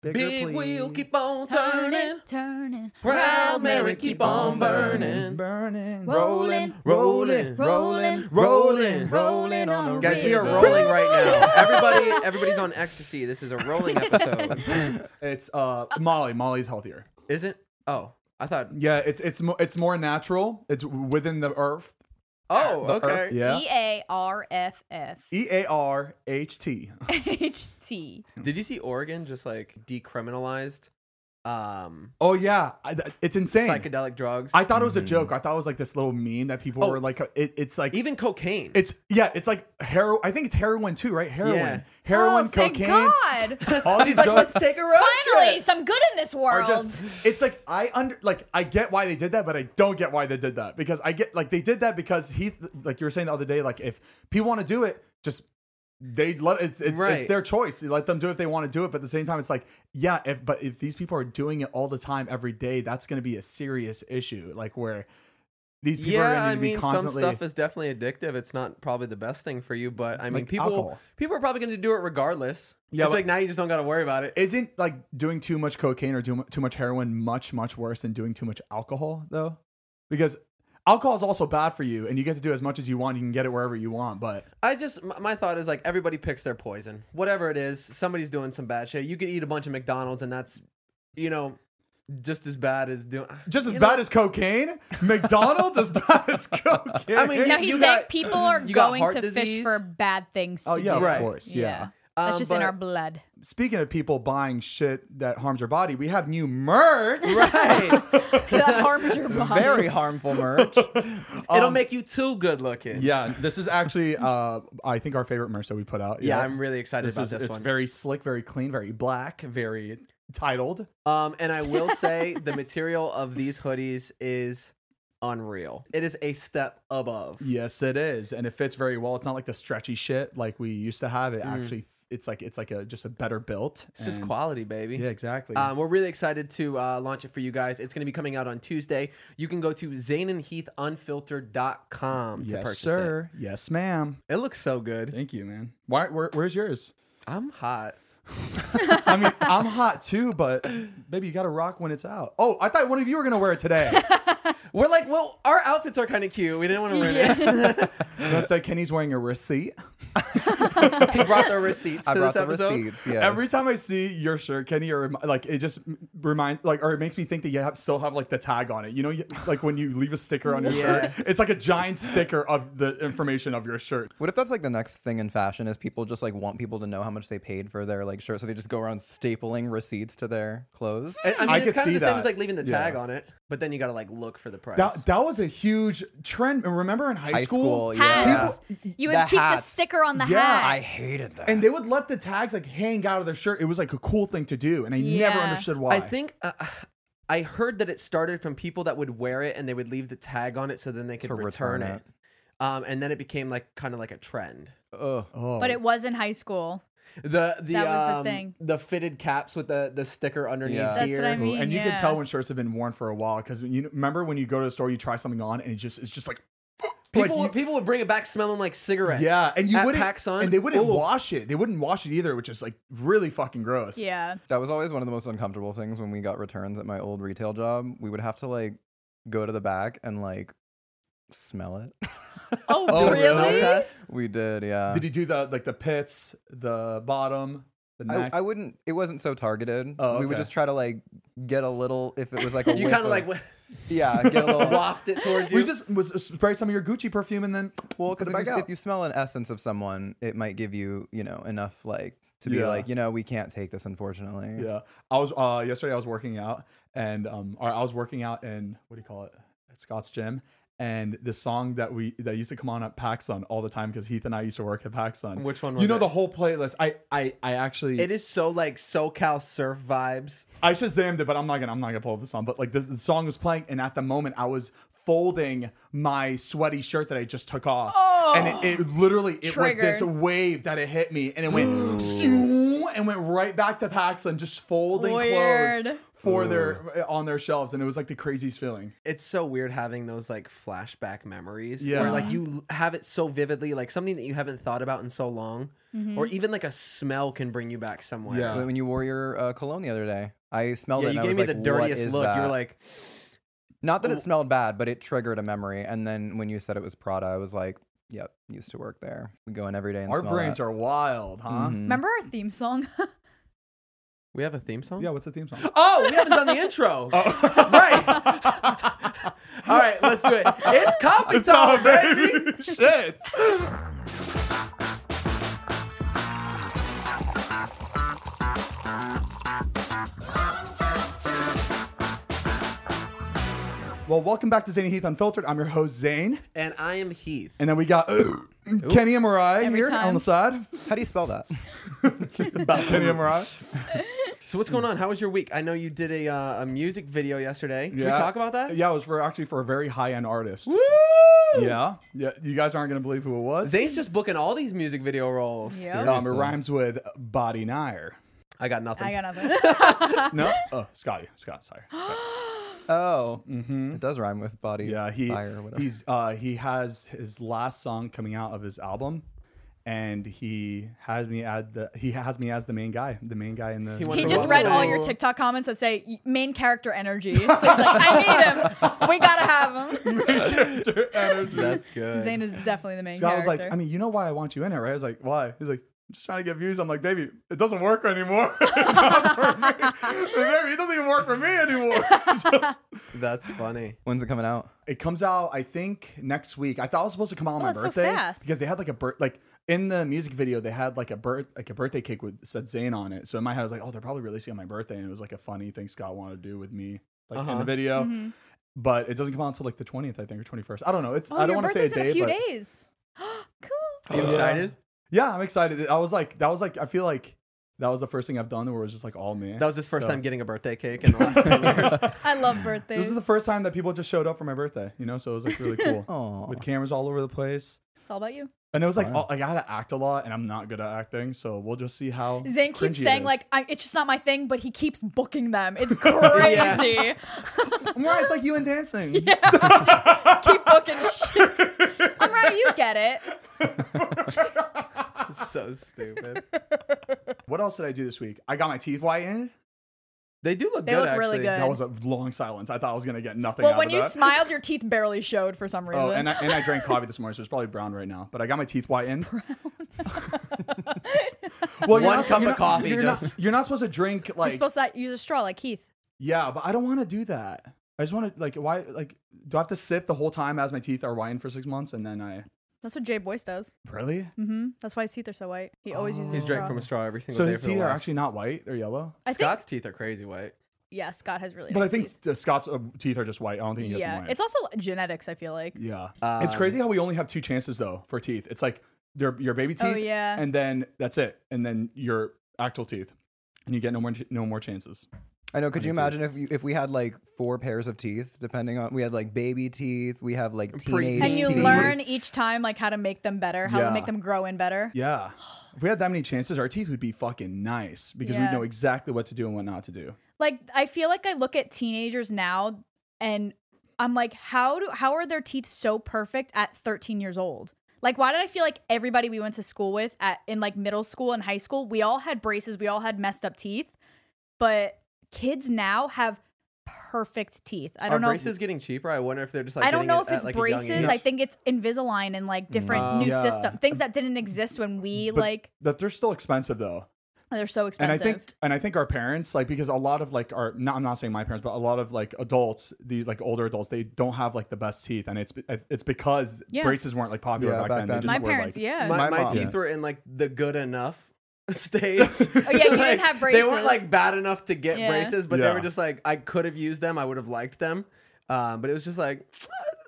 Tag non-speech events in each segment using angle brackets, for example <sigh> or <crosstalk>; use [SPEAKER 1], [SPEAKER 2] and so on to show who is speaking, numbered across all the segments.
[SPEAKER 1] Bigger,
[SPEAKER 2] Big wheel
[SPEAKER 1] please.
[SPEAKER 2] keep on
[SPEAKER 3] Turn
[SPEAKER 2] turning.
[SPEAKER 3] it, turn it.
[SPEAKER 2] Proud Mary keep on
[SPEAKER 1] Burning, burning,
[SPEAKER 2] burning.
[SPEAKER 3] Rolling,
[SPEAKER 1] rolling, rolling,
[SPEAKER 3] rolling,
[SPEAKER 1] rolling,
[SPEAKER 2] rolling,
[SPEAKER 1] rolling on the
[SPEAKER 2] Guys, we are
[SPEAKER 1] river.
[SPEAKER 2] rolling right now. <laughs>
[SPEAKER 1] <laughs>
[SPEAKER 2] Everybody, everybody's on ecstasy. This is a rolling episode,
[SPEAKER 1] It's uh Molly. Molly's healthier.
[SPEAKER 2] is it? Oh, I thought.
[SPEAKER 1] Yeah, it's it's mo- it's more natural. It's within the earth.
[SPEAKER 2] Oh,
[SPEAKER 1] The
[SPEAKER 2] okay.
[SPEAKER 1] earth, Yeah.
[SPEAKER 3] E A R F F
[SPEAKER 1] E A R H T.
[SPEAKER 3] H T.
[SPEAKER 2] Did you see Oregon just like decriminalized um
[SPEAKER 1] Oh yeah, I, th- it's insane.
[SPEAKER 2] psychedelic drugs?
[SPEAKER 1] I thought it was a joke. I thought it was like this little meme that people
[SPEAKER 2] Oh.
[SPEAKER 1] were like. It, it's like
[SPEAKER 2] Even cocaine.
[SPEAKER 1] it's yeah. It's like heroin. I think it's heroin too, right? Heroin,
[SPEAKER 2] Yeah.
[SPEAKER 1] heroin,
[SPEAKER 3] oh,
[SPEAKER 1] cocaine.
[SPEAKER 3] Thank God. <laughs>
[SPEAKER 1] All these
[SPEAKER 2] She's like,
[SPEAKER 1] drugs
[SPEAKER 2] let's take a road
[SPEAKER 3] Finally,
[SPEAKER 2] trip."
[SPEAKER 3] some good in this
[SPEAKER 1] are
[SPEAKER 3] world.
[SPEAKER 1] just. It's like I under like I get why they did that, but I don't get why they did that because I get like they did that because he like you were saying the other day like if people want to do it just. They let it's it's, it's
[SPEAKER 2] Right.
[SPEAKER 1] their choice. You let them do it if they want to do it, but at the same time, it's like yeah. If but if these people are doing it all the time, every day, that's going to be a serious issue. Like where these people are
[SPEAKER 2] Yeah,
[SPEAKER 1] going to
[SPEAKER 2] I
[SPEAKER 1] be
[SPEAKER 2] mean, some
[SPEAKER 1] constantly
[SPEAKER 2] stuff is definitely addictive. It's not probably the best thing for you, but I mean,
[SPEAKER 1] Like
[SPEAKER 2] people
[SPEAKER 1] alcohol.
[SPEAKER 2] people are probably going to do it regardless.
[SPEAKER 1] Yeah,
[SPEAKER 2] Yeah, it's
[SPEAKER 1] but-
[SPEAKER 2] like now you just don't got to worry about it.
[SPEAKER 1] Isn't like doing too much cocaine or too, too much heroin much much worse than doing too much alcohol though? Because alcohol is also bad for you, and you get to do as much as you want. You can get it wherever you want, but
[SPEAKER 2] I just m- my thought is like everybody picks their poison. Whatever it is, somebody's doing some bad shit. You could eat a bunch of McDonald's, and that's you know just as bad as doing. <laughs>
[SPEAKER 1] just as
[SPEAKER 2] you
[SPEAKER 1] bad
[SPEAKER 2] know,
[SPEAKER 1] as cocaine, McDonald's as <laughs> bad as cocaine.
[SPEAKER 2] I
[SPEAKER 1] <laughs>
[SPEAKER 2] mean,
[SPEAKER 3] no,
[SPEAKER 2] you
[SPEAKER 3] he's saying
[SPEAKER 2] got-
[SPEAKER 3] people are
[SPEAKER 2] you got
[SPEAKER 3] going
[SPEAKER 2] heart
[SPEAKER 3] to fish
[SPEAKER 2] disease.
[SPEAKER 3] for bad things.
[SPEAKER 1] oh
[SPEAKER 3] to
[SPEAKER 1] yeah,
[SPEAKER 3] do.
[SPEAKER 1] of
[SPEAKER 2] Right.
[SPEAKER 1] course, yeah.
[SPEAKER 3] That's
[SPEAKER 2] Um,
[SPEAKER 3] just in
[SPEAKER 2] but-
[SPEAKER 3] our blood. <laughs>
[SPEAKER 1] Speaking of people buying shit that harms your body, we have new merch. <laughs>
[SPEAKER 2] right.
[SPEAKER 3] That harms your body.
[SPEAKER 4] Very harmful merch.
[SPEAKER 2] It'll make you too good looking.
[SPEAKER 1] Um, Yeah, this is actually uh, I think our favorite merch that we put out.
[SPEAKER 2] yeah, I'm really excited
[SPEAKER 1] This
[SPEAKER 2] about
[SPEAKER 1] is
[SPEAKER 2] this
[SPEAKER 1] it's
[SPEAKER 2] one.
[SPEAKER 1] very slick, very clean, very black, very titled.
[SPEAKER 2] Um, and I will say the material of these hoodies is unreal. It is a step above.
[SPEAKER 1] Yes, it is, and it fits very well. It's not like the stretchy shit like we used to have. It actually, it's like it's like a just a better built.
[SPEAKER 2] Mm. It's just
[SPEAKER 1] and-
[SPEAKER 2] quality, baby.
[SPEAKER 1] Yeah, exactly.
[SPEAKER 2] Um, we're really excited to uh, launch it for you guys. It's going to be coming out on Tuesday. You can go to zaneandheathunfiltered.com to
[SPEAKER 1] yes,
[SPEAKER 2] purchase
[SPEAKER 1] sir. Yes, ma'am.
[SPEAKER 2] it. It looks so good.
[SPEAKER 1] Thank you, man. Why? Where, where's yours?
[SPEAKER 2] I'm hot.
[SPEAKER 1] I
[SPEAKER 2] <laughs>
[SPEAKER 1] mean, I'm hot too, but baby, you gotta rock when it's out. Oh, I thought one of you were gonna wear it today.
[SPEAKER 2] <laughs> We're like, well, our outfits are kind of cute. We didn't want to ruin
[SPEAKER 3] <laughs>
[SPEAKER 1] That's like Kenny's wearing a receipt.
[SPEAKER 2] it. he brought the receipts to
[SPEAKER 4] I brought
[SPEAKER 2] this
[SPEAKER 4] the
[SPEAKER 2] episode.
[SPEAKER 4] receipts. Yes.
[SPEAKER 1] Every time I see your shirt, Kenny, or like it just reminds, like, or it makes me think that you have, still have like the tag on it. You know, you, like when you leave a sticker on your
[SPEAKER 2] Yeah.
[SPEAKER 1] shirt, it's like a giant sticker of the information of your shirt.
[SPEAKER 4] What if that's like the next thing in fashion is people just like want people to know how much they paid for their like shirt, so they just go around stapling receipts to their clothes?
[SPEAKER 2] I, I mean,
[SPEAKER 1] I
[SPEAKER 2] it's
[SPEAKER 1] could
[SPEAKER 2] kind
[SPEAKER 1] see
[SPEAKER 2] of the
[SPEAKER 1] that.
[SPEAKER 2] same as like leaving the tag
[SPEAKER 1] Yeah.
[SPEAKER 2] on it, but then you got to like look for the price.
[SPEAKER 1] That that was a huge trend. Remember in high,
[SPEAKER 4] High school, yeah.
[SPEAKER 3] Hats. You would
[SPEAKER 4] The
[SPEAKER 3] keep
[SPEAKER 4] hats.
[SPEAKER 3] the sticker on the
[SPEAKER 1] Yeah,
[SPEAKER 3] hat.
[SPEAKER 4] I hated that.
[SPEAKER 1] and they would let the tags like hang out of their shirt. It was like a cool thing to do, and I never
[SPEAKER 3] Yeah.
[SPEAKER 1] understood why.
[SPEAKER 2] I think uh, I heard that it started from people that would wear it and they would leave the tag on it so then they could
[SPEAKER 4] To
[SPEAKER 2] return,
[SPEAKER 4] return
[SPEAKER 2] it. Um, and then it became like kind of like a trend.
[SPEAKER 4] Ugh.
[SPEAKER 1] Oh,
[SPEAKER 3] but it was in high school.
[SPEAKER 2] The the
[SPEAKER 3] That was the
[SPEAKER 2] um,
[SPEAKER 3] thing.
[SPEAKER 2] the fitted caps with the the sticker underneath
[SPEAKER 4] Yeah.
[SPEAKER 3] That's
[SPEAKER 2] here.
[SPEAKER 3] what I mean.
[SPEAKER 1] and you
[SPEAKER 3] yeah.
[SPEAKER 1] can tell when shirts have been worn for a while because you kn- remember when you go to the store, you try something on, and it just it's just like
[SPEAKER 2] People
[SPEAKER 1] like, you-
[SPEAKER 2] people would bring it back smelling like cigarettes.
[SPEAKER 1] Yeah, and you
[SPEAKER 2] at
[SPEAKER 1] wouldn't,
[SPEAKER 2] PacSun.
[SPEAKER 1] and they wouldn't
[SPEAKER 2] Ooh.
[SPEAKER 1] wash it. They wouldn't wash it either, which is like really fucking gross.
[SPEAKER 3] Yeah.
[SPEAKER 4] That was always one of the most uncomfortable things when we got returns at my old retail job. We would have to like go to the back and like smell it. <laughs>
[SPEAKER 3] Oh,
[SPEAKER 2] Do a
[SPEAKER 1] really?
[SPEAKER 2] smell test.
[SPEAKER 4] we did, yeah.
[SPEAKER 1] Did he do the like the pits, the bottom, the
[SPEAKER 4] I,
[SPEAKER 1] neck?
[SPEAKER 4] I wouldn't. It wasn't so targeted.
[SPEAKER 1] Oh,
[SPEAKER 4] We would
[SPEAKER 1] okay.
[SPEAKER 4] just try to like get a little. If it was like a
[SPEAKER 2] <laughs> You
[SPEAKER 4] whiff
[SPEAKER 2] kind of
[SPEAKER 1] <laughs>
[SPEAKER 2] like
[SPEAKER 4] of-
[SPEAKER 2] w-
[SPEAKER 4] yeah, get a
[SPEAKER 2] <laughs>
[SPEAKER 4] little
[SPEAKER 2] waft it towards you.
[SPEAKER 1] we just was uh, spray some of your Gucci perfume and then <laughs>
[SPEAKER 4] Well,
[SPEAKER 1] put
[SPEAKER 4] because
[SPEAKER 1] it back
[SPEAKER 4] if, you-
[SPEAKER 1] out.
[SPEAKER 4] if you smell an essence of someone, it might give you, you know, enough like to be
[SPEAKER 1] Yeah.
[SPEAKER 4] like, you know, we can't take this, unfortunately.
[SPEAKER 1] Yeah, I was uh, yesterday. I was working out, and um, or I was working out in what do you call it, at Scott's gym. And the song that we that used to come on at PacSun all the time because Heath and I used to work at PacSun.
[SPEAKER 2] Which one
[SPEAKER 1] you
[SPEAKER 2] was
[SPEAKER 1] know
[SPEAKER 2] it?
[SPEAKER 1] the whole playlist. I I I actually
[SPEAKER 2] it is so like SoCal surf vibes.
[SPEAKER 1] I shazammed it, but I'm not gonna I'm not gonna pull up the song. But like this, the song was playing, and at the moment I was folding my sweaty shirt that I just took off,
[SPEAKER 3] Oh.
[SPEAKER 1] and it, it literally it was this
[SPEAKER 3] Triggered.
[SPEAKER 1] wave that it
[SPEAKER 3] <gasps>
[SPEAKER 1] hit me, and it went and went right back to Paxton, just folding
[SPEAKER 3] Weird.
[SPEAKER 1] clothes, for their on their shelves, and it was like the craziest feeling.
[SPEAKER 2] it's so weird having those like flashback memories
[SPEAKER 1] Yeah.
[SPEAKER 2] where like you l- have it so vividly like something that you haven't thought about in so long or even like a smell can bring you back somewhere
[SPEAKER 1] Yeah.
[SPEAKER 4] when you wore your uh, cologne the other day, I smelled
[SPEAKER 2] Yeah,
[SPEAKER 4] it.
[SPEAKER 2] you
[SPEAKER 4] and
[SPEAKER 2] gave me
[SPEAKER 4] I was
[SPEAKER 2] the
[SPEAKER 4] like, what
[SPEAKER 2] dirtiest
[SPEAKER 4] is
[SPEAKER 2] look you were
[SPEAKER 4] that?
[SPEAKER 2] like
[SPEAKER 4] not that
[SPEAKER 2] "Oh."
[SPEAKER 4] it smelled bad, but it triggered a memory. And then when you said it was Prada, I was like, "Yep, used to work there. We go in every day and
[SPEAKER 1] Our brains are wild, huh?
[SPEAKER 4] Mm-hmm.
[SPEAKER 3] Remember our theme song? <laughs>
[SPEAKER 2] we have a theme song
[SPEAKER 1] Yeah, Oh. what's the theme song?
[SPEAKER 2] oh we haven't done the
[SPEAKER 1] <laughs>
[SPEAKER 2] intro <laughs> right all right let's do it
[SPEAKER 1] <laughs>
[SPEAKER 2] it's copy
[SPEAKER 1] It's
[SPEAKER 2] time
[SPEAKER 1] all,
[SPEAKER 2] baby. <laughs>
[SPEAKER 1] Shit. Well, welcome back to Zane and Heath Unfiltered. I'm your host, Zane.
[SPEAKER 2] and i am heath
[SPEAKER 1] And then we got uh, Kenny Amarai
[SPEAKER 3] Every
[SPEAKER 1] here
[SPEAKER 3] time.
[SPEAKER 1] on the side.
[SPEAKER 4] How do you
[SPEAKER 2] <laughs>
[SPEAKER 4] spell that?
[SPEAKER 1] <laughs> Kenny Amarai.
[SPEAKER 2] so what's going on how was your week i know you did a, uh, a music video yesterday can we
[SPEAKER 1] Yeah.
[SPEAKER 2] talk about that
[SPEAKER 1] Yeah, it was for actually for a very high end artist.
[SPEAKER 2] Woo!
[SPEAKER 1] Yeah. Yeah. You guys aren't going to believe who it was.
[SPEAKER 2] zane's just booking all these music video roles
[SPEAKER 3] Yep.
[SPEAKER 1] Um, it
[SPEAKER 4] Seriously.
[SPEAKER 1] rhymes with Body
[SPEAKER 2] <laughs>
[SPEAKER 1] Nair.
[SPEAKER 2] i got nothing
[SPEAKER 3] I got nothing. <laughs>
[SPEAKER 1] No? Oh, Scotty. Scott, sorry. Scott.
[SPEAKER 4] Oh, it does rhyme with body.
[SPEAKER 1] Mm-hmm. Yeah, he
[SPEAKER 4] fire or whatever.
[SPEAKER 1] he's uh, he has his last song coming out of his album, and he has me add the he has me as the main guy, the main guy in the.
[SPEAKER 2] He
[SPEAKER 3] He
[SPEAKER 2] wanted
[SPEAKER 3] just read all your TikTok comments that say y- main character <laughs> energy. So he's like, I need him. We gotta have <laughs> him.
[SPEAKER 1] <laughs>
[SPEAKER 2] <laughs> that's good
[SPEAKER 3] Zane is definitely the main
[SPEAKER 1] Scott was
[SPEAKER 3] character.
[SPEAKER 1] like, I mean, you know why I want you in it, right? I was like, why? He's like, I'm just trying to get views. I'm like, baby, it doesn't work anymore. <laughs> Not for me. <laughs> Baby, it doesn't even work for me anymore. So-
[SPEAKER 2] That's funny.
[SPEAKER 4] When's it coming out?
[SPEAKER 1] It comes out, I think, next week. I thought it was supposed to come out on
[SPEAKER 3] Oh,
[SPEAKER 1] my
[SPEAKER 3] it's so
[SPEAKER 1] birthday
[SPEAKER 3] fast.
[SPEAKER 1] because they had like a bir- like in the music video they had like a birth like a birthday cake with said Zayn on it. So in my head I was like, oh, they're probably releasing on my birthday, and it was like a funny thing Scott wanted to do with me like in
[SPEAKER 2] Uh-huh.
[SPEAKER 1] the video.
[SPEAKER 3] Mhm.
[SPEAKER 1] But it doesn't come out until like the twentieth, I think, or twenty first. I don't know. It's
[SPEAKER 3] oh,
[SPEAKER 1] I don't
[SPEAKER 3] your
[SPEAKER 1] want to say a
[SPEAKER 3] birthday's
[SPEAKER 1] day,
[SPEAKER 3] in a few
[SPEAKER 1] but
[SPEAKER 3] days. <gasps> cool.
[SPEAKER 2] Are you
[SPEAKER 1] Oh, Yeah.
[SPEAKER 2] excited?
[SPEAKER 1] yeah, I'm excited. I was like, that was like, I feel like that was the first thing I've done where it was just like all me.
[SPEAKER 2] That was his first
[SPEAKER 1] So-
[SPEAKER 2] time getting a birthday cake in the last 10 years.
[SPEAKER 1] <laughs>
[SPEAKER 2] <laughs>
[SPEAKER 3] <laughs> I love
[SPEAKER 1] This
[SPEAKER 3] birthdays.
[SPEAKER 1] is the first time that people just showed up for my birthday, you know. So it was like really
[SPEAKER 3] <laughs>
[SPEAKER 1] cool
[SPEAKER 4] Oh,
[SPEAKER 1] with cameras all over the place.
[SPEAKER 3] it's all about you.
[SPEAKER 1] And it was like,
[SPEAKER 4] Wow.
[SPEAKER 1] oh, I gotta act a lot, and I'm not good at acting, so we'll just see how.
[SPEAKER 3] Zane
[SPEAKER 1] cringy it
[SPEAKER 3] keeps saying
[SPEAKER 1] is. <laughs>
[SPEAKER 3] like, I, it's just not my thing, but he keeps booking them. It's crazy.
[SPEAKER 1] "Why it's like you and
[SPEAKER 3] <laughs>
[SPEAKER 1] dancing."
[SPEAKER 3] Keep booking
[SPEAKER 1] <laughs>
[SPEAKER 3] shit. I'm right. You get it.
[SPEAKER 2] so stupid.
[SPEAKER 1] What else did I do this week? I got my teeth whitened.
[SPEAKER 2] They do look
[SPEAKER 3] They
[SPEAKER 2] good,
[SPEAKER 3] look
[SPEAKER 2] actually.
[SPEAKER 3] really good.
[SPEAKER 1] That was a long silence. I thought I was gonna get nothing.
[SPEAKER 3] Well,
[SPEAKER 1] out
[SPEAKER 3] when
[SPEAKER 1] of
[SPEAKER 3] you
[SPEAKER 1] that.
[SPEAKER 3] smiled, your teeth barely showed for some reason.
[SPEAKER 1] Oh, and I, and I
[SPEAKER 3] <laughs>
[SPEAKER 1] drank coffee this morning, so it's probably brown right now. But I got my teeth whitened. <laughs> well, you're
[SPEAKER 2] One
[SPEAKER 1] not-
[SPEAKER 2] cup
[SPEAKER 1] you're
[SPEAKER 2] of
[SPEAKER 1] not-
[SPEAKER 2] coffee
[SPEAKER 1] You're,
[SPEAKER 2] just-
[SPEAKER 1] not, you're not supposed to drink
[SPEAKER 3] You're
[SPEAKER 1] like.
[SPEAKER 3] supposed to not use a straw like Keith.
[SPEAKER 1] yeah, but I don't want to do that. I just want to like why like do I have to sit the whole time as my teeth are whitened for six months and then I
[SPEAKER 3] That's what Jay Boyce does.
[SPEAKER 1] really
[SPEAKER 3] Mm-hmm. That's why his teeth are so white. He always uses.
[SPEAKER 2] He's
[SPEAKER 3] a
[SPEAKER 2] drank
[SPEAKER 3] straw.
[SPEAKER 2] from a straw every single
[SPEAKER 1] so
[SPEAKER 2] day.
[SPEAKER 1] his
[SPEAKER 2] for the
[SPEAKER 1] teeth are
[SPEAKER 2] last-
[SPEAKER 1] actually not white; they're yellow.
[SPEAKER 3] I think.
[SPEAKER 2] Scott's teeth are crazy white.
[SPEAKER 3] yeah, Scott has really.
[SPEAKER 1] But I
[SPEAKER 3] nice
[SPEAKER 1] think
[SPEAKER 3] teeth.
[SPEAKER 1] the Scott's uh, teeth are just white. I don't think he has
[SPEAKER 3] Yeah,
[SPEAKER 1] white.
[SPEAKER 3] it's also genetics. I feel like.
[SPEAKER 1] yeah,
[SPEAKER 2] Um,
[SPEAKER 1] it's crazy how we only have two chances though for teeth. It's like your your baby
[SPEAKER 3] Oh,
[SPEAKER 1] teeth,
[SPEAKER 3] yeah.
[SPEAKER 1] and then that's it, and then your actual teeth, and you get no more no more chances.
[SPEAKER 4] I know. Could you
[SPEAKER 1] Twenty-two.
[SPEAKER 4] imagine if you, if we had like four pairs of teeth, depending on we had like baby teeth, we have like teenage
[SPEAKER 2] Pre-teen
[SPEAKER 3] And you
[SPEAKER 4] teeth.
[SPEAKER 1] teeth.
[SPEAKER 3] learn each time like how to make them better, how
[SPEAKER 1] Yeah.
[SPEAKER 3] to make them grow in better.
[SPEAKER 1] Yeah, if we had that many chances, our teeth would be fucking nice because
[SPEAKER 3] Yeah.
[SPEAKER 1] we'd know exactly what to do and what not to do.
[SPEAKER 3] Like I feel like I look at teenagers now and I'm like, how do how are their teeth so perfect at 13 years old? Like why did I feel like everybody we went to school with at in like middle school and high school, we all had braces, we all had messed up teeth, but kids now have perfect teeth. I
[SPEAKER 2] Are
[SPEAKER 3] don't know.
[SPEAKER 2] braces getting cheaper? I wonder if they're just like.
[SPEAKER 3] I don't
[SPEAKER 2] getting
[SPEAKER 3] know
[SPEAKER 2] it
[SPEAKER 3] if
[SPEAKER 2] at,
[SPEAKER 3] it's
[SPEAKER 2] like, a young
[SPEAKER 3] braces.
[SPEAKER 2] age.
[SPEAKER 3] I think it's Invisalign and like different
[SPEAKER 2] Mm.
[SPEAKER 3] new
[SPEAKER 1] Yeah.
[SPEAKER 3] system things that didn't exist when we
[SPEAKER 1] But-
[SPEAKER 3] like.
[SPEAKER 1] But they're still expensive though.
[SPEAKER 3] They're so
[SPEAKER 1] and
[SPEAKER 3] expensive.
[SPEAKER 1] I think and I think our parents like because a lot of like our not I'm not saying my parents but a lot of like adults these like older adults they don't have like the best teeth and it's it's because
[SPEAKER 3] Yeah.
[SPEAKER 1] braces weren't like popular
[SPEAKER 4] Yeah,
[SPEAKER 1] back,
[SPEAKER 4] back
[SPEAKER 1] then.
[SPEAKER 4] then.
[SPEAKER 1] They just
[SPEAKER 3] my
[SPEAKER 1] were,
[SPEAKER 3] parents,
[SPEAKER 1] like,
[SPEAKER 3] yeah.
[SPEAKER 2] my,
[SPEAKER 4] My
[SPEAKER 2] my
[SPEAKER 4] mom-
[SPEAKER 2] teeth
[SPEAKER 4] Yeah.
[SPEAKER 2] were in like the good enough <laughs> stage.
[SPEAKER 3] Oh, yeah, you didn't have
[SPEAKER 2] They weren't
[SPEAKER 3] braces.
[SPEAKER 2] like bad enough to get
[SPEAKER 3] Yeah.
[SPEAKER 2] braces, but they
[SPEAKER 1] Yeah.
[SPEAKER 2] were just like I could have used them. I would have liked them, um, but it was just like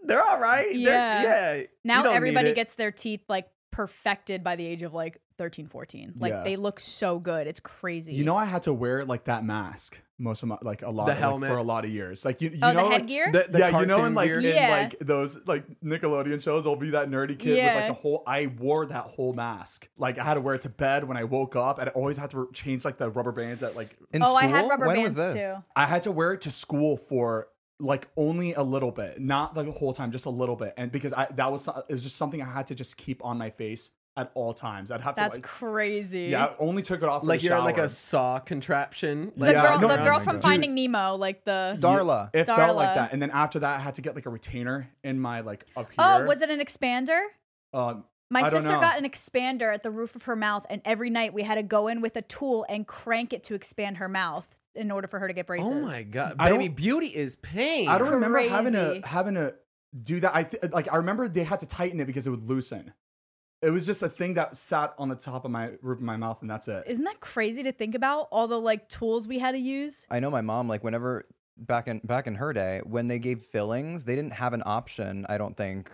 [SPEAKER 2] they're all right. They're-
[SPEAKER 3] Yeah.
[SPEAKER 2] yeah. you
[SPEAKER 3] now
[SPEAKER 2] don't need
[SPEAKER 3] everybody
[SPEAKER 2] it.
[SPEAKER 3] gets their teeth like perfected by the age of like 13, 14. Like
[SPEAKER 1] Yeah.
[SPEAKER 3] they look so good. It's crazy.
[SPEAKER 1] You know, I had to wear like that mask most of my like a lot
[SPEAKER 2] The
[SPEAKER 1] like,
[SPEAKER 2] helmet.
[SPEAKER 1] for a lot of years. Like you, you
[SPEAKER 3] oh,
[SPEAKER 1] know,
[SPEAKER 3] the
[SPEAKER 1] like,
[SPEAKER 3] headgear?
[SPEAKER 2] The- the
[SPEAKER 1] yeah, you know,
[SPEAKER 2] cartoon
[SPEAKER 1] in like
[SPEAKER 2] gear.
[SPEAKER 1] in
[SPEAKER 3] Yeah.
[SPEAKER 1] like those like Nickelodeon shows, I'll be that nerdy kid with
[SPEAKER 3] Yeah.
[SPEAKER 1] like the whole. I wore that whole mask. Like I had to wear it to bed when I woke up, and I always had to re- change like the rubber bands that like
[SPEAKER 4] In
[SPEAKER 3] oh, I had
[SPEAKER 4] school?
[SPEAKER 3] rubber
[SPEAKER 4] when
[SPEAKER 3] bands
[SPEAKER 4] was this?
[SPEAKER 3] too.
[SPEAKER 1] I had to wear it to school for like only a little bit, not the whole time, just a little bit, and because I that was it was just something I had to just keep on my face at all times. I'd have
[SPEAKER 3] That's
[SPEAKER 1] to like,
[SPEAKER 3] crazy.
[SPEAKER 1] yeah, I only took it off for
[SPEAKER 2] like
[SPEAKER 1] the
[SPEAKER 2] you're
[SPEAKER 1] shower.
[SPEAKER 2] in like a saw contraption.
[SPEAKER 3] The
[SPEAKER 2] like,
[SPEAKER 1] Yeah,
[SPEAKER 3] girl,
[SPEAKER 1] no,
[SPEAKER 3] the
[SPEAKER 1] no,
[SPEAKER 3] girl
[SPEAKER 4] no,
[SPEAKER 3] from
[SPEAKER 4] no.
[SPEAKER 3] Finding Nemo, like the.
[SPEAKER 4] Dude, Darla.
[SPEAKER 1] It felt
[SPEAKER 3] Darla.
[SPEAKER 1] like that, and then after that, I had to get like a retainer in my like up here.
[SPEAKER 3] oh, was it an expander?
[SPEAKER 1] Um,
[SPEAKER 3] My
[SPEAKER 1] I don't
[SPEAKER 3] sister
[SPEAKER 1] know.
[SPEAKER 3] got an expander at the roof of her mouth, and every night we had to go in with a tool and crank it to expand her mouth in order for her to get braces.
[SPEAKER 2] oh my god,
[SPEAKER 1] I don't-
[SPEAKER 2] baby, beauty is pain.
[SPEAKER 1] I don't remember having
[SPEAKER 3] Crazy.
[SPEAKER 1] to having to do that. I th- like I remember they had to tighten it because it would loosen. It was just a thing that sat on the top of my roof of my mouth, and that's it.
[SPEAKER 3] Isn't that crazy to think about? All the like tools we had to use.
[SPEAKER 4] I know my mom like whenever back in back in her day when they gave fillings, they didn't have an option, I don't think,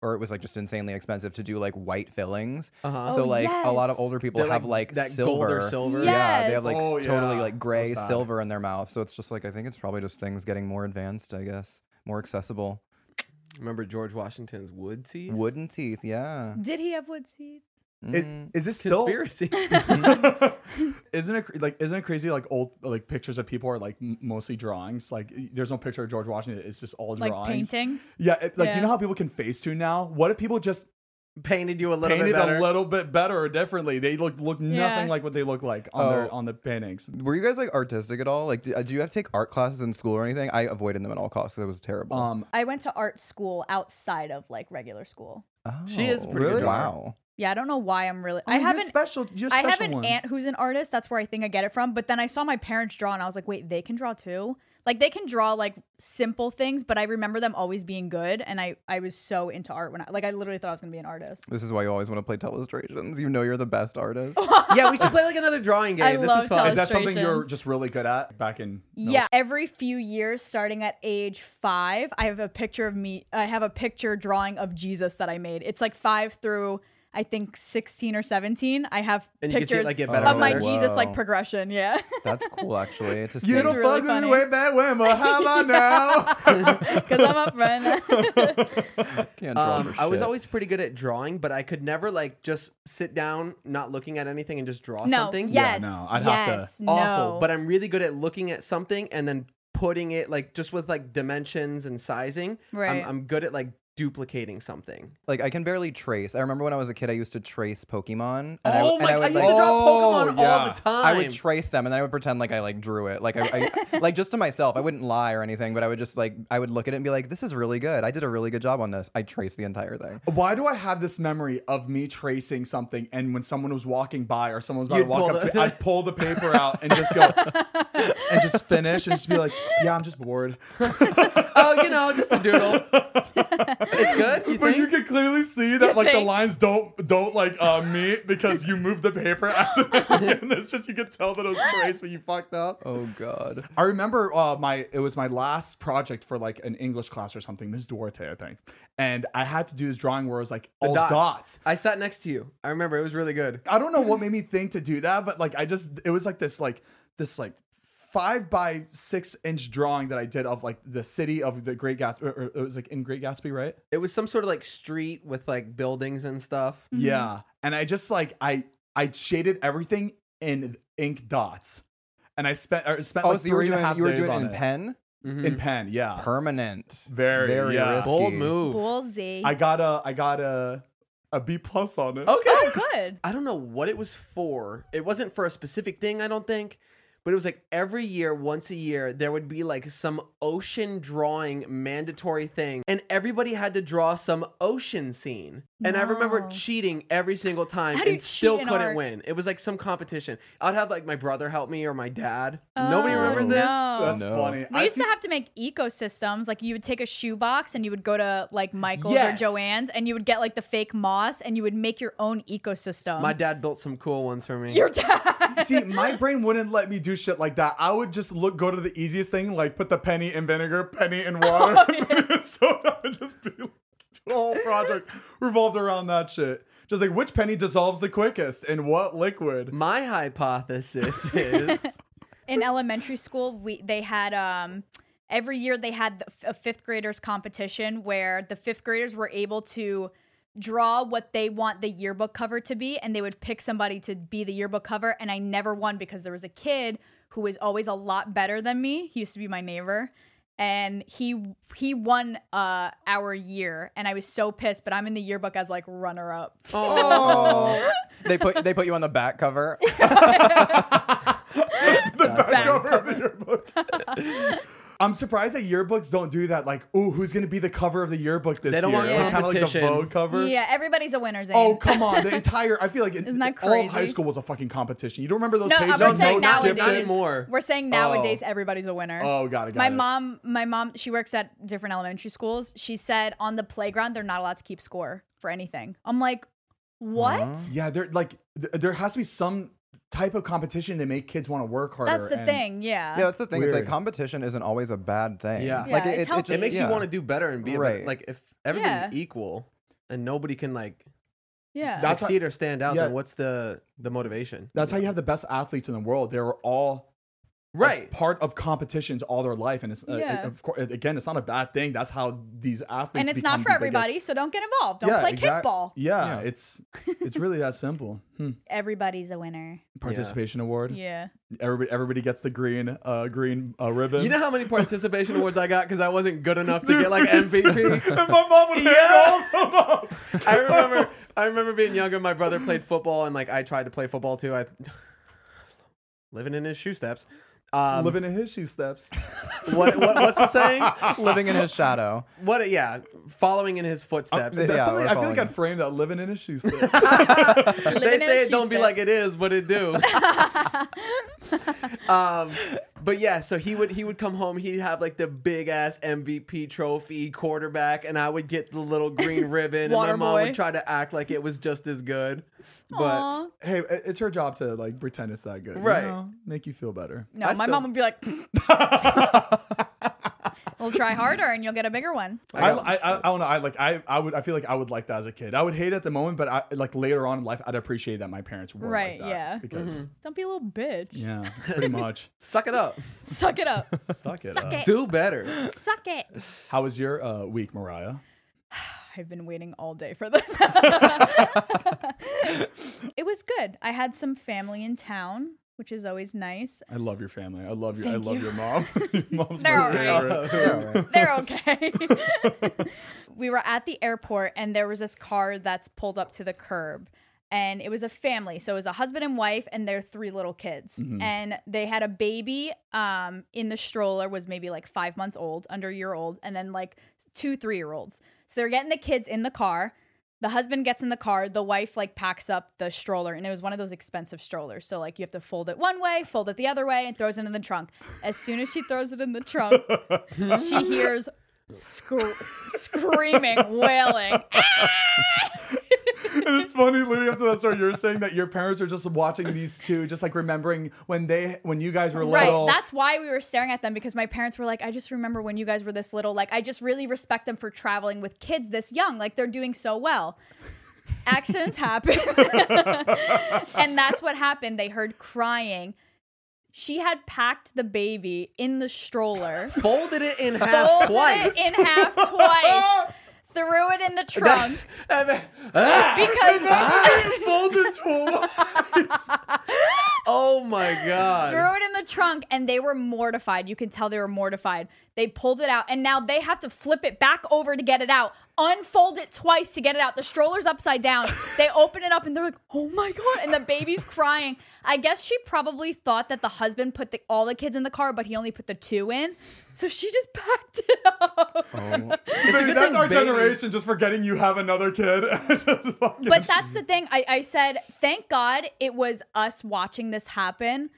[SPEAKER 4] or it was like just insanely expensive to do like white fillings.
[SPEAKER 2] Uh-huh.
[SPEAKER 4] so
[SPEAKER 3] Oh,
[SPEAKER 4] like a lot
[SPEAKER 3] yes.
[SPEAKER 4] of older people
[SPEAKER 2] They're,
[SPEAKER 4] have like,
[SPEAKER 2] that gold
[SPEAKER 4] silver.
[SPEAKER 2] or silver.
[SPEAKER 3] Yeah.
[SPEAKER 4] Yeah, they have
[SPEAKER 3] Yes.
[SPEAKER 4] like
[SPEAKER 1] Oh,
[SPEAKER 4] s- totally
[SPEAKER 1] yeah.
[SPEAKER 4] like gray
[SPEAKER 1] That was bad.
[SPEAKER 4] silver in their mouth. So it's just like I think it's probably just things getting more advanced, I guess, more accessible.
[SPEAKER 2] Remember George Washington's wood teeth?
[SPEAKER 4] Wooden teeth, yeah.
[SPEAKER 3] Did he have wood seeds?
[SPEAKER 1] It-
[SPEAKER 4] Mm.
[SPEAKER 1] Is this still?
[SPEAKER 2] Conspiracy. <laughs>
[SPEAKER 1] isn't it cr- like isn't it crazy like old like pictures of people are like m- mostly drawings like y- there's no picture of George Washington it's just all
[SPEAKER 3] Like
[SPEAKER 1] drawings
[SPEAKER 3] paintings?
[SPEAKER 1] yeah it- like
[SPEAKER 3] Yeah.
[SPEAKER 1] you know how people can Facetune now what if people just
[SPEAKER 2] Painted you a little
[SPEAKER 1] painted
[SPEAKER 2] bit better.
[SPEAKER 1] a little bit better or differently they look look nothing
[SPEAKER 3] Yeah.
[SPEAKER 1] like what they look like on their
[SPEAKER 4] Oh.
[SPEAKER 1] on the paintings
[SPEAKER 4] Were you guys like artistic at all? Like, do, do you have to take art classes in school or anything? I avoided them at all costs. 'cause It was terrible.
[SPEAKER 1] um
[SPEAKER 3] I went to art school outside of like regular school.
[SPEAKER 2] Um, she is
[SPEAKER 4] Oh,
[SPEAKER 2] pretty good
[SPEAKER 4] really?
[SPEAKER 2] at art.
[SPEAKER 4] Wow.
[SPEAKER 3] Yeah, I don't know why I'm really.
[SPEAKER 1] Oh,
[SPEAKER 3] I
[SPEAKER 1] you're
[SPEAKER 3] haven't.
[SPEAKER 1] special you're
[SPEAKER 3] I
[SPEAKER 1] special
[SPEAKER 3] have an
[SPEAKER 1] one.
[SPEAKER 3] aunt who's an artist. That's where I think I get it from. But then I saw my parents draw, and I was like, wait, they can draw too. Like they can draw like simple things, but I remember them always being good, and I I was so into art when I like I literally thought I was gonna be an artist.
[SPEAKER 4] This is why you always want to play telestrations. You know you're the best artist.
[SPEAKER 2] <laughs> yeah, we should play like another drawing game.
[SPEAKER 3] I
[SPEAKER 2] this
[SPEAKER 3] love
[SPEAKER 2] is fun.
[SPEAKER 1] is that something you're
[SPEAKER 3] illustrations.
[SPEAKER 1] just really good at back in middle
[SPEAKER 3] Yeah, every few years, starting at age five, I have a picture of me. I have a picture drawing of Jesus that I made. It's like five through I think sixteen or seventeen. I have
[SPEAKER 2] And you can see it
[SPEAKER 3] pictures
[SPEAKER 2] like get
[SPEAKER 4] Oh,
[SPEAKER 2] better.
[SPEAKER 3] of
[SPEAKER 2] and
[SPEAKER 3] my
[SPEAKER 2] better.
[SPEAKER 4] Wow.
[SPEAKER 3] Jesus like progression. Yeah. <laughs>
[SPEAKER 4] That's cool, actually. It's a
[SPEAKER 1] You don't
[SPEAKER 3] It's
[SPEAKER 1] fuck
[SPEAKER 3] really
[SPEAKER 1] with
[SPEAKER 3] funny.
[SPEAKER 1] way back when, but how about
[SPEAKER 3] <laughs>
[SPEAKER 1] now? <laughs>
[SPEAKER 3] Because I'm
[SPEAKER 2] <laughs>
[SPEAKER 3] a friend.
[SPEAKER 4] can't draw
[SPEAKER 2] Um,
[SPEAKER 4] for
[SPEAKER 2] I was
[SPEAKER 4] shit.
[SPEAKER 2] always pretty good at drawing, but I could never like just sit down, not looking at anything, and just draw
[SPEAKER 3] <laughs> no.
[SPEAKER 2] something.
[SPEAKER 3] Yes.
[SPEAKER 1] no, I'd have to-
[SPEAKER 3] yes. No.
[SPEAKER 2] awful. But I'm really good at looking at something and then putting it like just with like dimensions and sizing.
[SPEAKER 3] Right.
[SPEAKER 2] I'm, I'm good at like duplicating something.
[SPEAKER 4] like I can barely trace. I remember when I was a kid, I used to trace Pokemon. And I,
[SPEAKER 2] oh
[SPEAKER 4] and
[SPEAKER 2] my!
[SPEAKER 4] I
[SPEAKER 2] I,
[SPEAKER 4] would,
[SPEAKER 2] used
[SPEAKER 4] like,
[SPEAKER 2] to draw
[SPEAKER 1] Oh,
[SPEAKER 2] Pokemon all
[SPEAKER 1] yeah.
[SPEAKER 2] the time.
[SPEAKER 4] I would trace them, and then I would pretend like I like drew it, like I,
[SPEAKER 2] <laughs>
[SPEAKER 4] I like just to myself. I wouldn't lie or anything, but I would just like I would look at it and be like, "This is really good. I did a really good job on this. I traced the entire thing."
[SPEAKER 1] Why do I have this memory of me tracing something and when someone was walking by or someone was about
[SPEAKER 2] You'd
[SPEAKER 1] to walk
[SPEAKER 2] pull
[SPEAKER 1] up to
[SPEAKER 2] the-
[SPEAKER 1] me, <laughs> I'd pull the paper out and just go and just finish and just be like, yeah, I'm just bored.
[SPEAKER 2] <laughs> oh, you know, just a
[SPEAKER 4] <laughs>
[SPEAKER 2] doodle. it's good. You
[SPEAKER 1] But
[SPEAKER 2] think?
[SPEAKER 1] you can clearly see that like the
[SPEAKER 3] think?
[SPEAKER 1] lines don't don't like uh, meet because you moved the paper accidentally <laughs> and it's just you could tell that it was traced but you fucked up.
[SPEAKER 4] Oh God.
[SPEAKER 1] I remember uh, my it was my last project for like an English class or something, Miss Duarte, I think. And I had to do this drawing where it was like all
[SPEAKER 2] dots.
[SPEAKER 1] dots.
[SPEAKER 2] I sat next to you. I remember it was really good.
[SPEAKER 1] I don't know what made me think to do that, but like I just it was like this like this like five by six inch drawing that I did of like the city of the Great Gatsby. Or, or it was like in Great Gatsby, right?
[SPEAKER 2] It was some sort of like street with like buildings and stuff.
[SPEAKER 1] Yeah, and I just like I I shaded everything in ink dots, and I spent I spent
[SPEAKER 4] Oh,
[SPEAKER 1] like
[SPEAKER 4] so you were
[SPEAKER 1] three and a
[SPEAKER 4] doing
[SPEAKER 1] half
[SPEAKER 4] you were
[SPEAKER 1] days
[SPEAKER 4] doing it
[SPEAKER 1] on
[SPEAKER 4] in pen,
[SPEAKER 2] Mhm.
[SPEAKER 1] in pen. Yeah,
[SPEAKER 4] permanent,
[SPEAKER 1] Very,
[SPEAKER 4] very
[SPEAKER 1] yeah.
[SPEAKER 4] risky.
[SPEAKER 2] Bold move.
[SPEAKER 3] Ballsy.
[SPEAKER 1] I got a I got a a B plus on it.
[SPEAKER 2] Okay.
[SPEAKER 3] oh, good.
[SPEAKER 2] I don't know what it was for. It wasn't for a specific thing, I don't think. But it was like every year, once a year, there would be like some ocean drawing mandatory thing. And everybody had to draw some ocean scene. And I remember
[SPEAKER 3] No.
[SPEAKER 2] cheating every single time
[SPEAKER 3] How do you
[SPEAKER 2] and still
[SPEAKER 3] cheat in
[SPEAKER 2] couldn't
[SPEAKER 3] art?
[SPEAKER 2] win. It was like some competition. I'd have like my brother help me or my dad. Nobody
[SPEAKER 3] Oh,
[SPEAKER 2] remembers this.
[SPEAKER 3] no.
[SPEAKER 1] That's
[SPEAKER 4] No.
[SPEAKER 1] funny.
[SPEAKER 3] We
[SPEAKER 1] I
[SPEAKER 3] used to
[SPEAKER 1] think-
[SPEAKER 3] have to make ecosystems. Like you would take a shoebox and you would go to like Michael's
[SPEAKER 2] Yes.
[SPEAKER 3] or Joanne's and you would get like the fake moss and you would make your own ecosystem.
[SPEAKER 2] My dad built some cool ones for me.
[SPEAKER 3] your dad.
[SPEAKER 1] See, my brain wouldn't let me do shit like that. I would just look, go to the easiest thing, like put the penny in vinegar, penny in
[SPEAKER 2] Oh,
[SPEAKER 1] water. <laughs> so I would just be like, the whole project revolved around that shit. Just like which penny dissolves the quickest in what liquid?
[SPEAKER 2] My
[SPEAKER 3] <laughs>
[SPEAKER 2] hypothesis is
[SPEAKER 3] in elementary school we they had um every year they had the- a fifth graders competition where the fifth graders were able to draw what they want the yearbook cover to be and they would pick somebody to be the yearbook cover and I never won because there was a kid who was always a lot better than me he used to be my neighbor and he he won uh our year and I was so pissed but I'm in the yearbook as like runner up
[SPEAKER 4] <laughs> Oh, they put they put you on the back cover.
[SPEAKER 3] <laughs>
[SPEAKER 1] the back
[SPEAKER 3] Back
[SPEAKER 1] cover of the yearbook. <laughs> I'm surprised that yearbooks don't do that. Like, ooh, who's gonna be the cover of the yearbook this
[SPEAKER 2] They don't
[SPEAKER 1] year?
[SPEAKER 2] want
[SPEAKER 1] Like, kind of like the
[SPEAKER 2] competition.
[SPEAKER 1] Vogue cover.
[SPEAKER 3] yeah everybody's a winner Zane.
[SPEAKER 1] Oh come on! The entire I feel like it,
[SPEAKER 3] <laughs> Isn't that
[SPEAKER 1] all of high
[SPEAKER 3] crazy?
[SPEAKER 1] school was a fucking competition. You don't remember those
[SPEAKER 3] No,
[SPEAKER 1] pages?
[SPEAKER 3] I'm
[SPEAKER 1] of
[SPEAKER 3] saying
[SPEAKER 1] notes
[SPEAKER 2] not
[SPEAKER 3] nowadays.
[SPEAKER 1] gifted?
[SPEAKER 2] Not anymore.
[SPEAKER 3] We're saying nowadays everybody's a winner.
[SPEAKER 1] Oh, got it. Got
[SPEAKER 3] my
[SPEAKER 1] it.
[SPEAKER 3] mom, my mom, she works at different elementary schools. She said on the playground they're not allowed to keep score for anything. I'm like, what?
[SPEAKER 1] Yeah, there like th- there has to be some type of competition to make kids want to work harder.
[SPEAKER 3] That's the
[SPEAKER 1] and-
[SPEAKER 3] thing. Yeah.
[SPEAKER 4] Yeah, that's the thing. It's
[SPEAKER 1] Weird.
[SPEAKER 4] like competition isn't always a bad thing.
[SPEAKER 2] Yeah.
[SPEAKER 4] like
[SPEAKER 3] Yeah, it's
[SPEAKER 4] it,
[SPEAKER 3] healthy.
[SPEAKER 2] it makes you want to do better and be a better-
[SPEAKER 4] Right.
[SPEAKER 2] like if everybody's
[SPEAKER 3] Yeah.
[SPEAKER 2] equal and nobody can like
[SPEAKER 3] yeah.
[SPEAKER 1] That's-
[SPEAKER 2] succeed or stand out,
[SPEAKER 1] yeah.
[SPEAKER 2] then what's the the motivation?
[SPEAKER 1] That's how you have the best athletes in the world. They were all a <laughs>
[SPEAKER 2] right.
[SPEAKER 1] part of competitions all their life, and it's uh,
[SPEAKER 3] Yeah.
[SPEAKER 1] of course again, it's not a bad thing. That's how these athletes
[SPEAKER 3] and it's not
[SPEAKER 1] become
[SPEAKER 3] for
[SPEAKER 1] the biggest-
[SPEAKER 3] everybody, so don't get involved. Don't play
[SPEAKER 1] exact-
[SPEAKER 3] kickball.
[SPEAKER 1] Yeah,
[SPEAKER 4] Yeah.
[SPEAKER 3] <laughs>
[SPEAKER 1] it's it's really that simple. Hmm.
[SPEAKER 3] Everybody's a winner.
[SPEAKER 1] Participation award.
[SPEAKER 3] Yeah.
[SPEAKER 1] Everybody everybody gets the green uh green uh, ribbon.
[SPEAKER 2] You know how many participation awards I got because I wasn't good enough to get
[SPEAKER 1] <laughs>
[SPEAKER 2] like MVP.
[SPEAKER 1] And my mom <laughs> would hand
[SPEAKER 2] Yeah.
[SPEAKER 1] all of them up.
[SPEAKER 2] <laughs> I remember, I remember being younger. My brother played football, and like I tried to play football too. I <laughs> living in his shoe steps. Um,
[SPEAKER 1] Living in his shoe steps.
[SPEAKER 2] what, what what's
[SPEAKER 1] <laughs>
[SPEAKER 2] the saying?
[SPEAKER 4] living in his
[SPEAKER 2] <laughs>
[SPEAKER 4] shadow.
[SPEAKER 2] What? Yeah, following in his footsteps.
[SPEAKER 1] That's
[SPEAKER 4] Yeah,
[SPEAKER 1] something I
[SPEAKER 4] we're
[SPEAKER 1] feel like
[SPEAKER 4] following.
[SPEAKER 1] I'd frame that living in his shoe steps.
[SPEAKER 2] they say it don't be like it is, but it
[SPEAKER 3] <laughs>
[SPEAKER 2] do. um, but yeah, so he would he would come home. He'd have like the big ass MVP trophy, quarterback, and I would get the little
[SPEAKER 3] <laughs>
[SPEAKER 2] green ribbon. and my
[SPEAKER 3] Water
[SPEAKER 2] mom
[SPEAKER 3] boy.
[SPEAKER 2] would try to act like it was just as good. But
[SPEAKER 3] Aw.
[SPEAKER 1] hey, it- it's her job to like pretend it's that good, you
[SPEAKER 2] Right.
[SPEAKER 1] know? Make you feel better.
[SPEAKER 3] No,
[SPEAKER 2] I
[SPEAKER 3] my
[SPEAKER 2] still-
[SPEAKER 3] mom would be like, <laughs> "We'll try harder, and you'll get a bigger one."
[SPEAKER 1] I,
[SPEAKER 2] got-
[SPEAKER 1] I, I, I don't know. I like I, I would I feel like I would like that as a kid. I would hate it at the moment, but I like later on in life I'd appreciate that my parents were like
[SPEAKER 3] Right,
[SPEAKER 1] that
[SPEAKER 3] yeah.
[SPEAKER 1] Because
[SPEAKER 3] Don't be a little bitch.
[SPEAKER 2] Mm-hmm.
[SPEAKER 1] yeah, pretty
[SPEAKER 2] <laughs>
[SPEAKER 1] much.
[SPEAKER 2] suck it up,
[SPEAKER 3] Suck it up.
[SPEAKER 1] Suck it.
[SPEAKER 3] Suck
[SPEAKER 1] up.
[SPEAKER 3] it.
[SPEAKER 2] do better.
[SPEAKER 3] Suck it.
[SPEAKER 1] How was your uh, week, Mariah?
[SPEAKER 3] I've been waiting all day for this. <laughs> it was good. I had some family in town, which is always nice.
[SPEAKER 1] I love your family. I love your I
[SPEAKER 3] Thank
[SPEAKER 1] love
[SPEAKER 3] you.
[SPEAKER 1] your mom. <laughs> your mom's
[SPEAKER 3] They're
[SPEAKER 1] my
[SPEAKER 3] all right.
[SPEAKER 1] favorite.
[SPEAKER 3] <laughs> They're okay. we were at the airport and there was this car that's pulled up to the curb. And it was a family. So it was a husband and wife and their three little kids. And they had a baby um, in the stroller, was maybe like five months old, under a year old, and then like two three year olds. So they're getting the kids in the car. The husband gets in the car, the wife like packs up the stroller, and it was one of those expensive strollers. So like you have to fold it one way, fold it the other way, and throws it in the trunk. As soon as she throws it in the trunk, <laughs> she hears scr- screaming, wailing.
[SPEAKER 1] and it's funny leading up to that story. You were saying that your parents are just watching these two, just like remembering when they when you guys were
[SPEAKER 3] <laughs> Right.
[SPEAKER 1] little. <laughs>
[SPEAKER 3] That's why we were staring at them because my parents were like, I just remember when you guys were this little. Like, I just really respect them for traveling with kids this young. Like, they're doing so <laughs> well. Accidents happen. <laughs> and that's what happened. They heard crying. She had packed the baby in the <laughs> stroller,
[SPEAKER 2] <laughs> Folded it in half
[SPEAKER 3] folded
[SPEAKER 2] twice. <laughs>
[SPEAKER 3] it in half <laughs> twice, threw it in the trunk because <laughs>
[SPEAKER 1] folded twice.
[SPEAKER 2] <laughs> oh my god.
[SPEAKER 3] threw it in the trunk and they were mortified. You could tell they were mortified. They pulled it out and now they have to flip it back over to get it out, unfold it twice to get it out. The stroller's upside <laughs> down. They open it up and they're like, oh my God. And the baby's crying. I guess she probably thought that the husband put the, all the kids in the car, but he only put the two in. So she just <laughs> packed it up.
[SPEAKER 1] Baby,
[SPEAKER 2] good
[SPEAKER 1] that's
[SPEAKER 2] thing
[SPEAKER 1] our
[SPEAKER 2] baby-
[SPEAKER 1] generation just forgetting you have another kid. <laughs> Just fucking-
[SPEAKER 3] But that's the thing. I, I said, thank God it was us watching this happen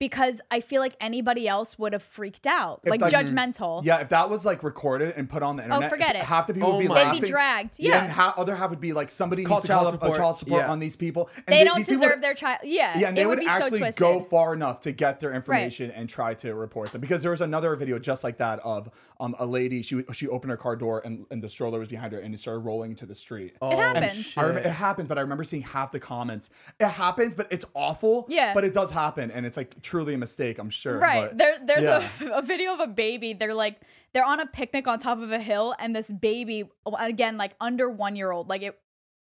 [SPEAKER 3] because I feel like anybody else would have freaked out,
[SPEAKER 1] If
[SPEAKER 3] like
[SPEAKER 1] like-
[SPEAKER 3] judgmental.
[SPEAKER 1] Yeah, if that was like recorded and put on the internet,
[SPEAKER 3] Oh, forget it.
[SPEAKER 1] half the people
[SPEAKER 2] Oh
[SPEAKER 1] would be
[SPEAKER 2] my- They'd be
[SPEAKER 1] laughing.
[SPEAKER 3] dragged, yeah.
[SPEAKER 1] and ha- other half would be like somebody
[SPEAKER 2] Call
[SPEAKER 1] needs to
[SPEAKER 2] child
[SPEAKER 1] call up a
[SPEAKER 2] support.
[SPEAKER 1] child support
[SPEAKER 2] Yeah.
[SPEAKER 1] on these people. And
[SPEAKER 3] They, don't
[SPEAKER 1] these people
[SPEAKER 3] deserve
[SPEAKER 1] would-
[SPEAKER 3] their child. Yeah,
[SPEAKER 1] Yeah, and
[SPEAKER 3] it
[SPEAKER 1] they
[SPEAKER 3] would,
[SPEAKER 1] would,
[SPEAKER 3] be so
[SPEAKER 1] actually
[SPEAKER 3] twisted.
[SPEAKER 1] go far enough to get their information and try to report them because there was another video just like that of um, a lady she she opened her car door and, and the stroller was behind her and it started rolling into the street.
[SPEAKER 2] Oh,
[SPEAKER 3] happens.
[SPEAKER 1] I remember,
[SPEAKER 2] shit.
[SPEAKER 1] it happens, but I remember seeing half the comments. It happens, but it's awful.
[SPEAKER 3] Yeah.
[SPEAKER 1] but it does happen, and it's like truly a mistake. I'm sure.
[SPEAKER 3] Right.
[SPEAKER 1] but-
[SPEAKER 3] there, there's <laughs>
[SPEAKER 1] yeah.
[SPEAKER 3] a, a video of a baby. They're like, they're on a picnic on top of a hill, and this baby, again, like under one year old, like it,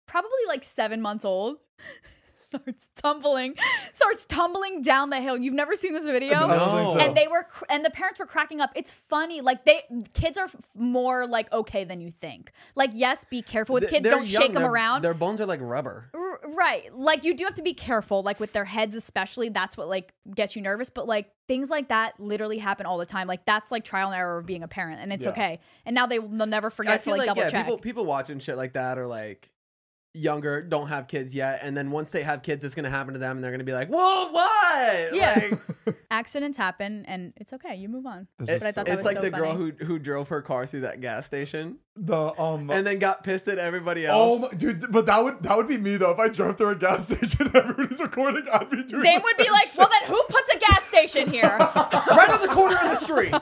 [SPEAKER 3] probably like seven months old, <laughs> starts tumbling, starts tumbling down the hill. You've never seen this video?
[SPEAKER 1] I don't think
[SPEAKER 2] No.
[SPEAKER 1] so.
[SPEAKER 3] And they were, cr- and the parents were cracking up. It's funny, like they kids are f- more like okay than you think. Like yes, be careful with
[SPEAKER 2] Th-
[SPEAKER 3] kids.
[SPEAKER 2] they're
[SPEAKER 3] Don't
[SPEAKER 2] young,
[SPEAKER 3] shake them
[SPEAKER 2] their-
[SPEAKER 3] around.
[SPEAKER 2] Their bones are like rubber.
[SPEAKER 3] R- right like you do have to be careful like with their heads especially that's what like gets you nervous but like things like that literally happen all the time like that's like trial and error of being a parent and it's
[SPEAKER 1] Yeah.
[SPEAKER 3] okay and now they, they'll never
[SPEAKER 2] I
[SPEAKER 3] forget to
[SPEAKER 2] feel
[SPEAKER 3] like,
[SPEAKER 2] like,
[SPEAKER 3] double
[SPEAKER 2] yeah,
[SPEAKER 3] check
[SPEAKER 2] people people watching shit like that are like younger, don't have kids yet, and then once they have kids, it's gonna happen to them, and they're gonna be like, "Whoa, what?"
[SPEAKER 3] Yeah. <laughs>
[SPEAKER 2] Like,
[SPEAKER 3] accidents happen and it's okay you move on
[SPEAKER 1] This
[SPEAKER 3] but
[SPEAKER 1] is
[SPEAKER 3] i thought
[SPEAKER 1] so-
[SPEAKER 3] that
[SPEAKER 2] it's
[SPEAKER 3] was
[SPEAKER 2] like
[SPEAKER 3] so
[SPEAKER 2] the
[SPEAKER 3] funny
[SPEAKER 2] girl who who drove her car through that gas station
[SPEAKER 1] the um
[SPEAKER 2] and then got pissed at everybody
[SPEAKER 1] Oh,
[SPEAKER 2] else.
[SPEAKER 1] my, dude! But that would that would be me though. If I drove through a gas <laughs> station, and everybody's recording. I'd be doing.
[SPEAKER 3] Sam
[SPEAKER 1] the
[SPEAKER 3] would be
[SPEAKER 1] same
[SPEAKER 3] like,
[SPEAKER 1] shit.
[SPEAKER 3] well, then who puts a gas station
[SPEAKER 2] <laughs>
[SPEAKER 3] here?
[SPEAKER 2] right on the corner of the street.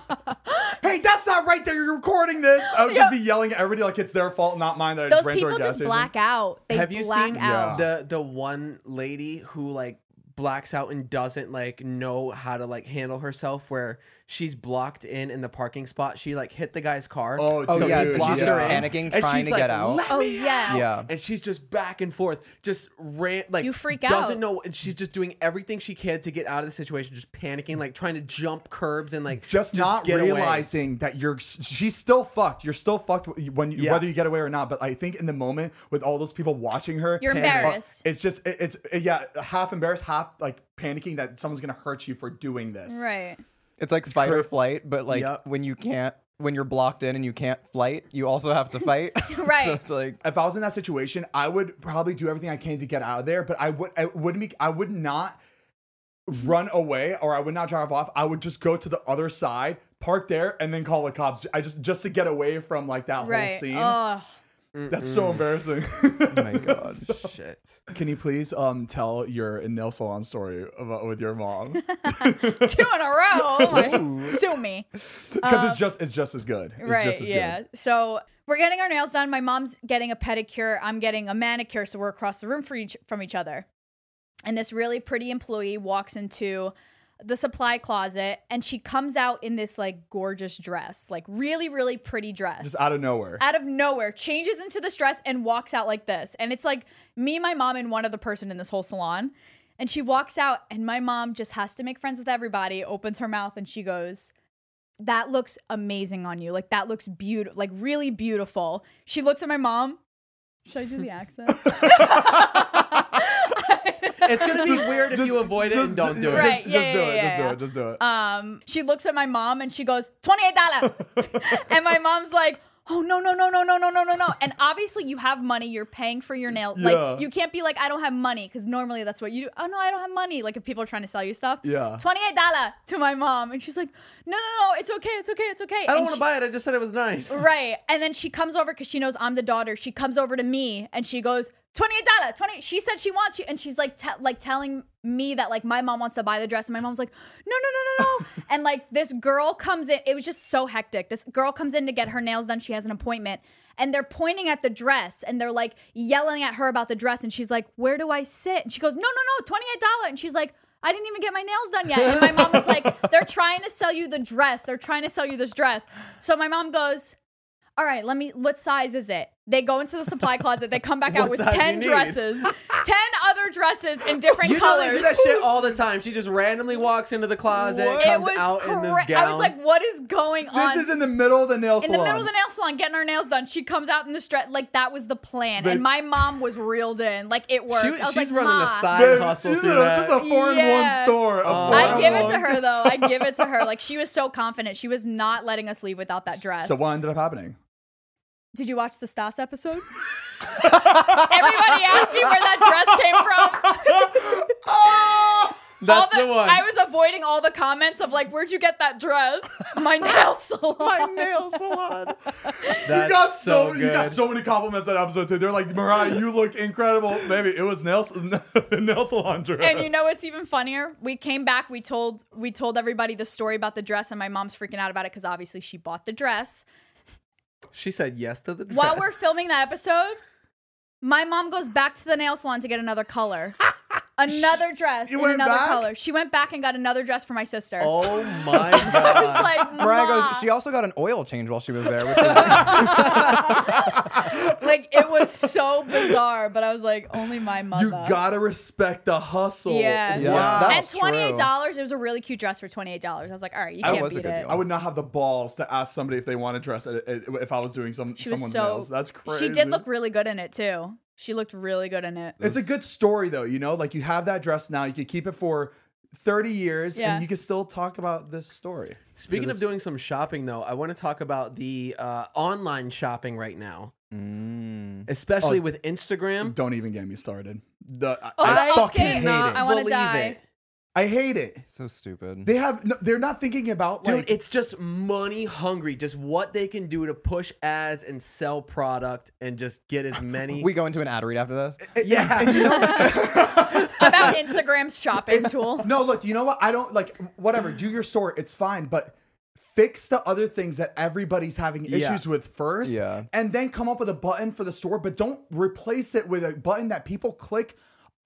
[SPEAKER 1] "Hey, that's not right there. You're recording this." I would
[SPEAKER 3] Yeah.
[SPEAKER 1] just be yelling at everybody like it's their fault, not mine. That I
[SPEAKER 3] Those
[SPEAKER 1] just ran through
[SPEAKER 3] people
[SPEAKER 1] a gas
[SPEAKER 3] just
[SPEAKER 1] station.
[SPEAKER 3] black out. <laughs> They
[SPEAKER 2] Have you
[SPEAKER 3] black
[SPEAKER 2] seen
[SPEAKER 3] out.
[SPEAKER 2] the the one lady who like blacks out and doesn't like know how to like handle herself where she's blocked in in the parking spot she like hit the guy's car
[SPEAKER 1] Oh,
[SPEAKER 4] Oh
[SPEAKER 1] So
[SPEAKER 4] yeah,
[SPEAKER 1] dude,
[SPEAKER 4] and she's
[SPEAKER 1] yeah.
[SPEAKER 4] just panicking,
[SPEAKER 2] and
[SPEAKER 4] trying
[SPEAKER 2] she's
[SPEAKER 4] to
[SPEAKER 2] like,
[SPEAKER 4] get out.
[SPEAKER 2] "Let
[SPEAKER 3] Oh,
[SPEAKER 2] me
[SPEAKER 3] yes.
[SPEAKER 2] out."
[SPEAKER 4] Yeah.
[SPEAKER 2] and she's just back and forth just ran like
[SPEAKER 3] You freak
[SPEAKER 2] doesn't
[SPEAKER 3] out.
[SPEAKER 2] know and she's just doing everything she can to get out of the situation just panicking like trying to jump curbs and like
[SPEAKER 1] just, not
[SPEAKER 2] get away.
[SPEAKER 1] realizing that you're she's still fucked. You're still fucked when you,
[SPEAKER 2] Yeah.
[SPEAKER 1] whether you get away or not. But I think in the moment with all those people watching her,
[SPEAKER 3] You're
[SPEAKER 1] uh,
[SPEAKER 3] embarrassed.
[SPEAKER 1] It's just it, it's yeah, half embarrassed, half like panicking that someone's gonna hurt you for doing this.
[SPEAKER 3] right.
[SPEAKER 4] It's like fight or flight, but like
[SPEAKER 2] Yep.
[SPEAKER 4] when you can't, when you're blocked in and you can't flight, you also have to fight. <laughs>
[SPEAKER 3] Right.
[SPEAKER 4] so
[SPEAKER 2] <laughs>
[SPEAKER 4] it's like oh
[SPEAKER 1] If I was in that situation, I would probably do everything I can to get out of there. But I would I wouldn't be I would not run away or I would not drive off. I would just go to the other side, park there, and then call the cops. I just just to get away from like that whole
[SPEAKER 3] Right.
[SPEAKER 1] scene.
[SPEAKER 3] Oh,
[SPEAKER 1] That's so embarrassing.
[SPEAKER 4] oh my
[SPEAKER 3] <laughs>
[SPEAKER 4] god.
[SPEAKER 2] shit
[SPEAKER 1] <laughs> Can you please um tell your nail salon story about, with your
[SPEAKER 3] <laughs>
[SPEAKER 1] mom? <laughs>
[SPEAKER 3] two in a row.
[SPEAKER 2] <laughs>
[SPEAKER 3] Oh my. Sue me.
[SPEAKER 1] Because it's just it's just as good. It's
[SPEAKER 3] uh, right
[SPEAKER 1] Just as
[SPEAKER 3] yeah
[SPEAKER 1] Good.
[SPEAKER 3] so we're getting our nails done my mom's getting a pedicure i'm getting a manicure so we're across the room for each, from each other and this really pretty employee walks into the supply closet and she comes out in this like gorgeous dress like really really pretty dress
[SPEAKER 1] Just out of nowhere.
[SPEAKER 3] out of nowhere changes into this dress and walks out like this and it's like me my mom and one other person in this whole salon and she walks out and my mom just has to make friends with everybody opens her mouth and she goes that looks amazing on you like that looks beautiful like really beautiful she looks at my mom should i do the accent
[SPEAKER 2] <laughs> it's gonna be weird if you avoid it and don't do it
[SPEAKER 3] Right.
[SPEAKER 1] Just,
[SPEAKER 3] yeah,
[SPEAKER 1] just do
[SPEAKER 3] yeah,
[SPEAKER 1] it. Just
[SPEAKER 3] yeah,
[SPEAKER 1] do
[SPEAKER 3] yeah.
[SPEAKER 1] it. Just do it.
[SPEAKER 3] um, she looks at my mom and she goes,
[SPEAKER 2] <laughs>
[SPEAKER 3] $28. and my mom's like, oh, no, no, no, no, no, no, no, no, no. And obviously, you have money. You're paying for your nail.
[SPEAKER 1] Yeah.
[SPEAKER 3] Like, you can't be like, I don't have money because normally that's what you do. Oh, no, I don't have money. Like, if people are trying to sell you stuff,
[SPEAKER 1] Yeah.
[SPEAKER 3] $28 to my mom. And she's like, no, no, no, it's okay. It's okay. It's okay.
[SPEAKER 2] i don't
[SPEAKER 3] And
[SPEAKER 2] want
[SPEAKER 3] she-
[SPEAKER 2] to buy it i just said it was nice <laughs>
[SPEAKER 3] Right. And then she comes over because she knows I'm the daughter. She comes over to me and she goes, $28, 20 She said she wants you. And she's like, te- like telling me that like my mom wants to buy the dress. And my mom's like, no, no, no, no, no. and like this girl comes in. It was just so hectic. This girl comes in to get her nails done. She has an appointment. And they're pointing at the dress and they're like yelling at her about the dress. And she's like, where do I sit? And she goes, no, no, no, $28. And she's like, I didn't even get my nails done yet. And my mom was like, they're trying to sell you the dress. They're trying to sell you this dress. So my mom goes, all right, let me, what size is it? They go into the
[SPEAKER 2] <laughs>
[SPEAKER 3] supply closet. They come back out
[SPEAKER 2] What
[SPEAKER 3] with
[SPEAKER 2] size you
[SPEAKER 3] 10
[SPEAKER 2] need? <laughs>
[SPEAKER 3] dresses, 10 other dresses in different
[SPEAKER 2] You know they
[SPEAKER 3] colors.
[SPEAKER 2] do that shit all the time. She just randomly walks into the closet,
[SPEAKER 1] What?
[SPEAKER 3] it
[SPEAKER 2] comes
[SPEAKER 3] was
[SPEAKER 2] out in this
[SPEAKER 3] cra-
[SPEAKER 2] gown.
[SPEAKER 3] I was like, what is going on?
[SPEAKER 1] This is in the middle of the nail
[SPEAKER 3] in
[SPEAKER 1] salon.
[SPEAKER 3] the middle of the nail salon, getting her nails done. She comes out in the stretch. Like, that was the plan.
[SPEAKER 1] Babe.
[SPEAKER 3] and my mom was reeled in. Like, it worked.
[SPEAKER 2] She-
[SPEAKER 3] I was
[SPEAKER 2] she's
[SPEAKER 3] like,
[SPEAKER 2] running
[SPEAKER 3] Ma.
[SPEAKER 2] a side
[SPEAKER 1] Babe,
[SPEAKER 2] hustle
[SPEAKER 1] this,
[SPEAKER 2] through
[SPEAKER 1] is a,
[SPEAKER 2] that.
[SPEAKER 1] this is a foreign
[SPEAKER 3] Yeah.
[SPEAKER 1] one store. a
[SPEAKER 2] Oh.
[SPEAKER 3] I
[SPEAKER 1] foreign
[SPEAKER 3] give it to
[SPEAKER 1] one.
[SPEAKER 3] her, though. I give it
[SPEAKER 2] <laughs>
[SPEAKER 3] to her. Like, she was so confident. She was not letting us leave without that dress.
[SPEAKER 1] So what ended up happening?
[SPEAKER 3] <laughs> Did you watch the
[SPEAKER 2] <laughs>
[SPEAKER 3] Stas episode?
[SPEAKER 2] <laughs>
[SPEAKER 3] Everybody asked me where that dress came from.
[SPEAKER 1] Ah!
[SPEAKER 2] That's
[SPEAKER 3] all
[SPEAKER 2] the one.
[SPEAKER 3] I was avoiding all the comments of like, "Where'd you get that dress?" <laughs> My nail salon.
[SPEAKER 4] <laughs> My nail
[SPEAKER 3] <laughs>
[SPEAKER 4] salon.
[SPEAKER 1] You <laughs>
[SPEAKER 2] That's
[SPEAKER 1] got so,
[SPEAKER 2] so
[SPEAKER 1] you got
[SPEAKER 2] good.
[SPEAKER 1] so many compliments that episode too. They're like, Mariah, you look incredible. Baby, it was nail <laughs> nail salon dress.
[SPEAKER 3] And you know what's even funnier? We came back. We told we told everybody the story about the dress, and my mom's freaking out about it because obviously she bought the dress.
[SPEAKER 2] She said yes to the dress.
[SPEAKER 3] While we're filming that episode, my mom goes back to the nail salon to get another color, another dress,
[SPEAKER 1] You
[SPEAKER 3] in
[SPEAKER 1] went
[SPEAKER 3] another
[SPEAKER 1] back?
[SPEAKER 3] color. She went back and got another dress for my sister.
[SPEAKER 2] Oh my god.
[SPEAKER 3] I was <laughs> like,
[SPEAKER 4] Mariah
[SPEAKER 3] "Ma."
[SPEAKER 4] goes, she also got an oil change while she was there,
[SPEAKER 3] <laughs>
[SPEAKER 4] which was
[SPEAKER 3] like it was so bizarre, but I was like, only my mother.
[SPEAKER 1] You gotta respect the hustle.
[SPEAKER 3] Yeah.
[SPEAKER 4] Yeah.
[SPEAKER 1] Wow.
[SPEAKER 3] and
[SPEAKER 4] That's true.
[SPEAKER 3] twenty eight dollars. It was a really cute dress for twenty eight dollars. I was like, all right, you
[SPEAKER 4] That
[SPEAKER 3] can't
[SPEAKER 4] was a
[SPEAKER 3] beat
[SPEAKER 4] good
[SPEAKER 3] it.
[SPEAKER 4] deal.
[SPEAKER 1] I would not have the balls to ask somebody if they want to dress it, it, if I was doing some
[SPEAKER 3] She was
[SPEAKER 1] someone's
[SPEAKER 3] so.
[SPEAKER 1] nails. That's crazy.
[SPEAKER 3] She did look really good in it too. She looked really good in it.
[SPEAKER 1] It's a good story though, you know. Like you have that dress now, you could keep it for thirty years,
[SPEAKER 3] Yeah.
[SPEAKER 1] and you can still talk about this story.
[SPEAKER 2] Speaking of
[SPEAKER 1] Because
[SPEAKER 2] doing some shopping, though, I want to talk about the uh, online shopping right now,
[SPEAKER 4] Mm.
[SPEAKER 2] especially
[SPEAKER 1] Oh.
[SPEAKER 2] with Instagram.
[SPEAKER 1] don't even get me started. The I,
[SPEAKER 3] Oh,
[SPEAKER 1] I
[SPEAKER 3] the
[SPEAKER 1] fucking
[SPEAKER 3] update.
[SPEAKER 1] hate
[SPEAKER 2] Cannot
[SPEAKER 1] it.
[SPEAKER 3] I wanna
[SPEAKER 2] believe
[SPEAKER 3] die.
[SPEAKER 2] it.
[SPEAKER 1] I hate it.
[SPEAKER 4] so stupid.
[SPEAKER 1] They have no, they're not thinking about
[SPEAKER 2] Dude,
[SPEAKER 1] like
[SPEAKER 2] it's just money hungry, just what they can do to push ads and sell product and just get
[SPEAKER 4] <laughs>
[SPEAKER 2] as many.
[SPEAKER 4] we go into an ad read after this.
[SPEAKER 2] <laughs>
[SPEAKER 4] <laughs>
[SPEAKER 2] yeah.
[SPEAKER 3] <laughs> About
[SPEAKER 1] <laughs>
[SPEAKER 3] Instagram's shopping tool.
[SPEAKER 1] No, look, you know what? I don't like whatever. Do your store, it's fine, but fix the other things that everybody's having
[SPEAKER 2] Yeah.
[SPEAKER 1] issues with first,
[SPEAKER 4] Yeah.
[SPEAKER 1] and then come up with a button for the store, but don't replace it with a button that people click.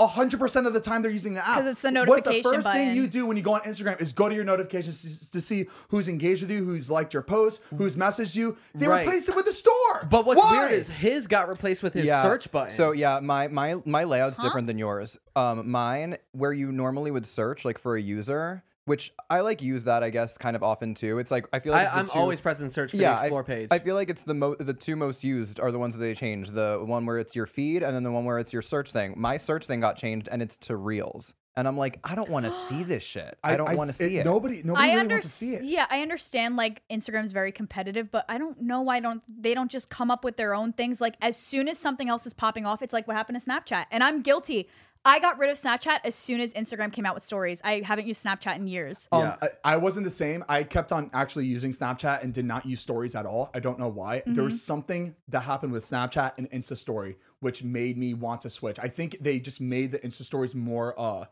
[SPEAKER 1] 100% of the time they're using the app.
[SPEAKER 3] 'Cause it's the
[SPEAKER 1] What's
[SPEAKER 3] notification
[SPEAKER 1] the first thing
[SPEAKER 3] button.
[SPEAKER 1] you do when you go on Instagram is go to your notifications to- to see who's engaged with you, who's liked your post, who's messaged you. They
[SPEAKER 2] Right.
[SPEAKER 1] replace it with the store.
[SPEAKER 2] But what's
[SPEAKER 1] Why?
[SPEAKER 2] weird is his got replaced with his
[SPEAKER 4] yeah.
[SPEAKER 2] search button.
[SPEAKER 4] So yeah, my my my layout's different than yours. Um, mine where you normally would search like for a user, which I like use that I guess kind of often too. It's like I feel like
[SPEAKER 2] I,
[SPEAKER 4] it's the
[SPEAKER 2] I'm
[SPEAKER 4] two-
[SPEAKER 2] always pressing search for the
[SPEAKER 4] yeah,
[SPEAKER 2] explore
[SPEAKER 4] I,
[SPEAKER 2] page.
[SPEAKER 4] I feel like it's the mo- the two most used are the ones that they changed. The one where it's your feed and then the one where it's your search thing. My search thing got changed and it's to Reels. And I'm like, I don't want to
[SPEAKER 2] <gasps>
[SPEAKER 4] see this shit. I, don't want to see it.
[SPEAKER 1] Nobody, nobody
[SPEAKER 3] I
[SPEAKER 1] really
[SPEAKER 3] under-
[SPEAKER 1] wants to see it.
[SPEAKER 3] Yeah, I understand. Like Instagram's very competitive, but I don't know why don't they don't just come up with their own things. Like as soon as something else is popping off, it's like what happened to Snapchat, and I'm guilty. I got rid of Snapchat as soon as Instagram came out with stories. I haven't used Snapchat in years.
[SPEAKER 1] Um,
[SPEAKER 2] Yeah.
[SPEAKER 1] I, I wasn't the same. I kept on actually using Snapchat and did not use stories at all. I don't know why. There
[SPEAKER 3] Mm-hmm.
[SPEAKER 1] was something that happened with Snapchat and Insta Story, which made me want to switch. I think they just made the Insta Stories more, uh,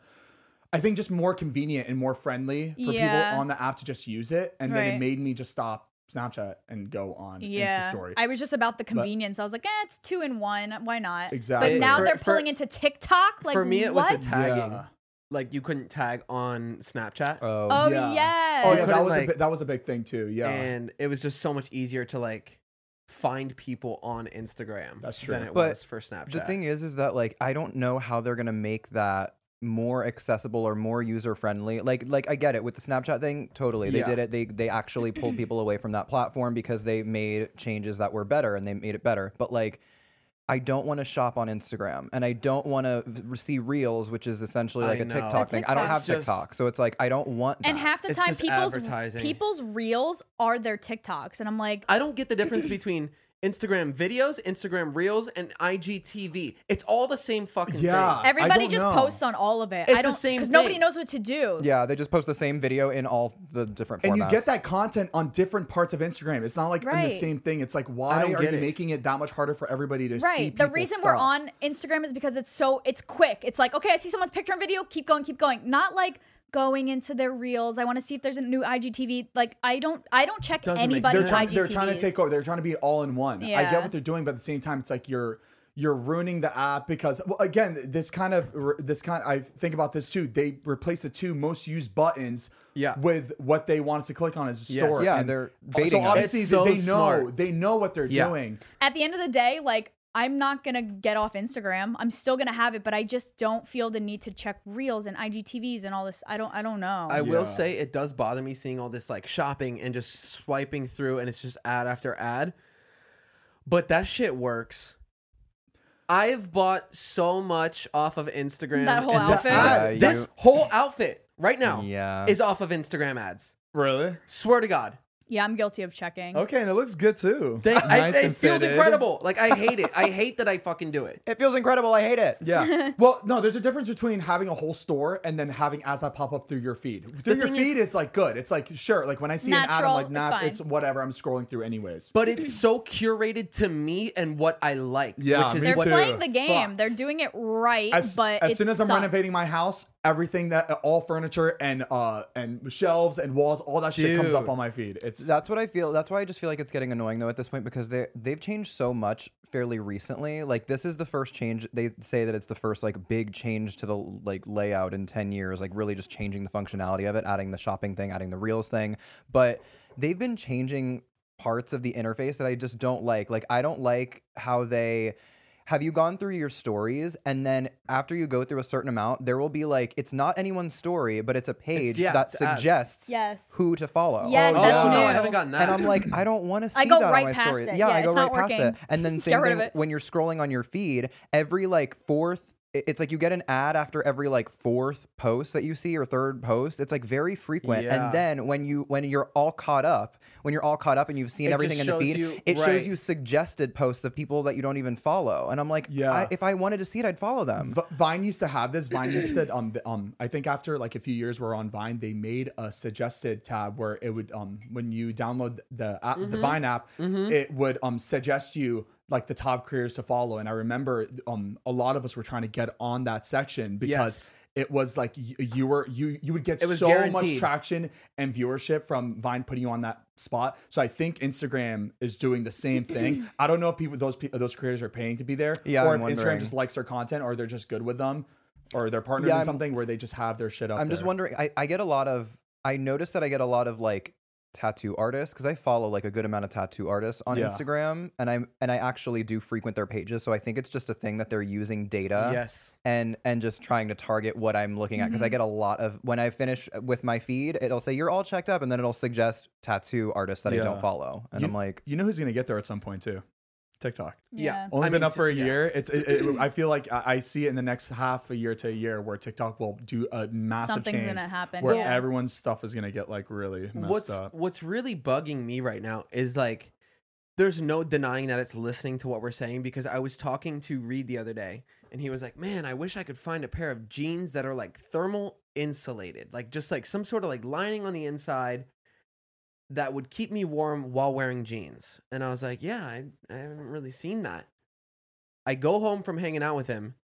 [SPEAKER 1] I think just more convenient and more friendly for
[SPEAKER 3] Yeah.
[SPEAKER 1] people on the app to just use it. And then it
[SPEAKER 3] Right.
[SPEAKER 1] made me just stop Snapchat and go on Insta
[SPEAKER 3] Yeah,
[SPEAKER 1] Story.
[SPEAKER 3] I was just about the convenience. I was like, eh, it's two in one. Why not?
[SPEAKER 1] Exactly.
[SPEAKER 3] But now
[SPEAKER 2] For-
[SPEAKER 3] they're
[SPEAKER 2] for-
[SPEAKER 3] pulling into TikTok. Like
[SPEAKER 2] for me, it
[SPEAKER 3] what?
[SPEAKER 2] was the tagging.
[SPEAKER 1] Yeah.
[SPEAKER 2] Like you couldn't tag on Snapchat.
[SPEAKER 4] Oh,
[SPEAKER 3] oh
[SPEAKER 1] Yeah.
[SPEAKER 3] yeah.
[SPEAKER 1] Oh
[SPEAKER 2] You
[SPEAKER 1] yeah, that
[SPEAKER 2] couldn't,
[SPEAKER 1] was a
[SPEAKER 2] like-
[SPEAKER 1] bi- that was a big thing too. Yeah,
[SPEAKER 2] and it was just so much easier to like find people on Instagram
[SPEAKER 1] That's true.
[SPEAKER 2] than it
[SPEAKER 4] But
[SPEAKER 2] was for Snapchat.
[SPEAKER 4] The thing is, is that like I don't know how they're gonna make that more accessible or more user friendly. Like, like I get it with the Snapchat thing. Totally, they
[SPEAKER 2] Yeah.
[SPEAKER 4] did it. They they actually pulled people away from that platform because they made changes that were better and they made it better. But like. I don't want to shop on Instagram and I don't want to see reels, which is essentially
[SPEAKER 2] I
[SPEAKER 4] like a
[SPEAKER 2] know.
[SPEAKER 4] TikTok thing. I don't have
[SPEAKER 2] TikTok's just-
[SPEAKER 4] TikTok. So it's like, I don't want
[SPEAKER 3] And
[SPEAKER 4] that.
[SPEAKER 3] half the
[SPEAKER 2] It's
[SPEAKER 3] time,
[SPEAKER 2] just
[SPEAKER 3] people's
[SPEAKER 2] advertising.
[SPEAKER 3] people's reels are their TikToks, and I'm like,
[SPEAKER 2] I don't get the difference between Instagram videos, Instagram Reels, and IGTV. It's all the same fucking
[SPEAKER 1] Yeah.
[SPEAKER 2] thing.
[SPEAKER 1] I
[SPEAKER 3] Everybody
[SPEAKER 1] don't
[SPEAKER 3] just
[SPEAKER 1] know.
[SPEAKER 3] posts on all of it.
[SPEAKER 2] It's
[SPEAKER 3] I
[SPEAKER 2] the
[SPEAKER 3] don't,
[SPEAKER 2] same
[SPEAKER 3] because nobody
[SPEAKER 2] thing.
[SPEAKER 3] knows what to do.
[SPEAKER 4] Yeah, they just post the same video in all the different
[SPEAKER 1] and you
[SPEAKER 4] formats.
[SPEAKER 1] get that content on different parts of Instagram. It's not like in
[SPEAKER 3] Right.
[SPEAKER 1] the same thing. It's like why
[SPEAKER 2] I don't
[SPEAKER 1] are you
[SPEAKER 2] get it.
[SPEAKER 1] making it that much harder for everybody to see?
[SPEAKER 3] Right. The
[SPEAKER 1] people's
[SPEAKER 3] reason
[SPEAKER 1] stuff?
[SPEAKER 3] we're on Instagram is because it's so it's quick. It's like, okay, I see someone's picture and video, keep going, keep going. Not like going into their reels. I want to see if there's a new IGTV. Like I don't I don't check
[SPEAKER 2] Doesn't make
[SPEAKER 1] they're
[SPEAKER 3] anybody's
[SPEAKER 2] sense.
[SPEAKER 1] trying,
[SPEAKER 3] IGTVs.
[SPEAKER 1] they're trying to take over. They're trying to be all in one. I
[SPEAKER 3] Yeah.
[SPEAKER 1] get what they're doing, but at the same time, it's like you're you're ruining the app because well, again, this kind of this kind. I think about this too. They replace the two most used buttons.
[SPEAKER 2] Yeah.
[SPEAKER 1] with what they want us to click on as a
[SPEAKER 2] Yes.
[SPEAKER 1] store.
[SPEAKER 4] Yeah,
[SPEAKER 1] and
[SPEAKER 4] they're
[SPEAKER 1] so
[SPEAKER 4] baiting us.
[SPEAKER 1] obviously
[SPEAKER 2] It's so
[SPEAKER 1] they know
[SPEAKER 2] smart.
[SPEAKER 1] they know what they're
[SPEAKER 2] Yeah.
[SPEAKER 1] doing.
[SPEAKER 3] At the end of the day, like I'm not gonna get off Instagram. I'm still gonna have it, but I just don't feel the need to check reels and IGTVs and all this. I don't I don't know.
[SPEAKER 2] I will
[SPEAKER 1] Yeah.
[SPEAKER 2] say it does bother me seeing all this like shopping and just swiping through and it's just ad after ad. But that shit works. I've bought so much off of Instagram.
[SPEAKER 3] That whole
[SPEAKER 2] and this-
[SPEAKER 1] outfit?
[SPEAKER 4] Yeah,
[SPEAKER 1] ad-
[SPEAKER 4] you-
[SPEAKER 2] This whole outfit right now
[SPEAKER 4] Yeah.
[SPEAKER 2] is off of Instagram ads.
[SPEAKER 1] Really?
[SPEAKER 2] Swear to God.
[SPEAKER 3] Yeah, I'm guilty of checking.
[SPEAKER 1] Okay, and it looks good too.
[SPEAKER 2] Thank, I,
[SPEAKER 1] Nice
[SPEAKER 2] it
[SPEAKER 1] and
[SPEAKER 2] feels
[SPEAKER 1] fitted.
[SPEAKER 2] incredible. Like I hate it. I hate that I fucking do it.
[SPEAKER 4] It feels incredible. I hate it.
[SPEAKER 3] <laughs>
[SPEAKER 1] Yeah. well, no, there's a difference between having a whole store and then having ads that pop up through your feed. Through your
[SPEAKER 2] thing
[SPEAKER 1] feed is, like good. It's like sure, like when I see an ad,
[SPEAKER 3] Natural,
[SPEAKER 1] I'm like
[SPEAKER 3] it's
[SPEAKER 1] not.
[SPEAKER 3] fine.
[SPEAKER 1] It's, whatever. I'm scrolling through anyways.
[SPEAKER 2] But it's so curated to me and what I like.
[SPEAKER 1] Yeah,
[SPEAKER 2] which is
[SPEAKER 1] me
[SPEAKER 3] They're
[SPEAKER 2] what
[SPEAKER 1] too.
[SPEAKER 3] playing the game.
[SPEAKER 2] Fucked.
[SPEAKER 3] They're doing it right,
[SPEAKER 1] as,
[SPEAKER 3] but
[SPEAKER 1] as
[SPEAKER 3] it
[SPEAKER 1] soon as
[SPEAKER 3] sucks.
[SPEAKER 1] I'm renovating my house, everything that all furniture and uh and shelves and walls, all that shit comes up
[SPEAKER 2] Dude.
[SPEAKER 1] on my feed. It's
[SPEAKER 4] That's what I feel. That's why I just feel like it's getting annoying though at this point because they they've changed so much fairly recently. Like this is the first change. They say that it's the first like big change to the like layout in ten years. Like really just changing the functionality of it, adding the shopping thing, adding the reels thing. But they've been changing parts of the interface that I just don't like. Like I don't like how they have you gone through your stories and then after you go through a certain amount there will be like it's not anyone's story but it's a page
[SPEAKER 2] yeah,
[SPEAKER 4] that
[SPEAKER 2] it's ads.
[SPEAKER 4] suggests
[SPEAKER 3] Yes.
[SPEAKER 4] who to follow
[SPEAKER 3] Yes,
[SPEAKER 1] Oh,
[SPEAKER 3] that's
[SPEAKER 2] oh
[SPEAKER 1] yeah.
[SPEAKER 2] no,
[SPEAKER 3] new.
[SPEAKER 2] I haven't gotten that.
[SPEAKER 4] and I'm like, I
[SPEAKER 3] <laughs>
[SPEAKER 4] don't want to see
[SPEAKER 3] go
[SPEAKER 4] that
[SPEAKER 3] right
[SPEAKER 4] on my
[SPEAKER 3] past
[SPEAKER 4] story.
[SPEAKER 3] it.
[SPEAKER 4] Yeah,
[SPEAKER 3] Yeah,
[SPEAKER 4] I go
[SPEAKER 3] it's not
[SPEAKER 4] right past it.
[SPEAKER 3] working.
[SPEAKER 4] And
[SPEAKER 3] <laughs>
[SPEAKER 4] then
[SPEAKER 3] Get
[SPEAKER 4] same
[SPEAKER 3] rid of
[SPEAKER 4] thing
[SPEAKER 3] it.
[SPEAKER 4] when you're scrolling on your feed, every like fourth it- it's like you get an ad after every like fourth post that you see or third post. It's like very frequent.
[SPEAKER 2] Yeah.
[SPEAKER 4] And then when you when you're all caught up, when you're all caught up and you've seen
[SPEAKER 2] It
[SPEAKER 4] everything in
[SPEAKER 2] just
[SPEAKER 4] the
[SPEAKER 2] shows
[SPEAKER 4] feed,
[SPEAKER 2] you-
[SPEAKER 4] it
[SPEAKER 2] right.
[SPEAKER 4] shows you suggested posts of people that you don't even follow. And I'm like,
[SPEAKER 1] Yeah.
[SPEAKER 4] yeah, I, if I wanted to see it, I'd follow them.
[SPEAKER 1] V- Vine used to have this. Vine used to um th- um I think after like a few years we're on Vine, they made a suggested tab where it would um when you download the app, the
[SPEAKER 2] Mm-hmm.
[SPEAKER 1] Vine app, it would um suggest you like the top creators to follow. And I remember um a lot of us were trying to get on that section because
[SPEAKER 2] Yes.
[SPEAKER 1] it was like you, you were you you would get
[SPEAKER 2] It was
[SPEAKER 1] so much
[SPEAKER 2] guaranteed.
[SPEAKER 1] traction and viewership from Vine putting you on that spot. So I think Instagram is doing the same thing. I don't know if people those pe- those creators are paying to be there
[SPEAKER 4] Yeah,
[SPEAKER 1] or
[SPEAKER 4] I'm
[SPEAKER 1] if Instagram
[SPEAKER 4] wondering.
[SPEAKER 1] just likes their content or they're just good with them or they're partnered
[SPEAKER 4] Yeah,
[SPEAKER 1] in
[SPEAKER 4] I'm-
[SPEAKER 1] something where they just have their shit up.
[SPEAKER 4] I'm just
[SPEAKER 1] there.
[SPEAKER 4] wondering. I, I get a lot of. I noticed that I get a lot of like tattoo artists because I follow like a good amount of tattoo artists on
[SPEAKER 1] Yeah.
[SPEAKER 4] Instagram, and I'm and I actually do frequent their pages. So I think it's just a thing that they're using data
[SPEAKER 2] yes.
[SPEAKER 4] and and just trying to target what I'm looking at because I get a lot of when I finish uh, with my feed, it'll say you're all checked up, and then it'll suggest tattoo artists that I
[SPEAKER 1] Yeah.
[SPEAKER 4] don't follow, and
[SPEAKER 1] You-
[SPEAKER 4] I'm like,
[SPEAKER 1] you know who's gonna get there at some point too? TikTok.
[SPEAKER 2] Yeah.
[SPEAKER 1] Only
[SPEAKER 2] I
[SPEAKER 1] been
[SPEAKER 2] mean,
[SPEAKER 1] up for a
[SPEAKER 2] t- yeah.
[SPEAKER 1] year. It's. It, it, I feel like I, I see it in the next half a year to a year where TikTok will do a massive
[SPEAKER 3] Something's
[SPEAKER 1] change
[SPEAKER 3] gonna happen,
[SPEAKER 1] where
[SPEAKER 3] yeah.
[SPEAKER 1] everyone's stuff is gonna get like really messed
[SPEAKER 2] What's
[SPEAKER 1] up.
[SPEAKER 2] what's really bugging me right now is like there's no denying that it's listening to what we're saying because I was talking to Reed the other day and he was like, "Man, I wish I could find a pair of jeans that are like thermal insulated, like just like some sort of like lining on the inside that would keep me warm while wearing jeans." And I was like, "Yeah, I, I haven't really seen that." I go home from hanging out with him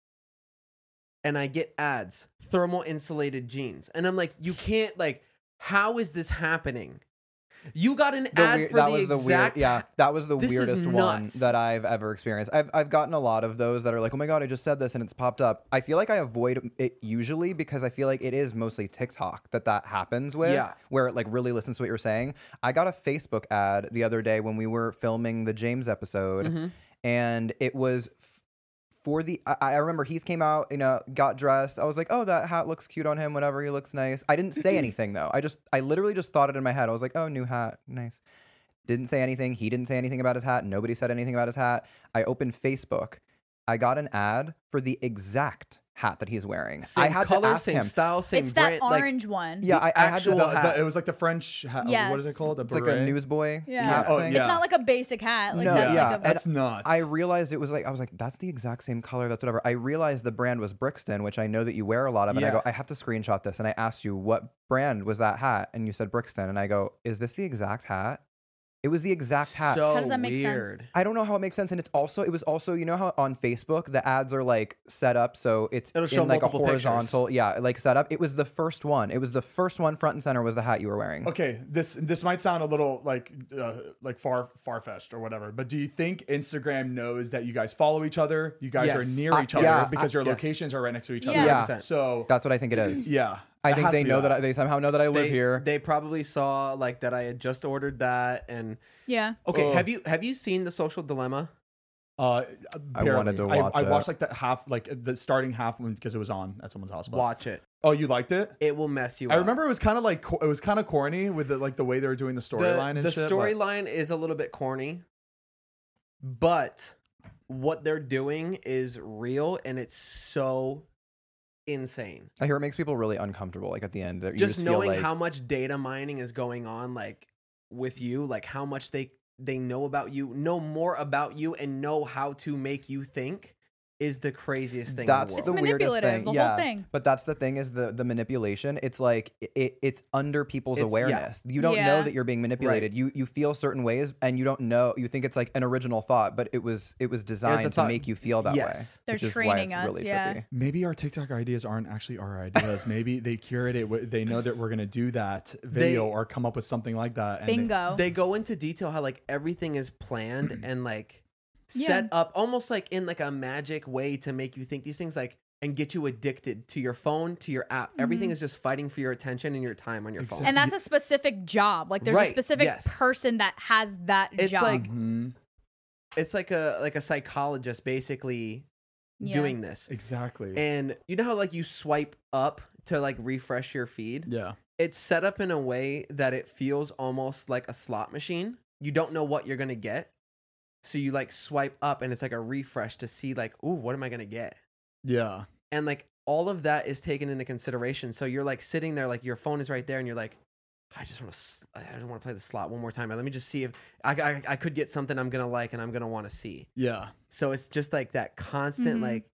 [SPEAKER 2] and I get ads, thermal insulated jeans. And I'm like, "You can't like how is this happening?" You got an
[SPEAKER 4] the
[SPEAKER 2] ad
[SPEAKER 4] weir-
[SPEAKER 2] for
[SPEAKER 4] that
[SPEAKER 2] the
[SPEAKER 4] was the weird
[SPEAKER 2] exact
[SPEAKER 4] yeah that was the
[SPEAKER 2] This is
[SPEAKER 4] weirdest one
[SPEAKER 2] nuts.
[SPEAKER 4] that i've ever experienced I've, I've gotten a lot of those that are like oh my god i just said this and it's popped up i feel like i avoid it usually because i feel like it is mostly tiktok that that happens with
[SPEAKER 2] Yeah.
[SPEAKER 4] where it like really listens to what you're saying i got a facebook ad the other day when we were filming the james
[SPEAKER 2] Mm-hmm.
[SPEAKER 4] episode and it was f- for the I, I remember Heath came out, you know, got dressed. I was like, oh, that hat looks cute on him. Whatever, he looks nice. I
[SPEAKER 2] <laughs>
[SPEAKER 4] didn't say anything though. I just I literally just thought it in my head. I was like, oh, new hat, nice. Didn't say anything. He didn't say anything about his hat. Nobody said anything about his hat. I opened Facebook. I got an ad for the exact hat that he's wearing.
[SPEAKER 2] Same
[SPEAKER 4] I had
[SPEAKER 2] color,
[SPEAKER 4] to ask
[SPEAKER 2] same
[SPEAKER 4] him.
[SPEAKER 2] style, same
[SPEAKER 3] It's that
[SPEAKER 2] brand. like,
[SPEAKER 3] orange one.
[SPEAKER 4] yeah, I, I had to.
[SPEAKER 2] actual-
[SPEAKER 1] The-
[SPEAKER 2] hat.
[SPEAKER 1] the- it was like the French. Ha- What is it
[SPEAKER 3] Yes.
[SPEAKER 1] called? A
[SPEAKER 4] It's like a
[SPEAKER 1] beret?
[SPEAKER 4] newsboy.
[SPEAKER 3] Yeah.
[SPEAKER 4] hat
[SPEAKER 1] Oh,
[SPEAKER 4] thing.
[SPEAKER 1] yeah.
[SPEAKER 3] It's not like a basic hat. Like
[SPEAKER 4] No,
[SPEAKER 3] that's
[SPEAKER 4] yeah,
[SPEAKER 3] like a,
[SPEAKER 4] and-
[SPEAKER 1] That's nuts.
[SPEAKER 4] I realized it was like I was like, that's the exact same color. That's whatever. I realized the brand was Brixton, which I know that you wear a lot of. And I
[SPEAKER 2] Yeah.
[SPEAKER 4] go, I have to screenshot this. And I asked you what brand was that hat, and you said Brixton. And I go, is this the exact hat? It was the exact hat.
[SPEAKER 2] So
[SPEAKER 3] How does that make sense?
[SPEAKER 2] weird.
[SPEAKER 4] I don't know how it makes sense, and it's also it was also you know how on Facebook the ads are like set up so it's
[SPEAKER 2] It'll
[SPEAKER 4] in
[SPEAKER 2] show
[SPEAKER 4] like a
[SPEAKER 2] multiple pictures.
[SPEAKER 4] horizontal yeah like set up. It was the first one. It was the first one front and center was the hat you were wearing.
[SPEAKER 1] Okay, this this might sound a little like uh, like far far fetched or whatever, but do you think Instagram knows that you guys follow each other? You guys
[SPEAKER 2] Yes.
[SPEAKER 1] are near
[SPEAKER 4] Uh,
[SPEAKER 1] each other
[SPEAKER 4] yeah,
[SPEAKER 1] because your
[SPEAKER 2] yes.
[SPEAKER 1] locations are right next to each
[SPEAKER 3] Yeah.
[SPEAKER 1] other.
[SPEAKER 4] Yeah.
[SPEAKER 1] So
[SPEAKER 4] That's what I think
[SPEAKER 2] <clears throat>
[SPEAKER 4] it is.
[SPEAKER 1] yeah,
[SPEAKER 4] I
[SPEAKER 1] it
[SPEAKER 4] think
[SPEAKER 1] has
[SPEAKER 4] they
[SPEAKER 1] to be
[SPEAKER 4] know that. I, they somehow know that I live
[SPEAKER 2] they,
[SPEAKER 4] here.
[SPEAKER 2] They probably saw like that I had just ordered that and
[SPEAKER 3] yeah.
[SPEAKER 2] okay.
[SPEAKER 1] Oh.
[SPEAKER 2] Have you have you seen the Social Dilemma?
[SPEAKER 1] Uh, barely.
[SPEAKER 4] wanted to watch
[SPEAKER 1] I, I
[SPEAKER 4] it.
[SPEAKER 1] watched like the half, like the starting half when because it was on at someone's house. but-
[SPEAKER 2] Watch it.
[SPEAKER 1] Oh, you liked it?
[SPEAKER 2] It will mess you.
[SPEAKER 1] I
[SPEAKER 2] up.
[SPEAKER 1] remember it was kind of like co- it was kind of corny with the, like the way they were doing the
[SPEAKER 2] the
[SPEAKER 1] storyline and
[SPEAKER 2] the
[SPEAKER 1] shit. but-
[SPEAKER 2] storyline is a little bit corny, but what they're doing is real and it's so insane.
[SPEAKER 4] I hear it makes people really uncomfortable. Like at the end, that you
[SPEAKER 2] Just
[SPEAKER 4] feel
[SPEAKER 2] knowing
[SPEAKER 4] like,
[SPEAKER 2] how much data mining is going on, like with you, like how much they they know about you, know more about you, and know how to make you think is the craziest thing.
[SPEAKER 4] That's
[SPEAKER 2] in the
[SPEAKER 3] It's
[SPEAKER 4] the
[SPEAKER 2] world.
[SPEAKER 4] weirdest
[SPEAKER 3] manipulative,
[SPEAKER 4] thing.
[SPEAKER 3] the whole
[SPEAKER 4] yeah.
[SPEAKER 3] thing.
[SPEAKER 4] But that's the thing is the the manipulation. It's like it, it's under people's
[SPEAKER 2] It's- yeah.
[SPEAKER 4] awareness. You don't know
[SPEAKER 3] Yeah.
[SPEAKER 4] that you're being manipulated. You you feel certain ways and you don't know. You think it's like an original thought, but it was it was designed to
[SPEAKER 2] thought-
[SPEAKER 4] make you feel that
[SPEAKER 2] yes.
[SPEAKER 4] way.
[SPEAKER 3] They're
[SPEAKER 4] which is why
[SPEAKER 3] training
[SPEAKER 4] it's
[SPEAKER 3] us,
[SPEAKER 4] really
[SPEAKER 3] yeah.
[SPEAKER 4] trippy.
[SPEAKER 1] Maybe our TikTok ideas aren't actually our ideas. Maybe they curate it. wi- They know that we're gonna do that video
[SPEAKER 2] They-
[SPEAKER 1] or come up with something like that. and they-
[SPEAKER 3] Bingo.
[SPEAKER 2] They go into detail how like everything is planned and like
[SPEAKER 3] Yeah.
[SPEAKER 2] set up almost like in like a magic way to make you think these things like and get you addicted to your phone, to your app.
[SPEAKER 3] Mm-hmm.
[SPEAKER 2] Everything is just fighting for your attention and your time on your phone.
[SPEAKER 1] Exactly.
[SPEAKER 3] and that's a specific job. Like there's
[SPEAKER 2] Right,
[SPEAKER 3] a specific
[SPEAKER 2] yes.
[SPEAKER 3] person that has that
[SPEAKER 2] It's
[SPEAKER 3] job.
[SPEAKER 2] like-
[SPEAKER 1] Mhm.
[SPEAKER 2] It's like a like a psychologist basically
[SPEAKER 3] Yeah.
[SPEAKER 2] doing this.
[SPEAKER 1] exactly.
[SPEAKER 2] And you know how like you swipe up to like refresh your feed?
[SPEAKER 1] yeah.
[SPEAKER 2] It's set up in a way that it feels almost like a slot machine. You don't know what you're gonna get. So you like swipe up and it's like a refresh to see like, ooh, what am I gonna get?
[SPEAKER 1] Yeah.
[SPEAKER 2] And like all of that is taken into consideration. So you're like sitting there, like your phone is right there, and you're like, I just want to, I don't want to play the slot one more time. Let me just see if I, I, I could get something I'm gonna like and I'm gonna want to see.
[SPEAKER 1] Yeah.
[SPEAKER 2] So it's just like that constant
[SPEAKER 3] Mhm.
[SPEAKER 2] like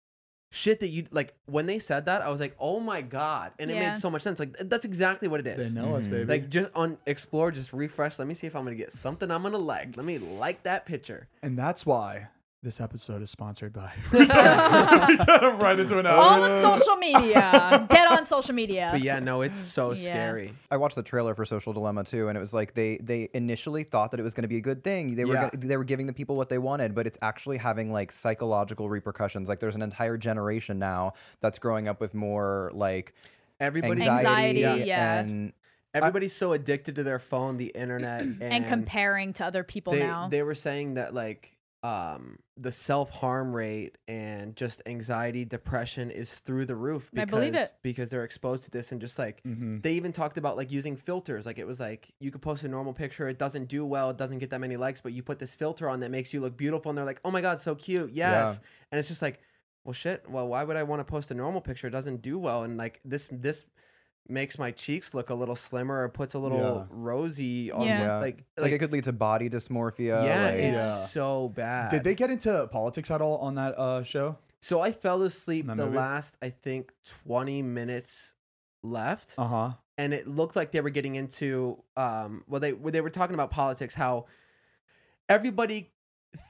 [SPEAKER 2] shit that you like when they said that I was like, "Oh my god." And it
[SPEAKER 3] Yeah.
[SPEAKER 2] made so much sense. Like th- that's exactly what it
[SPEAKER 1] They
[SPEAKER 2] is.
[SPEAKER 1] know us,
[SPEAKER 4] Mhm.
[SPEAKER 1] baby.
[SPEAKER 2] Like just on explore, just refresh. Let me see if I'm going to get something I'm going to like. Let me like that picture.
[SPEAKER 1] and that's why this episode is sponsored
[SPEAKER 2] <laughs>
[SPEAKER 1] by. we got <laughs> 'em right into an hour.
[SPEAKER 3] all of social media. Get on social media.
[SPEAKER 2] But yeah, no, it's so
[SPEAKER 3] Yeah.
[SPEAKER 2] scary.
[SPEAKER 4] I watched the trailer for Social Dilemma too, and it was like they they initially thought that it was going to be a good thing. They were
[SPEAKER 2] Yeah.
[SPEAKER 4] gonna- they were giving the people what they wanted, but it's actually having like psychological repercussions. Like there's an entire generation now that's growing up with more like
[SPEAKER 2] Everybody's
[SPEAKER 4] anxiety,
[SPEAKER 3] Anxiety, yeah.
[SPEAKER 4] and
[SPEAKER 2] everybody's so addicted to their phone, the internet and,
[SPEAKER 3] <clears throat> and comparing to other people
[SPEAKER 2] they,
[SPEAKER 3] now.
[SPEAKER 2] They were saying that like um the self-harm rate and just anxiety, depression is through the roof
[SPEAKER 3] I
[SPEAKER 2] because
[SPEAKER 3] believe it.
[SPEAKER 2] because they're exposed to this and just like
[SPEAKER 1] Mhm.
[SPEAKER 2] they even talked about like using filters like it was like you could post a normal picture it doesn't do well it doesn't get that many likes but you put this filter on that makes you look beautiful and they're like oh my god so cute yes and it's just like well shit well why would i want to post a normal picture it doesn't do well and like this this makes my cheeks look a little slimmer or puts a little
[SPEAKER 1] Yeah.
[SPEAKER 2] rosy on
[SPEAKER 3] Yeah.
[SPEAKER 4] Yeah.
[SPEAKER 2] like
[SPEAKER 4] it's like, it could lead to body dysmorphia.
[SPEAKER 2] yeah,
[SPEAKER 4] like-
[SPEAKER 2] it's
[SPEAKER 1] Yeah.
[SPEAKER 2] so bad
[SPEAKER 1] Did they get into politics at all on that uh, show?
[SPEAKER 2] so i fell asleep
[SPEAKER 1] That
[SPEAKER 2] the
[SPEAKER 1] movie?
[SPEAKER 2] last i think 20 minutes left
[SPEAKER 1] Uh huh.
[SPEAKER 2] and it looked like they were getting into um well they well, they were talking about politics how everybody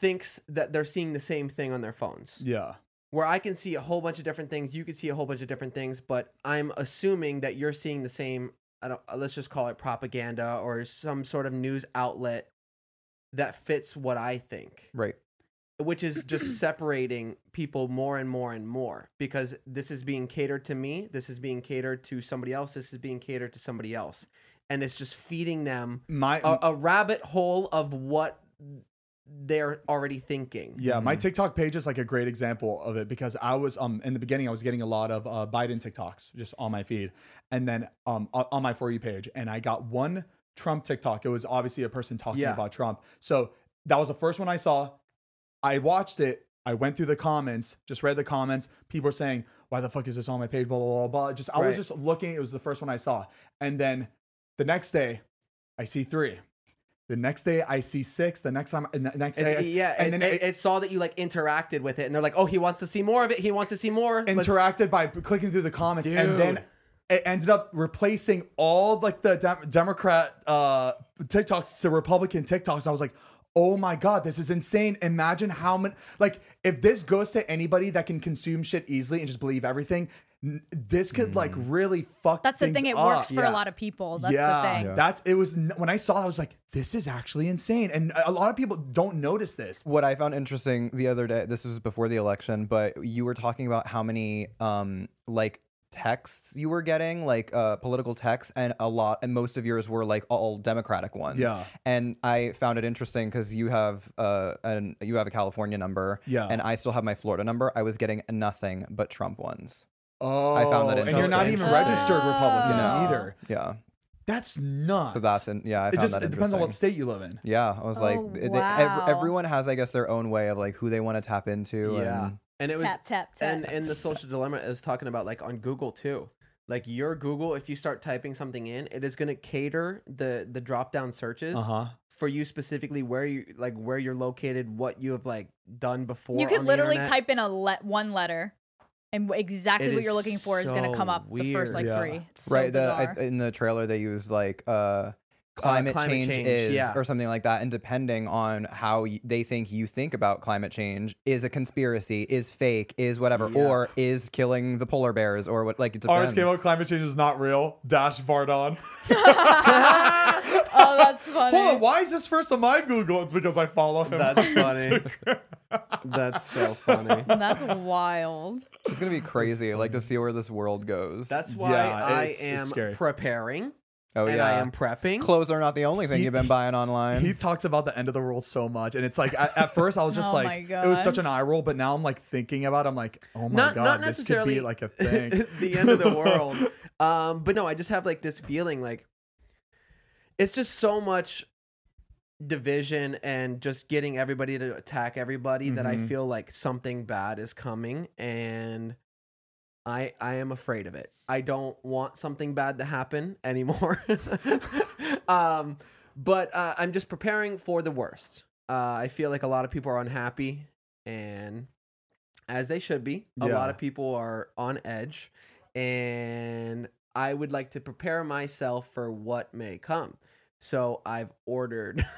[SPEAKER 2] thinks that they're seeing the same thing on their phones
[SPEAKER 1] Yeah.
[SPEAKER 2] where i can see a whole bunch of different things you can see a whole bunch of different things but i'm assuming that you're seeing the same i don't uh, let's just call it propaganda or some sort of news outlet that fits what i think
[SPEAKER 4] Right.
[SPEAKER 2] which is
[SPEAKER 1] <clears throat>
[SPEAKER 2] just separating people more and more and more because this is being catered to me, this is being catered to somebody else, this is being catered to somebody else, and it's just feeding them
[SPEAKER 1] My
[SPEAKER 2] a, a rabbit hole of what they're already thinking.
[SPEAKER 1] Yeah, my TikTok page is like a great example of it because I was um in the beginning I was getting a lot of uh, Biden TikToks just on my feed, and then um o- on my for you page, and I got one Trump TikTok. It was obviously a person talking
[SPEAKER 2] Yeah.
[SPEAKER 1] about Trump, so that was the first one I saw. I watched it. I went through the comments, just read the comments. People were saying, "Why the fuck is this on my page?" Blah blah blah blah. Just I
[SPEAKER 2] Right.
[SPEAKER 1] was just looking. It was the first one I saw, and then the next day, I see three. The next day, I see six. The next time, and the next day,
[SPEAKER 2] It's-
[SPEAKER 1] I-
[SPEAKER 2] yeah, and
[SPEAKER 1] and then
[SPEAKER 2] it, it saw that you like interacted with it, and they're like, "Oh, he wants to see more of it. He wants to see more." Let's-
[SPEAKER 1] interacted by p- clicking through the comments and
[SPEAKER 2] Dude.
[SPEAKER 1] then it ended up replacing all like the dem- democrat uh tiktoks to republican tiktoks i was like oh my god this is insane imagine how many like if this goes to anybody that can consume shit easily and just believe everything n- this could like really fuck
[SPEAKER 3] Mm. That's the
[SPEAKER 1] things
[SPEAKER 3] thing. It
[SPEAKER 1] up.
[SPEAKER 3] works for
[SPEAKER 2] yeah.
[SPEAKER 3] a lot of people. That's the thing.
[SPEAKER 1] that's it was n- when i saw that i was like this is actually insane and a- a lot of people don't notice this
[SPEAKER 4] What I found interesting the other day, this was before the election, but you were talking about how many um like texts you were getting, like uh political texts, and a lot and most of yours were like all democratic ones.
[SPEAKER 1] Yeah.
[SPEAKER 4] And I found it interesting because you have uh an you have a California number.
[SPEAKER 1] Yeah.
[SPEAKER 4] And I still have my Florida number. I was getting nothing but Trump ones.
[SPEAKER 1] oh
[SPEAKER 4] found that
[SPEAKER 1] and you're not
[SPEAKER 4] interesting.
[SPEAKER 1] even registered republican
[SPEAKER 3] No.
[SPEAKER 1] either
[SPEAKER 4] Yeah.
[SPEAKER 1] that's nuts
[SPEAKER 4] So that's and yeah, I
[SPEAKER 1] it
[SPEAKER 4] found
[SPEAKER 1] just
[SPEAKER 4] that
[SPEAKER 1] it
[SPEAKER 4] interesting.
[SPEAKER 1] depends on what state you live in.
[SPEAKER 4] yeah, I was
[SPEAKER 3] Oh,
[SPEAKER 4] like, they- they- ev-
[SPEAKER 3] wow.
[SPEAKER 4] everyone has, I guess, their own way of like who they want to tap into.
[SPEAKER 2] yeah,
[SPEAKER 4] and
[SPEAKER 2] and it was
[SPEAKER 3] tap tap tap.
[SPEAKER 2] and in the social dilemma, it was talking about like on Google too. like your Google, if you start typing something in, it is going to cater the the drop down searches
[SPEAKER 1] huh.
[SPEAKER 2] for you specifically where you like where you're located, what you have like done before.
[SPEAKER 3] You could
[SPEAKER 2] on the
[SPEAKER 3] literally
[SPEAKER 1] <laughs>
[SPEAKER 2] internet.
[SPEAKER 3] type in a le- one letter, and wh- exactly
[SPEAKER 2] It
[SPEAKER 3] what
[SPEAKER 2] is
[SPEAKER 3] you're looking for is going
[SPEAKER 2] so
[SPEAKER 3] to come up the first like
[SPEAKER 1] weird. Yeah.
[SPEAKER 3] three. It's so
[SPEAKER 4] right the,
[SPEAKER 2] <laughs>
[SPEAKER 3] bizarre.
[SPEAKER 4] I, in the trailer they use like uh climate,
[SPEAKER 2] climate
[SPEAKER 4] change,
[SPEAKER 2] change,
[SPEAKER 4] is
[SPEAKER 2] yeah.
[SPEAKER 4] or something like that and depending on how y- they think you think about climate change is a conspiracy is fake is whatever
[SPEAKER 2] Yeah.
[SPEAKER 4] or is killing the polar bears or what like it depends
[SPEAKER 1] Ours came out climate change is not real. Dash Vardon.
[SPEAKER 3] <laughs> oh, that's funny.
[SPEAKER 1] Hold on, why is this first on my Google? It's because I follow him. <laughs>
[SPEAKER 2] That's funny. That's so funny.
[SPEAKER 3] <laughs> That's wild.
[SPEAKER 4] it's gonna
[SPEAKER 2] <laughs>
[SPEAKER 4] be crazy like to see where this world goes
[SPEAKER 2] That's why
[SPEAKER 1] Yeah,
[SPEAKER 2] I
[SPEAKER 1] it's- it's
[SPEAKER 2] am
[SPEAKER 1] scary.
[SPEAKER 2] preparing
[SPEAKER 4] oh
[SPEAKER 2] and
[SPEAKER 4] yeah
[SPEAKER 2] I am prepping.
[SPEAKER 4] clothes are not the only thing
[SPEAKER 1] He-
[SPEAKER 4] you've
[SPEAKER 2] <laughs>
[SPEAKER 4] been buying online
[SPEAKER 1] He talks about the end of the world so much, and it's like at, at first I was just
[SPEAKER 3] <laughs> Oh my
[SPEAKER 1] like, it was such
[SPEAKER 3] gosh.
[SPEAKER 1] an eye roll, but now I'm like thinking about, it, I'm like, oh my
[SPEAKER 2] not
[SPEAKER 1] god,
[SPEAKER 2] not
[SPEAKER 1] this could
[SPEAKER 2] necessarily
[SPEAKER 1] be
[SPEAKER 3] <laughs>
[SPEAKER 1] like a thing.
[SPEAKER 2] <laughs> the end of the world. Um, but no, I just have like this feeling like it's just so much division and just getting everybody to attack everybody that I
[SPEAKER 1] Mhm.
[SPEAKER 2] feel like something bad is coming and I I am afraid of it. I don't want something bad to happen <laughs> anymore. um, but uh, I'm just preparing for the worst. Uh, I feel like a lot of people are unhappy, and as they should be, a
[SPEAKER 1] Yeah.
[SPEAKER 2] lot of people are on edge, and I would like to prepare myself for what may come. So I've ordered. <laughs>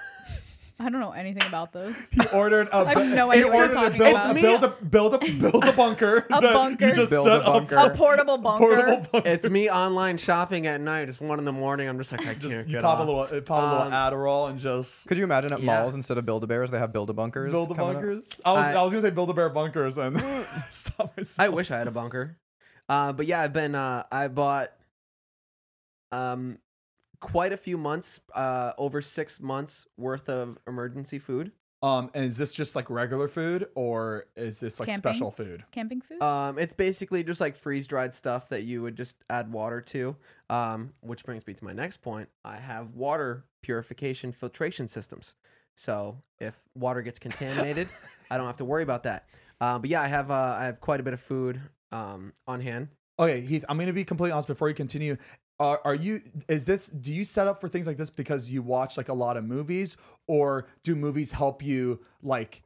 [SPEAKER 3] I don't know anything about this.
[SPEAKER 1] he ordered a.
[SPEAKER 3] I have no
[SPEAKER 1] he
[SPEAKER 3] idea what you're
[SPEAKER 1] ordered a
[SPEAKER 3] talking
[SPEAKER 1] build,
[SPEAKER 3] about.
[SPEAKER 1] a build a build a
[SPEAKER 3] <laughs>
[SPEAKER 1] build a bunker.
[SPEAKER 3] A
[SPEAKER 1] that
[SPEAKER 3] bunker.
[SPEAKER 1] You just
[SPEAKER 4] Build a
[SPEAKER 1] set up
[SPEAKER 4] bunker.
[SPEAKER 3] A portable bunker.
[SPEAKER 1] portable bunker.
[SPEAKER 2] it's me online shopping at night. It's one in the morning. I'm just like
[SPEAKER 1] <laughs>
[SPEAKER 2] I
[SPEAKER 1] Just
[SPEAKER 2] can't
[SPEAKER 1] you
[SPEAKER 2] get
[SPEAKER 1] pop a
[SPEAKER 2] off.
[SPEAKER 1] little, uh, pop
[SPEAKER 2] Um,
[SPEAKER 1] a little Adderall and just
[SPEAKER 4] could you imagine at
[SPEAKER 2] Yeah.
[SPEAKER 4] malls instead of build a bears they have build a bunkers
[SPEAKER 1] build a bunkers. I was,
[SPEAKER 2] I-
[SPEAKER 1] I, was gonna say build a bear bunkers and <laughs> stop myself.
[SPEAKER 2] I wish I had a bunker. Uh, but yeah, I've been uh, I bought um quite a few months, uh, over six months worth of emergency food.
[SPEAKER 1] Um, and is this just like regular food or is this like
[SPEAKER 3] Camping?
[SPEAKER 1] special food?
[SPEAKER 3] Camping food.
[SPEAKER 2] Um, it's basically just like freeze dried stuff that you would just add water to. Um, which brings me to my next point. I have water purification filtration systems, so if water
[SPEAKER 1] <laughs>
[SPEAKER 2] gets contaminated, I don't have to worry about that. Uh, but yeah, I have uh, I have quite a bit of food um, on hand.
[SPEAKER 1] Okay, Heath, I'm gonna be completely honest before you continue. Are, are you is this do you set up for things like this because you watch like a lot of movies or do movies help you like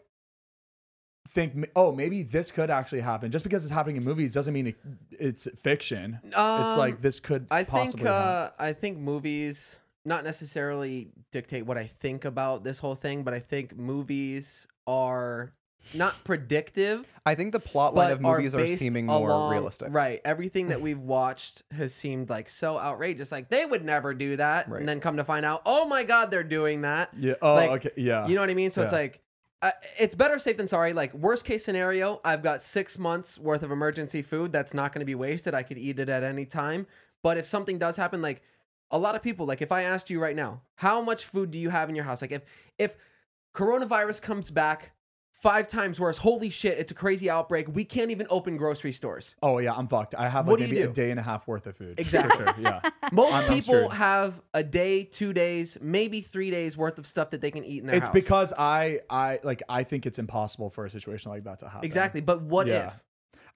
[SPEAKER 1] think m- oh maybe this could actually happen just because it's happening in movies doesn't mean it, it's fiction it's
[SPEAKER 2] Um,
[SPEAKER 1] like this could
[SPEAKER 2] I
[SPEAKER 1] possibly
[SPEAKER 2] think uh, I think movies not necessarily dictate what I think about this whole thing, but I think movies are not predictive,
[SPEAKER 4] i think the plot line
[SPEAKER 2] but
[SPEAKER 4] of movies are,
[SPEAKER 2] based
[SPEAKER 4] seeming more
[SPEAKER 2] along-
[SPEAKER 4] realistic
[SPEAKER 2] Right, everything that we've watched has seemed like so outrageous. Like they would never do that,
[SPEAKER 4] Right.
[SPEAKER 2] and then come to find out, oh my god, they're doing that.
[SPEAKER 1] yeah oh
[SPEAKER 2] like,
[SPEAKER 1] okay yeah
[SPEAKER 2] You know what I mean? So it's
[SPEAKER 1] Yeah.
[SPEAKER 2] like. Uh, it's better safe than sorry. Like worst case scenario, I've got six months worth of emergency food that's not going to be wasted. I could eat it at any time. But if something does happen, like a lot of people, like if I asked you right now, how much food do you have in your house? Like if if coronavirus comes back five times worse, holy shit, it's a crazy outbreak. We can't even open grocery stores.
[SPEAKER 1] oh yeah I'm fucked I have
[SPEAKER 2] What
[SPEAKER 1] like
[SPEAKER 2] do you
[SPEAKER 1] maybe a
[SPEAKER 2] do?
[SPEAKER 1] day and a half worth of food for
[SPEAKER 2] Exactly.
[SPEAKER 1] sure, yeah
[SPEAKER 2] Most
[SPEAKER 1] I'm
[SPEAKER 2] people
[SPEAKER 1] sure.
[SPEAKER 2] have a day, two days, maybe three days worth of stuff that they can eat in <laughs> their
[SPEAKER 1] it's
[SPEAKER 2] house.
[SPEAKER 1] because I I like I think it's impossible for a situation like that to happen
[SPEAKER 2] exactly. But what
[SPEAKER 1] Yeah.
[SPEAKER 2] if?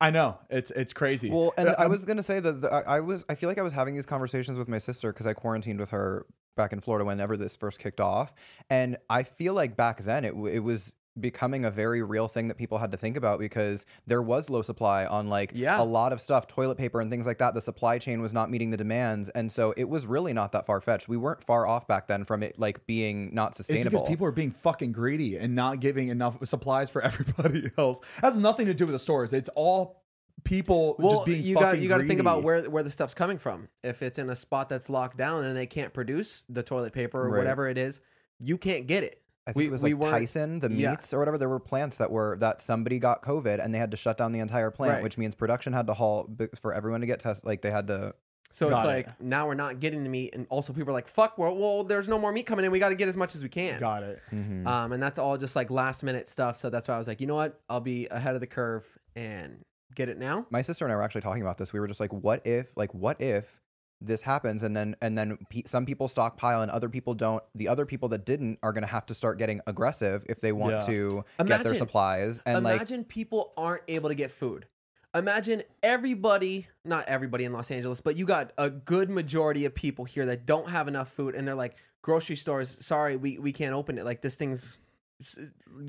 [SPEAKER 1] I know it's it's crazy.
[SPEAKER 4] Well, and
[SPEAKER 1] Uh,
[SPEAKER 4] I
[SPEAKER 1] I'm-
[SPEAKER 4] was gonna say that the, I I was. I feel like I was having these conversations with my sister because I quarantined with her back in Florida whenever this first kicked off, and I feel like back then it w- it was becoming a very real thing that people had to think about because there was low supply on like
[SPEAKER 2] Yeah.
[SPEAKER 4] a lot of stuff toilet paper and things like that the supply chain was not meeting the demands and so it was really not that far fetched we weren't far off back then from it like being not
[SPEAKER 1] It's
[SPEAKER 4] sustainable
[SPEAKER 1] because people are being fucking greedy and not giving enough supplies for <laughs> everybody else. has nothing to do with the stores. It's all people just being
[SPEAKER 2] you
[SPEAKER 1] fucking
[SPEAKER 2] got you got to think
[SPEAKER 1] greedy.
[SPEAKER 2] about where where the stuff's coming from. If it's in a spot that's locked down and they can't produce the toilet paper or
[SPEAKER 4] Right.
[SPEAKER 2] whatever it is, you can't get it.
[SPEAKER 4] I think
[SPEAKER 2] We-
[SPEAKER 4] it was
[SPEAKER 2] we
[SPEAKER 4] like
[SPEAKER 2] weren't-
[SPEAKER 4] Tyson, the
[SPEAKER 2] yeah.
[SPEAKER 4] meats or whatever. There were plants that were that somebody got COVID and they had to shut down the entire plant,
[SPEAKER 2] Right.
[SPEAKER 4] which means production had to halt b- for everyone to get tested. Like they had to.
[SPEAKER 2] So it's
[SPEAKER 1] Got
[SPEAKER 2] like
[SPEAKER 1] it.
[SPEAKER 2] now we're not getting the meat, and also people are like, "Fuck, well, well there's no more meat coming in. We got to get as much as we can."
[SPEAKER 1] Got it. Mm.
[SPEAKER 4] Mhm.
[SPEAKER 2] Um, and that's all just like last minute stuff. So that's why I was like, you know what? I'll be ahead of the curve and get it now.
[SPEAKER 4] My sister and I were actually talking about this. We were just like, what if, like, what if this happens and then and then pe- some people stockpile and other people don't. The other people that didn't are going to have to start getting aggressive if they want
[SPEAKER 1] Yeah.
[SPEAKER 4] to get their
[SPEAKER 2] Imagine-
[SPEAKER 4] supplies. And like,
[SPEAKER 2] Imagine people aren't able to get food. Imagine everybody, not everybody in Los Angeles, but you got a good majority of people here that don't have enough food and they're like, grocery stores, sorry, we, we can't open it. Like this thing's s-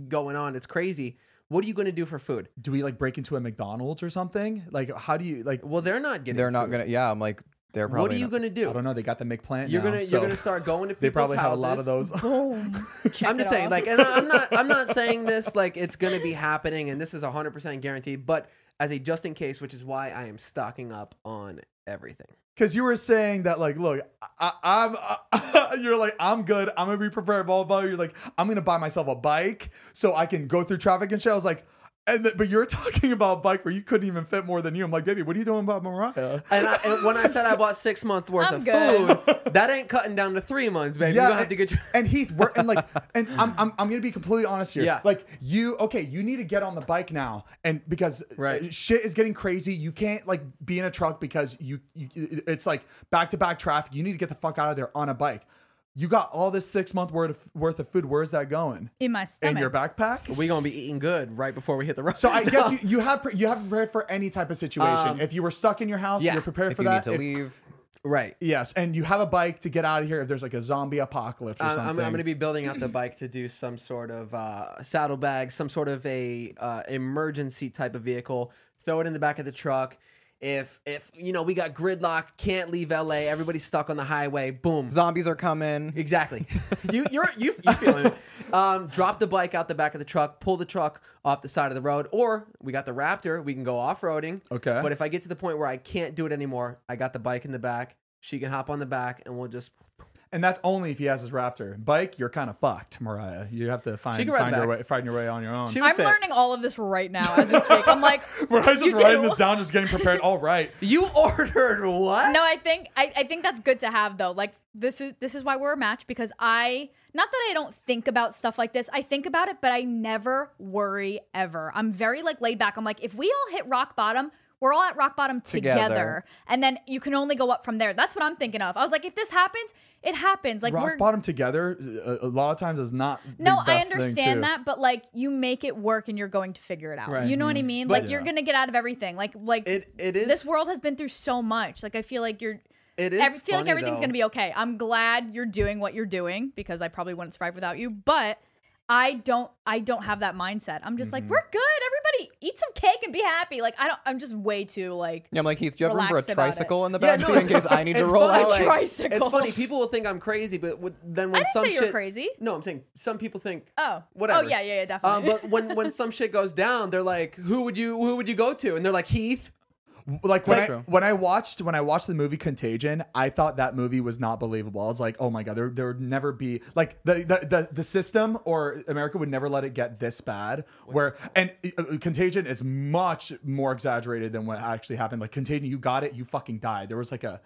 [SPEAKER 2] going on. It's crazy. What are you going to do for food?
[SPEAKER 1] Do we like break into a McDonald's or something? Like, how do you like?
[SPEAKER 2] Well, they're not getting
[SPEAKER 4] They're not
[SPEAKER 2] food.
[SPEAKER 4] gonna. Yeah, I'm like they're probably.
[SPEAKER 2] What are you
[SPEAKER 4] not-
[SPEAKER 2] going to do?
[SPEAKER 1] I don't know. They got the McPlant.
[SPEAKER 2] You're
[SPEAKER 1] now,
[SPEAKER 2] gonna
[SPEAKER 1] so
[SPEAKER 2] you're gonna start going to people's
[SPEAKER 1] They probably have a lot of
[SPEAKER 2] houses.
[SPEAKER 1] those.
[SPEAKER 3] Boom.
[SPEAKER 2] <laughs>
[SPEAKER 3] Check
[SPEAKER 2] I'm just
[SPEAKER 3] it
[SPEAKER 2] saying,
[SPEAKER 3] off.
[SPEAKER 2] like, and I- I'm not, I'm not saying this like it's gonna be happening, and this is 100 percent guaranteed. But as a just in case, which is why I am stocking up on everything.
[SPEAKER 1] Because you were saying that, like, look, I, I, I'm, <laughs> you're like, I'm good. I'm gonna be prepared. Blah blah. blah. You're like, I'm gonna buy myself a bike so I can go through traffic and shit. I was like, and th- but you're <laughs> talking about a bike where you couldn't even fit more than you. I'm like, baby, what are you doing about Mariah?
[SPEAKER 2] And, I, and when I said I bought six months worth
[SPEAKER 3] I'm
[SPEAKER 2] of
[SPEAKER 1] <laughs>
[SPEAKER 3] good.
[SPEAKER 2] food, that ain't cutting down to three months, baby. you
[SPEAKER 1] Yeah,
[SPEAKER 2] gonna have to get your <laughs>
[SPEAKER 1] and Heath, we're, and like, and I'm, I'm, I'm gonna be completely honest here.
[SPEAKER 2] Yeah.
[SPEAKER 1] Like you, okay, you need to get on the bike now, and because
[SPEAKER 2] Right.
[SPEAKER 1] uh, shit is getting crazy. You can't like be in a truck because you, you it's like back to back traffic. You need to get the fuck out of there on a bike. You got all this six month worth of, worth of food. Where is that going?
[SPEAKER 3] in my
[SPEAKER 1] In
[SPEAKER 3] stomach.
[SPEAKER 1] your backpack.
[SPEAKER 2] we gonna be eating good right before we hit the road.
[SPEAKER 1] So I
[SPEAKER 2] <laughs>
[SPEAKER 1] guess you, you have pre- you have prepared for any type of situation.
[SPEAKER 2] Um,
[SPEAKER 1] if you were stuck in your house,
[SPEAKER 2] yeah.
[SPEAKER 1] you're prepared
[SPEAKER 4] If
[SPEAKER 1] for
[SPEAKER 4] you need
[SPEAKER 1] that.
[SPEAKER 4] to
[SPEAKER 1] If-
[SPEAKER 4] leave,
[SPEAKER 2] right.
[SPEAKER 1] Yes, and you have a bike to get out of here if there's like a zombie apocalypse or
[SPEAKER 2] Uh, I'm,
[SPEAKER 1] something.
[SPEAKER 2] I'm, I'm going to be
[SPEAKER 1] <clears throat>
[SPEAKER 2] building out the bike to do some sort of uh, saddlebag, some sort of a uh, emergency type of vehicle. Throw it in the back of the truck. If if you know we got gridlock, can't leave LA. Everybody's stuck on the highway. Boom.
[SPEAKER 4] zombies are coming.
[SPEAKER 1] <laughs>
[SPEAKER 2] Exactly. You you're you, you feeling it? Um, drop the bike out the back of the truck. Pull the truck off the side of the road. Or we got the Raptor. We can go off roading.
[SPEAKER 1] Okay.
[SPEAKER 2] But if I get to the point where I can't do it anymore, I got the bike in the back. She can hop on the back, and we'll just
[SPEAKER 1] And that's only if he has his raptor. Bike, you're kind of fucked, Mariah. You have to find
[SPEAKER 2] can ride
[SPEAKER 1] find your
[SPEAKER 2] back.
[SPEAKER 1] way find your way on your own. <laughs>
[SPEAKER 2] She-
[SPEAKER 3] I'm
[SPEAKER 2] fit.
[SPEAKER 3] learning all of this right now as we speak. I'm like,
[SPEAKER 1] Mariah's just
[SPEAKER 3] You
[SPEAKER 1] writing
[SPEAKER 3] do.
[SPEAKER 1] this down, just getting prepared. All right.
[SPEAKER 2] You <laughs> ordered what?
[SPEAKER 3] no, I think I, I think that's good to have though. Like this is this is why we're a match because I not that I don't think about stuff like this. I think about it, but I never worry ever. I'm very like laid back. I'm like, if we all hit rock bottom, we're all at rock bottom together.
[SPEAKER 4] Together.
[SPEAKER 3] And then you can only go up from there. That's what I'm thinking of. I was like, if this happens, it happens. <laughs> Like
[SPEAKER 1] Rock
[SPEAKER 3] we're
[SPEAKER 1] bottom together, a, a lot of times is not. the
[SPEAKER 3] No, I
[SPEAKER 1] best thing, too.
[SPEAKER 3] understand that, but like you make it work and you're going to figure it out.
[SPEAKER 2] Right.
[SPEAKER 3] You know
[SPEAKER 1] Mm-hmm.
[SPEAKER 3] what I mean?
[SPEAKER 2] But-
[SPEAKER 3] like you're gonna get out of everything. Like like
[SPEAKER 2] It it is
[SPEAKER 3] this world has been through so much. Like I feel like you're
[SPEAKER 2] It is.
[SPEAKER 3] I feel like
[SPEAKER 2] funny,
[SPEAKER 3] everything's
[SPEAKER 2] though.
[SPEAKER 3] gonna be okay. I'm glad you're doing what you're doing because I probably wouldn't survive without you, but I don't I don't have that mindset. I'm just
[SPEAKER 2] Mm-hmm.
[SPEAKER 3] like, we're good, everybody eat some cake and be happy. Like I don't I'm just way too like
[SPEAKER 4] Yeah, I'm like Heath. Do you have room for a
[SPEAKER 3] Relax about it.
[SPEAKER 4] tricycle in the
[SPEAKER 2] Yeah,
[SPEAKER 4] back
[SPEAKER 2] no,
[SPEAKER 4] in
[SPEAKER 2] it's-
[SPEAKER 4] case I need to
[SPEAKER 2] it's
[SPEAKER 4] roll
[SPEAKER 2] funny,
[SPEAKER 4] out?
[SPEAKER 2] like,
[SPEAKER 3] Tricycle.
[SPEAKER 2] It's funny. People will think I'm crazy, but with, then when
[SPEAKER 3] I didn't
[SPEAKER 2] some
[SPEAKER 3] say you
[SPEAKER 2] shit,
[SPEAKER 3] were crazy.
[SPEAKER 2] No, I'm saying some people think.
[SPEAKER 3] Oh.
[SPEAKER 2] Whatever.
[SPEAKER 3] Oh yeah, yeah, yeah,
[SPEAKER 2] Um,
[SPEAKER 3] definitely.
[SPEAKER 2] but when
[SPEAKER 3] <laughs>
[SPEAKER 2] when some shit goes down, they're like, "Who would you who would you go to?" And they're like, "Heath."
[SPEAKER 1] Like when I,
[SPEAKER 4] True.
[SPEAKER 1] when I watched when I watched the movie Contagion, I thought that movie was not believable. I was like, oh my god, there, there would never be like the, the the the system or America would never let it get this bad. where and uh, uh, Contagion is much more exaggerated than what actually happened. Like Contagion, you got it, you fucking died. There was like a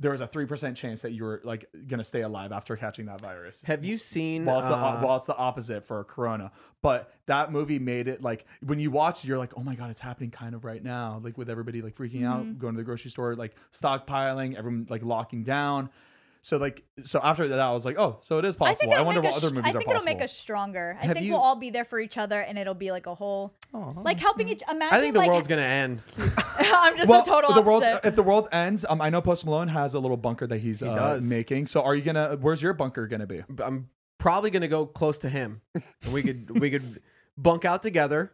[SPEAKER 1] there was a three percent chance that you were like gonna stay alive after catching that virus.
[SPEAKER 2] Have you seen?
[SPEAKER 1] While it's, the,
[SPEAKER 2] uh,
[SPEAKER 1] while it's the opposite for Corona, but that movie made it like when you watch, it, you're like, oh my god, it's happening kind of right now. Like with everybody like freaking
[SPEAKER 3] Mm-hmm.
[SPEAKER 1] out, going to the grocery store, like stockpiling, everyone like locking down. So like, so after that, I was like, oh, so it is
[SPEAKER 3] I
[SPEAKER 1] possible.
[SPEAKER 3] think
[SPEAKER 1] I,
[SPEAKER 3] it'll
[SPEAKER 1] wonder
[SPEAKER 3] make
[SPEAKER 1] what
[SPEAKER 3] us-
[SPEAKER 1] other movies
[SPEAKER 3] I think
[SPEAKER 1] are
[SPEAKER 3] it'll
[SPEAKER 1] possible.
[SPEAKER 3] make us stronger. I
[SPEAKER 2] Have
[SPEAKER 3] think
[SPEAKER 2] you- Oh
[SPEAKER 3] we'll all be there for each other, and it'll be like a whole like helping each. Imagine
[SPEAKER 2] I think the
[SPEAKER 3] like,
[SPEAKER 2] world's gonna end.
[SPEAKER 3] <laughs> I'm just a total
[SPEAKER 1] the
[SPEAKER 3] opposite.
[SPEAKER 1] world if the world ends, um, I know Post Malone has a little bunker that he's uh,
[SPEAKER 2] does.
[SPEAKER 1] making. So are you gonna? Where's your bunker gonna be?
[SPEAKER 2] I'm probably gonna go close to him. And we could we could bunk out together,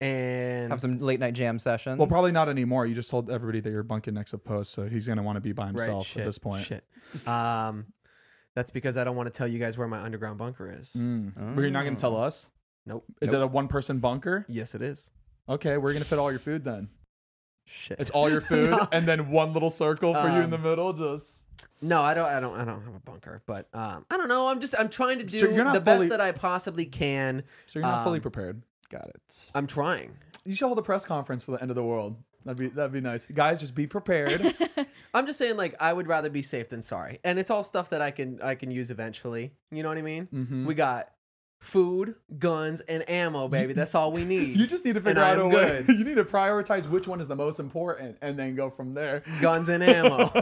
[SPEAKER 2] and
[SPEAKER 4] Have some late night jam sessions.
[SPEAKER 1] Well, <laughs> probably not anymore. You just told everybody that you're bunking next to Post, so he's gonna want to be by
[SPEAKER 2] right,
[SPEAKER 1] himself
[SPEAKER 2] shit,
[SPEAKER 1] at this point.
[SPEAKER 2] Shit. Um, that's because I don't want to tell you guys where my underground bunker is.
[SPEAKER 1] Mm. But you're not gonna tell
[SPEAKER 3] Oh.
[SPEAKER 1] us.
[SPEAKER 2] Nope.
[SPEAKER 1] Is it a one person bunker?
[SPEAKER 2] Yes, it is.
[SPEAKER 1] Okay, we're gonna fit all your food then.
[SPEAKER 2] Shit.
[SPEAKER 1] It's <laughs>
[SPEAKER 2] <laughs>
[SPEAKER 1] all your food
[SPEAKER 2] No.
[SPEAKER 1] and then one little circle for you in the middle. Just
[SPEAKER 2] No, I don't. I don't. I don't have a bunker, but um, I don't know. I'm just. I'm trying to do
[SPEAKER 1] So you're
[SPEAKER 2] the
[SPEAKER 1] not
[SPEAKER 2] best
[SPEAKER 1] fully-
[SPEAKER 2] that I possibly can.
[SPEAKER 1] so you're not fully
[SPEAKER 2] Um,
[SPEAKER 1] prepared.
[SPEAKER 4] Got it.
[SPEAKER 2] I'm trying.
[SPEAKER 1] You should hold a press conference for the end of the world. That'd be that'd be nice. Guys, just be prepared. <laughs>
[SPEAKER 2] I'm just saying, like, I would rather be safe than sorry, and it's all stuff that I can I can use eventually. You know what I mean?
[SPEAKER 1] Mhm.
[SPEAKER 2] We got food, guns, and ammo, baby. That's all we
[SPEAKER 1] <laughs>
[SPEAKER 2] need.
[SPEAKER 1] you just need to
[SPEAKER 2] And
[SPEAKER 1] figure out
[SPEAKER 2] I'm
[SPEAKER 1] a way. <laughs>
[SPEAKER 2] good.
[SPEAKER 1] You need to prioritize which one is the most important and then go from there.
[SPEAKER 2] guns and
[SPEAKER 1] <laughs>
[SPEAKER 2] ammo.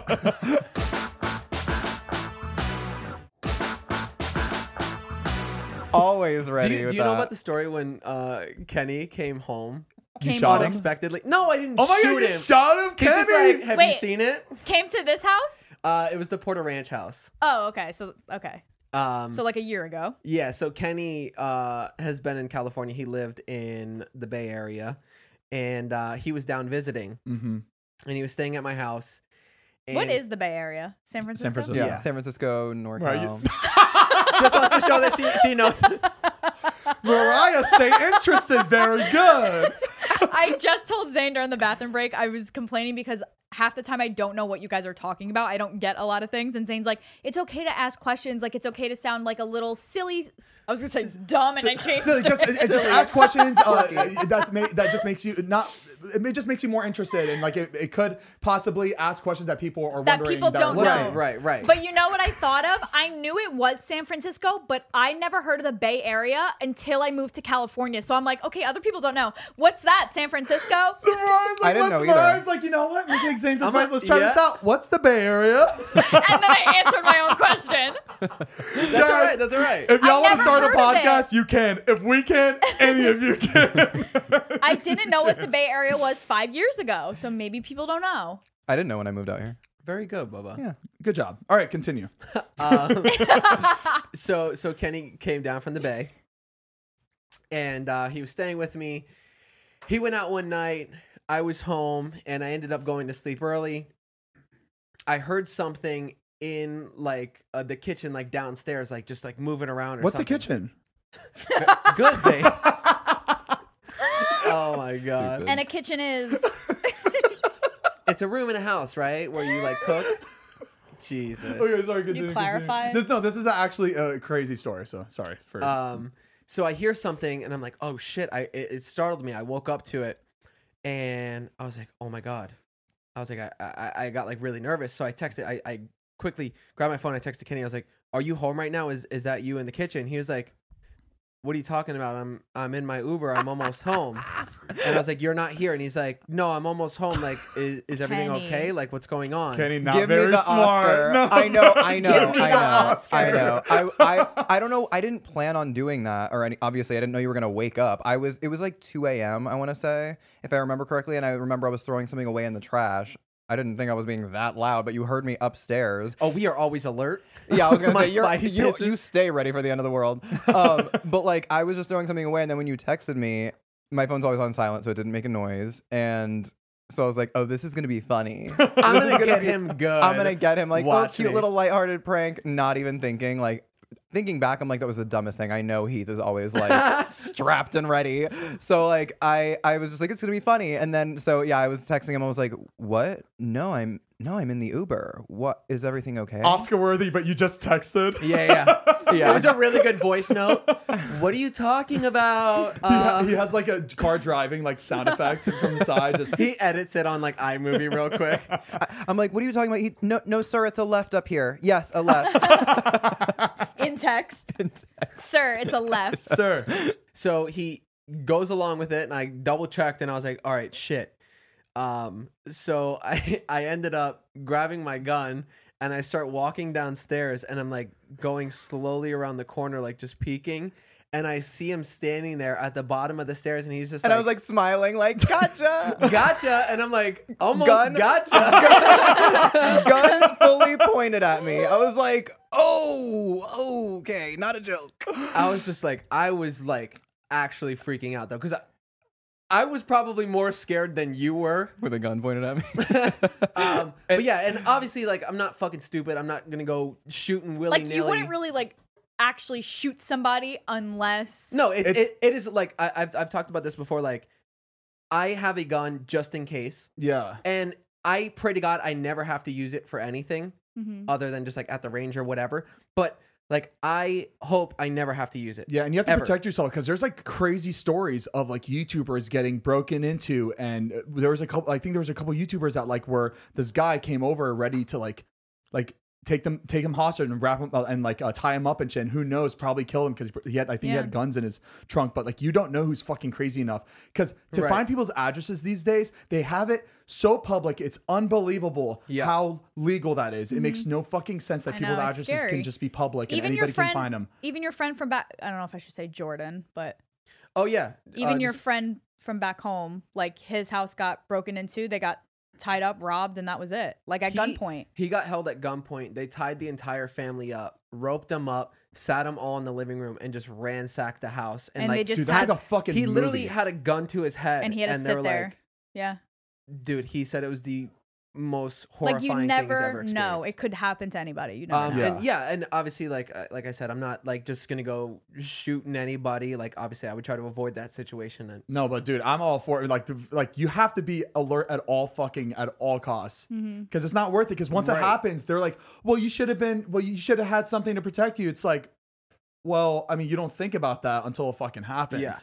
[SPEAKER 4] Always ready.
[SPEAKER 2] do you,
[SPEAKER 4] with
[SPEAKER 2] do you know
[SPEAKER 4] that.
[SPEAKER 2] about the story when uh, Kenny came home
[SPEAKER 1] You
[SPEAKER 3] Came
[SPEAKER 1] shot
[SPEAKER 3] over.
[SPEAKER 1] him?
[SPEAKER 2] unexpectedly. No, I didn't
[SPEAKER 1] Um, Oh my
[SPEAKER 2] shoot
[SPEAKER 1] god, you
[SPEAKER 2] him.
[SPEAKER 1] shot him,
[SPEAKER 2] He's just
[SPEAKER 1] Kenny!
[SPEAKER 2] like, have you
[SPEAKER 3] Wait.
[SPEAKER 2] seen it?
[SPEAKER 3] Came to this house?
[SPEAKER 2] Uh, it was the Porter Ranch house.
[SPEAKER 3] Oh, okay. So okay.
[SPEAKER 2] Um,
[SPEAKER 3] So like a year ago.
[SPEAKER 2] Yeah, so Kenny uh, has been in California. He lived in the Bay Area, and uh, he was down visiting,
[SPEAKER 1] mm-hmm.
[SPEAKER 2] and he was staying at my house. And
[SPEAKER 3] what is the Bay Area? San Francisco.
[SPEAKER 1] Francisco.
[SPEAKER 4] Yeah.
[SPEAKER 2] Yeah.
[SPEAKER 4] San Francisco, NorCal.
[SPEAKER 1] Right, you-
[SPEAKER 2] just wants to show that she she
[SPEAKER 3] <laughs>
[SPEAKER 2] knows.
[SPEAKER 1] Mariah, stay interested. Very good.
[SPEAKER 3] <laughs> I just told Zane during the bathroom break I was complaining because half the time I don't know what you guys are talking about. I don't get a lot of things, and Zane's like, "It's okay to ask questions. Like it's okay to sound like a little silly." I was gonna <laughs> say dumb, and I changed.
[SPEAKER 1] So
[SPEAKER 3] it.
[SPEAKER 1] just, it- it just ask questions. Uh, <laughs> that ma- that just makes you not. It ma- just makes you more interested, and like it, it could possibly ask questions that people are
[SPEAKER 3] That
[SPEAKER 1] wondering.
[SPEAKER 3] people
[SPEAKER 1] that are
[SPEAKER 3] don't
[SPEAKER 1] listening.
[SPEAKER 2] right, right, right.
[SPEAKER 3] But you know what I thought of? I knew it was San Francisco, but I never heard of the Bay Area until I moved to California. So I'm like, okay, other people don't know. What's that? San Francisco?
[SPEAKER 1] So Mariah's like,
[SPEAKER 4] I
[SPEAKER 1] let's-
[SPEAKER 4] didn't know either.
[SPEAKER 1] Mariah's like, you know what? We take Zane's
[SPEAKER 2] I'm
[SPEAKER 1] advice.
[SPEAKER 2] a-
[SPEAKER 1] Let's try
[SPEAKER 2] yeah.
[SPEAKER 1] this out. What's the Bay Area?
[SPEAKER 3] and then I answered my own <laughs> question.
[SPEAKER 2] that's all right. That's all right.
[SPEAKER 1] If y'all want
[SPEAKER 3] never
[SPEAKER 1] to start a
[SPEAKER 3] heard of it.
[SPEAKER 1] podcast, you can. If we can, any of
[SPEAKER 4] <laughs>
[SPEAKER 1] you can.
[SPEAKER 3] I didn't know what the Bay Area was five years ago, so maybe people don't know.
[SPEAKER 4] I didn't know when I moved out here.
[SPEAKER 2] Very good, Bubba.
[SPEAKER 4] Yeah.
[SPEAKER 1] Good job. All right, continue.
[SPEAKER 2] so so Kenny came down from the bay, and uh, he was staying with me. He went out one night. I was home, and I ended up going to sleep early. I heard something in like uh, the kitchen, like downstairs, like just like moving around. Or
[SPEAKER 1] What's a
[SPEAKER 2] something.
[SPEAKER 1] kitchen?
[SPEAKER 2] <laughs> Good
[SPEAKER 1] <laughs>
[SPEAKER 2] thing. oh my god!
[SPEAKER 4] Stupid.
[SPEAKER 3] And a kitchen is
[SPEAKER 2] It's a room in a house, right, where you like
[SPEAKER 1] <laughs>
[SPEAKER 2] cook. Jesus.
[SPEAKER 1] Okay, sorry. Continue, continue.
[SPEAKER 3] clarify?
[SPEAKER 1] This no, this is actually a crazy story. So sorry for.
[SPEAKER 4] Uh,
[SPEAKER 2] Um, so I hear something and I'm like, oh shit! I it, it startled me. I woke up to it, and I was like, oh my god. I was like, I I, I got like really nervous. So I texted. I, I quickly grabbed my phone. I texted Kenny. I was like, are you home right now? Is is that you in the kitchen? He was like. What are you talking about? I'm I'm in my Uber. I'm almost home. And I was like, "You're not here." And he's like, "No, I'm almost home. Like, is, is everything
[SPEAKER 3] Kenny.
[SPEAKER 2] okay? Like, what's going on?"
[SPEAKER 1] Kenny, not
[SPEAKER 4] Give
[SPEAKER 1] very
[SPEAKER 4] me the
[SPEAKER 1] smart. <laughs>
[SPEAKER 4] Oscar.
[SPEAKER 1] No.
[SPEAKER 4] I know, I know,
[SPEAKER 1] Give me the
[SPEAKER 4] I know,
[SPEAKER 1] Oscar.
[SPEAKER 4] I know. I, I, I don't know. I didn't plan on doing that, or any, obviously, I didn't know you were gonna wake up. I was. It was like 2 a.m. I want to say, if I remember correctly, and I remember I was throwing something away in the trash. I didn't think I was being that loud, but you heard me upstairs.
[SPEAKER 2] Oh, we are always
[SPEAKER 4] <laughs>
[SPEAKER 2] alert.
[SPEAKER 4] Yeah, I was
[SPEAKER 2] <laughs>
[SPEAKER 4] gonna
[SPEAKER 2] My
[SPEAKER 4] say you're,
[SPEAKER 2] spidey
[SPEAKER 4] you
[SPEAKER 2] senses.
[SPEAKER 4] you stay ready for the end of the world.
[SPEAKER 2] <laughs>
[SPEAKER 4] Um, but like I was just throwing something away, and then when you texted me, my phone's always on silent, so it didn't make a noise, and so I was like, oh, this is gonna be
[SPEAKER 2] <laughs>
[SPEAKER 4] funny.
[SPEAKER 2] I'm
[SPEAKER 4] This is
[SPEAKER 2] gonna,
[SPEAKER 4] gonna
[SPEAKER 2] get
[SPEAKER 4] be-
[SPEAKER 2] him good.
[SPEAKER 4] I'm gonna get him like
[SPEAKER 2] Watch
[SPEAKER 4] oh cute
[SPEAKER 2] me.
[SPEAKER 4] little lighthearted prank, not even thinking like thinking back, I'm like that was the dumbest thing. I know Heath is
[SPEAKER 2] <laughs>
[SPEAKER 4] always like strapped and ready. So like I I was just like it's gonna be funny, and then so yeah I was texting him. I was like what? No I'm no I'm in the Uber. What is everything okay?
[SPEAKER 1] Oscar worthy, but you just texted.
[SPEAKER 2] Yeah, yeah. <laughs>
[SPEAKER 4] Yeah.
[SPEAKER 2] It was a really good voice note. What are you talking
[SPEAKER 4] <laughs>
[SPEAKER 2] about?
[SPEAKER 1] He, ha-
[SPEAKER 2] Uh,
[SPEAKER 1] he has like a car driving like sound effect from the side. Just
[SPEAKER 2] he edits it on like iMovie real
[SPEAKER 4] <laughs>
[SPEAKER 2] quick.
[SPEAKER 4] I'm like what are you talking about? He, no no sir it's a left up here. Yes a left. <laughs>
[SPEAKER 3] in text. Sir, it's a
[SPEAKER 1] <laughs>
[SPEAKER 3] left.
[SPEAKER 1] sir.
[SPEAKER 2] So he goes along with it, and I double checked, and I was like, "All right, shit." Um, so <laughs> I I ended up grabbing my gun, and I start walking downstairs, and I'm like going slowly around the corner, like just peeking, and I see him standing there at the bottom of the stairs, and he's just
[SPEAKER 4] and
[SPEAKER 2] like,
[SPEAKER 4] I was like smiling like gotcha. <laughs>
[SPEAKER 2] "Gotcha," and I'm like, "Almost
[SPEAKER 4] Gun.
[SPEAKER 2] gotcha."
[SPEAKER 4] <laughs>
[SPEAKER 2] <laughs>
[SPEAKER 4] Gun fully pointed at me. I was like oh okay not a joke.
[SPEAKER 2] I was just like, I was like actually freaking out though, because I, I was probably more scared than you were.
[SPEAKER 4] <laughs> With a gun pointed at me.
[SPEAKER 1] <laughs>
[SPEAKER 2] Um, but yeah, and obviously, like, I'm not fucking stupid. I'm not gonna go shooting willy
[SPEAKER 3] Like
[SPEAKER 2] nilly.
[SPEAKER 3] you wouldn't really like actually shoot somebody unless
[SPEAKER 2] No, it,
[SPEAKER 1] It's-
[SPEAKER 2] it, it is like I, I've I've talked about this before. Like, I have a gun just in case,
[SPEAKER 1] Yeah.
[SPEAKER 2] and I pray to God I never have to use it for anything
[SPEAKER 3] Mhm.
[SPEAKER 2] other than just like at the range or whatever. But like, I hope I never have to use it.
[SPEAKER 1] Yeah, and you have to
[SPEAKER 2] Ever.
[SPEAKER 1] protect yourself because there's like crazy stories of like YouTubers getting broken into, and uh, there was a couple. I think there was a couple YouTubers that like where this guy came over ready to like, like take them, take him hostage and wrap him uh, and like uh, tie him up and shit. And who knows, probably kill him because he had. I think he
[SPEAKER 3] Yeah.
[SPEAKER 1] had guns in his trunk, but like you don't know who's fucking crazy enough because to
[SPEAKER 2] Right.
[SPEAKER 1] find people's addresses these days, they have it so public, it's unbelievable
[SPEAKER 2] Yeah.
[SPEAKER 1] how legal that is. It makes no fucking sense that
[SPEAKER 3] Mm-hmm. I
[SPEAKER 1] people's
[SPEAKER 3] know, it's
[SPEAKER 1] addresses
[SPEAKER 3] scary.
[SPEAKER 1] can just be public and
[SPEAKER 3] even your
[SPEAKER 1] anybody
[SPEAKER 3] friend
[SPEAKER 1] can find them.
[SPEAKER 3] even your friend from back I don't know if I should say Jordan, but
[SPEAKER 2] Oh yeah.
[SPEAKER 3] even
[SPEAKER 2] Uh,
[SPEAKER 3] your
[SPEAKER 2] just-
[SPEAKER 3] friend from back home, like his house got broken into, they got tied up, robbed, and that was it. Like at
[SPEAKER 2] He-
[SPEAKER 3] gunpoint.
[SPEAKER 2] He got held at gunpoint. They tied the entire family up, roped them up, sat them all in the living room, and just ransacked the house. And,
[SPEAKER 3] And
[SPEAKER 2] like,
[SPEAKER 3] they just
[SPEAKER 1] Dude,
[SPEAKER 3] sat,
[SPEAKER 1] that's like a fucking.
[SPEAKER 2] he literally
[SPEAKER 1] movie.
[SPEAKER 2] had a gun to his head,
[SPEAKER 3] and he had to
[SPEAKER 2] they
[SPEAKER 3] sit
[SPEAKER 2] were
[SPEAKER 3] there.
[SPEAKER 2] like,
[SPEAKER 3] yeah.
[SPEAKER 2] dude, he said it was the most
[SPEAKER 3] Like
[SPEAKER 2] horrifying
[SPEAKER 3] you
[SPEAKER 2] thing he's ever
[SPEAKER 3] never
[SPEAKER 2] experienced.
[SPEAKER 3] know. It could happen to anybody. You never
[SPEAKER 2] um,
[SPEAKER 3] know.
[SPEAKER 1] Yeah.
[SPEAKER 2] and yeah, and obviously, like uh, like I said, I'm not like just gonna go shooting anybody. Like obviously, I would try to avoid that situation. And
[SPEAKER 1] No, but dude, I'm all for it. Like, to, like you have to be alert at all fucking at all costs because it's not worth it. Because once
[SPEAKER 2] Right.
[SPEAKER 1] it happens, they're like, well, you should have been, well, you should have had something to protect you. It's like, well, I mean, you don't think about that until it fucking happens.
[SPEAKER 2] Yeah.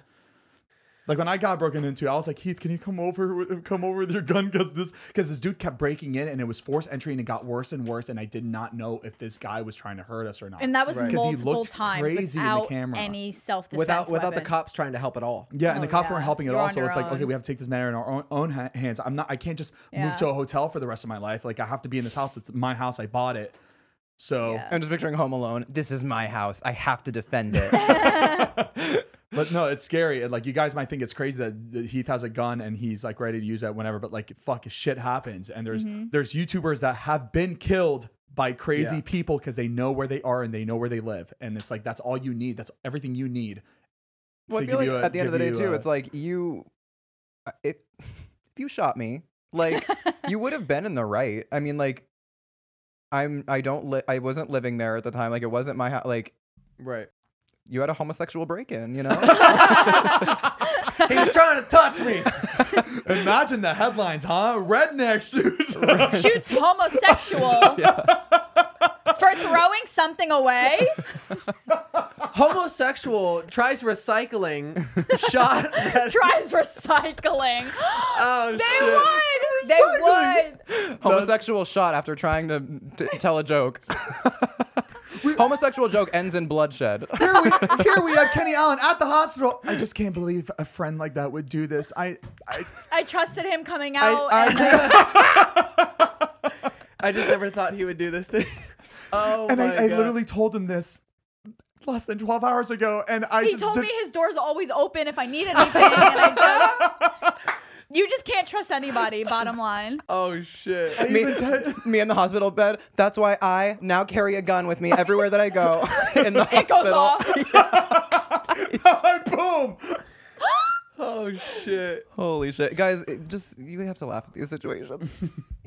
[SPEAKER 1] Like when I got broken into, I was like, Heath, can you come over, <laughs> with- come over with your gun? Because this, because this dude kept breaking in, and it was forced entry, and it got worse and worse, and I did not know if this guy was trying to hurt us or not.
[SPEAKER 3] And that was
[SPEAKER 2] Right.
[SPEAKER 1] 'Cause he
[SPEAKER 3] multiple
[SPEAKER 1] looked
[SPEAKER 3] times
[SPEAKER 1] crazy in the
[SPEAKER 3] without
[SPEAKER 1] camera.
[SPEAKER 3] any self defense.
[SPEAKER 2] without without the cops trying to help at all.
[SPEAKER 1] Yeah, and
[SPEAKER 3] Oh,
[SPEAKER 1] the cops
[SPEAKER 3] yeah.
[SPEAKER 1] weren't helping at
[SPEAKER 3] You're
[SPEAKER 1] all.
[SPEAKER 3] on
[SPEAKER 1] So
[SPEAKER 3] your
[SPEAKER 1] it's like, okay,
[SPEAKER 3] own.
[SPEAKER 1] we have to take this matter in our own, own ha- hands. I'm not. I can't just
[SPEAKER 3] Yeah.
[SPEAKER 1] move to a hotel for the rest of my life. Like I have to be in this house. It's my house. I bought it. So,
[SPEAKER 3] Yeah.
[SPEAKER 4] I'm just picturing Home Alone. This is my house. I have to defend <laughs> it.
[SPEAKER 1] but no, it's scary. And like you guys might think it's crazy that, that Heath has a gun and he's like ready to use that whenever. But like, fuck, shit happens. And there's
[SPEAKER 3] Mm-hmm.
[SPEAKER 1] there's YouTubers that have been killed by crazy
[SPEAKER 2] Yeah.
[SPEAKER 1] people because they know where they are and they know where they live. And it's like that's all you need. That's everything you need.
[SPEAKER 4] well,
[SPEAKER 1] to
[SPEAKER 4] I feel
[SPEAKER 1] give
[SPEAKER 4] like
[SPEAKER 1] you a-
[SPEAKER 4] at the end of the day
[SPEAKER 1] give you
[SPEAKER 4] too,
[SPEAKER 1] a-
[SPEAKER 4] it's like you, uh, if if you shot me, like <laughs> you would have been in the right. I mean, like I'm I don't li- I wasn't living there at the time. Like it wasn't my house. Like
[SPEAKER 2] Right.
[SPEAKER 4] you had a homosexual break-in, you
[SPEAKER 2] <laughs>
[SPEAKER 4] know. <laughs>
[SPEAKER 2] he was trying to touch me.
[SPEAKER 1] <laughs> Imagine the headlines, huh? Redneck suits. <laughs>
[SPEAKER 3] Shoots homosexual for throwing something away.
[SPEAKER 2] Homosexual
[SPEAKER 1] <laughs>
[SPEAKER 2] tries recycling, shot. at-
[SPEAKER 3] Tries recycling.
[SPEAKER 2] Oh,
[SPEAKER 3] they
[SPEAKER 2] shit.
[SPEAKER 3] would. They would.
[SPEAKER 4] homosexual shot after trying to t- tell
[SPEAKER 1] <laughs>
[SPEAKER 4] a joke. homosexual joke ends in bloodshed.
[SPEAKER 1] here we here we have Kenny Allen at the hospital. I just can't believe a friend like that would do this. I, I
[SPEAKER 3] I trusted him coming out.
[SPEAKER 2] I-
[SPEAKER 3] and
[SPEAKER 2] I just never thought he would do
[SPEAKER 1] <laughs>
[SPEAKER 2] this thing. Oh
[SPEAKER 1] and
[SPEAKER 2] my
[SPEAKER 1] I, I
[SPEAKER 2] God.
[SPEAKER 1] literally told him this less than 12 hours ago and I
[SPEAKER 3] he
[SPEAKER 1] just
[SPEAKER 3] told
[SPEAKER 1] did-
[SPEAKER 3] me his door's always open if I need anything. and
[SPEAKER 1] <laughs>
[SPEAKER 3] I just, you just can't trust anybody. Bottom line.
[SPEAKER 2] Oh shit.
[SPEAKER 1] I
[SPEAKER 4] me,
[SPEAKER 1] even te-
[SPEAKER 4] me in the hospital bed. That's why I now carry a gun with me everywhere that I go.
[SPEAKER 1] <laughs>
[SPEAKER 4] in the
[SPEAKER 3] It goes
[SPEAKER 4] hospital.
[SPEAKER 3] off.
[SPEAKER 4] <laughs>
[SPEAKER 1] boom.
[SPEAKER 2] Oh shit.
[SPEAKER 4] Holy shit, guys! It just you have to laugh at these situations.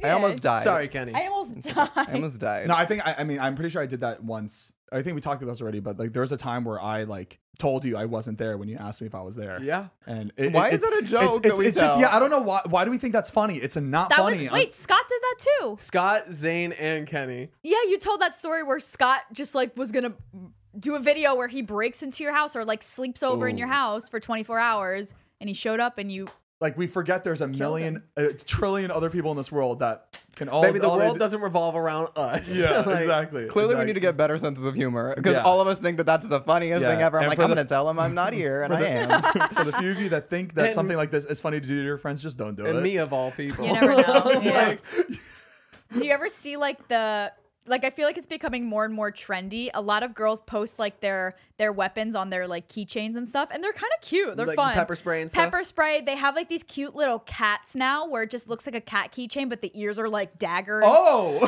[SPEAKER 4] I
[SPEAKER 3] Yeah.
[SPEAKER 4] almost died.
[SPEAKER 2] Sorry, Kenny.
[SPEAKER 3] I almost died.
[SPEAKER 4] I almost died.
[SPEAKER 1] No, I think I, I mean I'm pretty sure I did that once. I think we talked about this already, but like there was a time where I like told you I wasn't there when you asked me if I was there.
[SPEAKER 2] Yeah.
[SPEAKER 1] And it,
[SPEAKER 4] Why
[SPEAKER 1] it-
[SPEAKER 4] is
[SPEAKER 1] it's-
[SPEAKER 4] that a joke
[SPEAKER 1] It's,
[SPEAKER 4] that
[SPEAKER 1] it's-
[SPEAKER 4] we
[SPEAKER 1] it's just
[SPEAKER 4] tell?
[SPEAKER 1] yeah. I don't know why. Why do we think that's funny? It's a not
[SPEAKER 3] That
[SPEAKER 1] funny.
[SPEAKER 3] was wait. Scott did that too.
[SPEAKER 2] Scott, Zane, and Kenny.
[SPEAKER 3] Yeah, you told that story where Scott just like was gonna do a video where he breaks into your house or like sleeps over in your house for 24 hours, and he showed up and you.
[SPEAKER 1] like we forget there's a million, a trillion other people in this world that can all.
[SPEAKER 2] Maybe the
[SPEAKER 1] all they
[SPEAKER 2] world
[SPEAKER 1] do-
[SPEAKER 2] doesn't revolve around us. <laughs>
[SPEAKER 1] <laughs> Yeah,
[SPEAKER 2] Like,
[SPEAKER 1] exactly.
[SPEAKER 4] Clearly, we
[SPEAKER 1] exactly.
[SPEAKER 4] need to get better senses of humor because
[SPEAKER 1] Yeah.
[SPEAKER 4] all of us think that that's the funniest
[SPEAKER 1] Yeah.
[SPEAKER 4] thing ever. I'm
[SPEAKER 1] And
[SPEAKER 4] like,
[SPEAKER 1] for
[SPEAKER 4] I'm
[SPEAKER 1] the-
[SPEAKER 4] gonna tell him I'm not here, and I
[SPEAKER 1] <laughs>
[SPEAKER 4] am.
[SPEAKER 1] for the few of you that think that
[SPEAKER 2] And-
[SPEAKER 1] something like this is funny to do to your friends, just don't do
[SPEAKER 2] And
[SPEAKER 1] it.
[SPEAKER 2] me of all people.
[SPEAKER 3] You never know. Yeah.
[SPEAKER 2] <laughs> Like,
[SPEAKER 3] Do you ever see like the like I feel like it's becoming more and more trendy. A lot of girls post like their their weapons on their like keychains and stuff, and they're kind of cute. They're
[SPEAKER 2] Like
[SPEAKER 3] fun.
[SPEAKER 2] pepper spray and stuff?
[SPEAKER 3] pepper spray. They have like these cute little cats now, where it just looks like a cat keychain, but the ears are like daggers.
[SPEAKER 1] <laughs> Oh,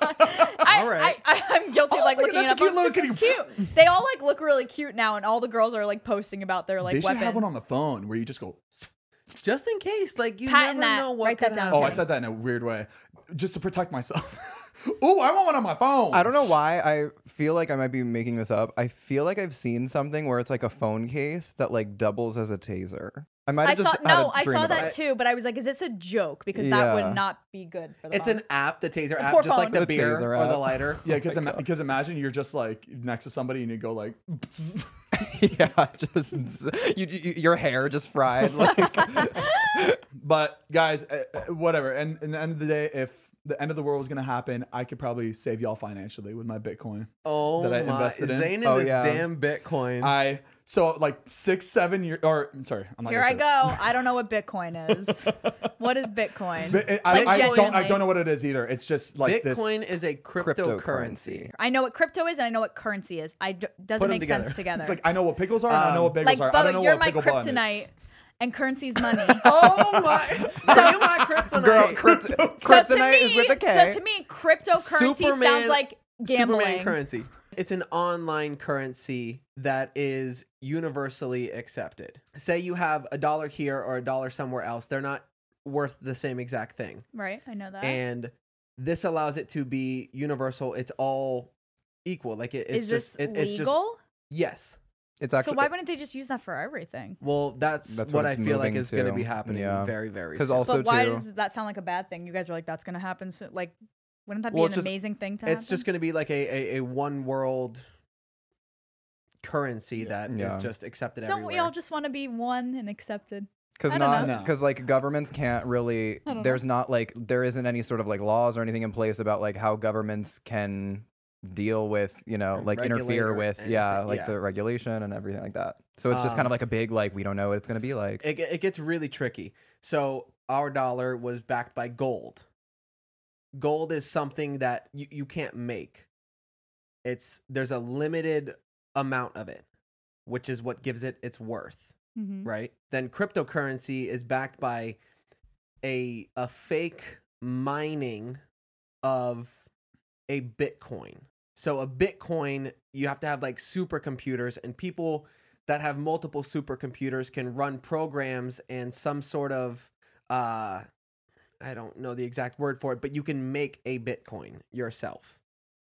[SPEAKER 3] I,
[SPEAKER 2] All right.
[SPEAKER 3] I, I, am guilty of like
[SPEAKER 1] look at-
[SPEAKER 3] looking
[SPEAKER 1] that's
[SPEAKER 3] it
[SPEAKER 1] a cute
[SPEAKER 3] up. This
[SPEAKER 1] little
[SPEAKER 3] is
[SPEAKER 1] kitty.
[SPEAKER 3] cute. They all like look really cute now, and all the girls are like posting about their like
[SPEAKER 1] they should
[SPEAKER 3] weapons.
[SPEAKER 1] have one on the phone where you just go.
[SPEAKER 2] just in case, like you
[SPEAKER 3] Patent
[SPEAKER 2] never
[SPEAKER 3] that.
[SPEAKER 2] know what
[SPEAKER 3] Write
[SPEAKER 2] could
[SPEAKER 3] that down,
[SPEAKER 2] happen.
[SPEAKER 1] Oh, I
[SPEAKER 3] Okay.
[SPEAKER 1] said that in a weird way, just to protect myself. <laughs> oh, I want one on my phone.
[SPEAKER 4] I don't know why I feel like I might be making this up. I feel like I've seen something where it's like a phone case that like doubles as a taser. I might
[SPEAKER 3] I
[SPEAKER 4] have just
[SPEAKER 3] saw
[SPEAKER 4] had
[SPEAKER 3] no,
[SPEAKER 4] a
[SPEAKER 3] I
[SPEAKER 4] dream
[SPEAKER 3] saw
[SPEAKER 4] about
[SPEAKER 3] that
[SPEAKER 4] it.
[SPEAKER 3] too, but I was like, is this a joke? Because that
[SPEAKER 4] Yeah.
[SPEAKER 3] would not be good for the
[SPEAKER 2] It's an app, the taser app,
[SPEAKER 3] poor
[SPEAKER 2] just like
[SPEAKER 3] phone.
[SPEAKER 2] the,
[SPEAKER 4] The
[SPEAKER 2] beer
[SPEAKER 4] taser
[SPEAKER 2] or
[SPEAKER 4] app.
[SPEAKER 1] <laughs>
[SPEAKER 2] the lighter.
[SPEAKER 3] Oh
[SPEAKER 1] Yeah, because because imagine you're just like next to somebody and you go like,
[SPEAKER 4] <laughs> yeah, just <laughs> you, you, your hair just
[SPEAKER 3] <laughs>
[SPEAKER 4] fried. Like,
[SPEAKER 1] <laughs> but guys, uh, uh, whatever. And in the end of the day, if the end of the world was gonna happen, I could probably save y'all financially with my Bitcoin.
[SPEAKER 2] Oh
[SPEAKER 1] That I
[SPEAKER 2] my!
[SPEAKER 1] invested in?
[SPEAKER 2] Zane and
[SPEAKER 4] Oh,
[SPEAKER 2] this
[SPEAKER 4] yeah.
[SPEAKER 2] damn Bitcoin.
[SPEAKER 1] I so like six, seven years, or I'm sorry, I'm not
[SPEAKER 3] Here
[SPEAKER 1] gonna
[SPEAKER 3] I
[SPEAKER 1] say
[SPEAKER 3] go.
[SPEAKER 1] that.
[SPEAKER 3] I don't know what Bitcoin is. what is Bitcoin?
[SPEAKER 1] But it- I,
[SPEAKER 3] Like,
[SPEAKER 1] I don't. I
[SPEAKER 3] genuinely.
[SPEAKER 1] don't know what it is either. It's just like
[SPEAKER 2] Bitcoin is a cryptocurrency.
[SPEAKER 3] <laughs>
[SPEAKER 4] Cryptocurrency.
[SPEAKER 3] I know what crypto is and I know what currency is. I d- doesn't
[SPEAKER 2] them
[SPEAKER 3] make
[SPEAKER 2] together.
[SPEAKER 3] sense
[SPEAKER 2] It's
[SPEAKER 1] <laughs>
[SPEAKER 3] together.
[SPEAKER 1] this. It's like I know what pickles are and I know what bagels
[SPEAKER 3] Like,
[SPEAKER 1] are. I
[SPEAKER 3] Bubba,
[SPEAKER 1] don't know
[SPEAKER 3] you're
[SPEAKER 1] what <laughs>
[SPEAKER 3] my
[SPEAKER 1] pickle bun is.
[SPEAKER 3] kryptonite. and currency's money.
[SPEAKER 2] Oh my! <laughs> so you want kryptonite?
[SPEAKER 3] <laughs>
[SPEAKER 4] Girl, crypt-
[SPEAKER 3] so to
[SPEAKER 4] kryptonite
[SPEAKER 3] me,
[SPEAKER 4] is with a K.
[SPEAKER 3] so to me, cryptocurrency sounds
[SPEAKER 2] Superman-
[SPEAKER 3] like gambling.
[SPEAKER 2] Superman currency. It's an online currency that is universally accepted. Say you have a dollar here or a dollar somewhere else, they're not worth the same exact thing.
[SPEAKER 3] Right, I know that.
[SPEAKER 2] And this allows it to be universal. It's all equal. Like it, it's
[SPEAKER 3] Is
[SPEAKER 2] just
[SPEAKER 3] this
[SPEAKER 2] it- it's just
[SPEAKER 3] legal?
[SPEAKER 2] yes.
[SPEAKER 4] it's actually
[SPEAKER 3] so why wouldn't they just use that for everything?
[SPEAKER 2] Well, that's,
[SPEAKER 4] That's
[SPEAKER 2] what,
[SPEAKER 4] what
[SPEAKER 2] I
[SPEAKER 4] it's
[SPEAKER 2] feel like
[SPEAKER 4] moving
[SPEAKER 2] is going to
[SPEAKER 4] to.
[SPEAKER 2] be happening
[SPEAKER 4] Yeah.
[SPEAKER 2] very very
[SPEAKER 4] 'Cause
[SPEAKER 2] soon.
[SPEAKER 4] also- So
[SPEAKER 3] but why
[SPEAKER 4] too-
[SPEAKER 3] does that sound like a bad thing? You guys are like, that's gonna happen. So, like, wouldn't that be
[SPEAKER 4] Well,
[SPEAKER 3] an
[SPEAKER 4] it's just-
[SPEAKER 3] amazing thing to
[SPEAKER 2] it's
[SPEAKER 3] happen?
[SPEAKER 2] just going to be like a, a, a one world currency that is
[SPEAKER 4] Yeah.
[SPEAKER 2] just accepted
[SPEAKER 3] Don't
[SPEAKER 2] everywhere.
[SPEAKER 3] we all just want to be one and accepted? I
[SPEAKER 4] because
[SPEAKER 3] don't
[SPEAKER 4] not
[SPEAKER 1] know. No.
[SPEAKER 4] because like governments can't really.
[SPEAKER 3] I don't know.
[SPEAKER 4] There's not like there isn't any sort of like laws or anything in place about like how governments can deal with you know
[SPEAKER 2] Or
[SPEAKER 4] like
[SPEAKER 2] regulate
[SPEAKER 4] interfere
[SPEAKER 2] or
[SPEAKER 4] with
[SPEAKER 2] anything,
[SPEAKER 4] yeah like
[SPEAKER 2] yeah.
[SPEAKER 4] the regulation and everything like that. So it's just kind
[SPEAKER 2] Um,
[SPEAKER 4] of like a big like we don't know what it's gonna be like.
[SPEAKER 2] it, it gets really tricky. So our dollar was backed by gold. Gold is something that you, you can't make. It's there's a limited amount of it, which is what gives it its worth,
[SPEAKER 3] Mm-hmm.
[SPEAKER 2] right? Then cryptocurrency is backed by a a fake mining of a bitcoin. So a bitcoin you have to have like supercomputers and people that have multiple supercomputers can run programs and some sort of uh I don't know the exact word for it, but you can make a bitcoin yourself.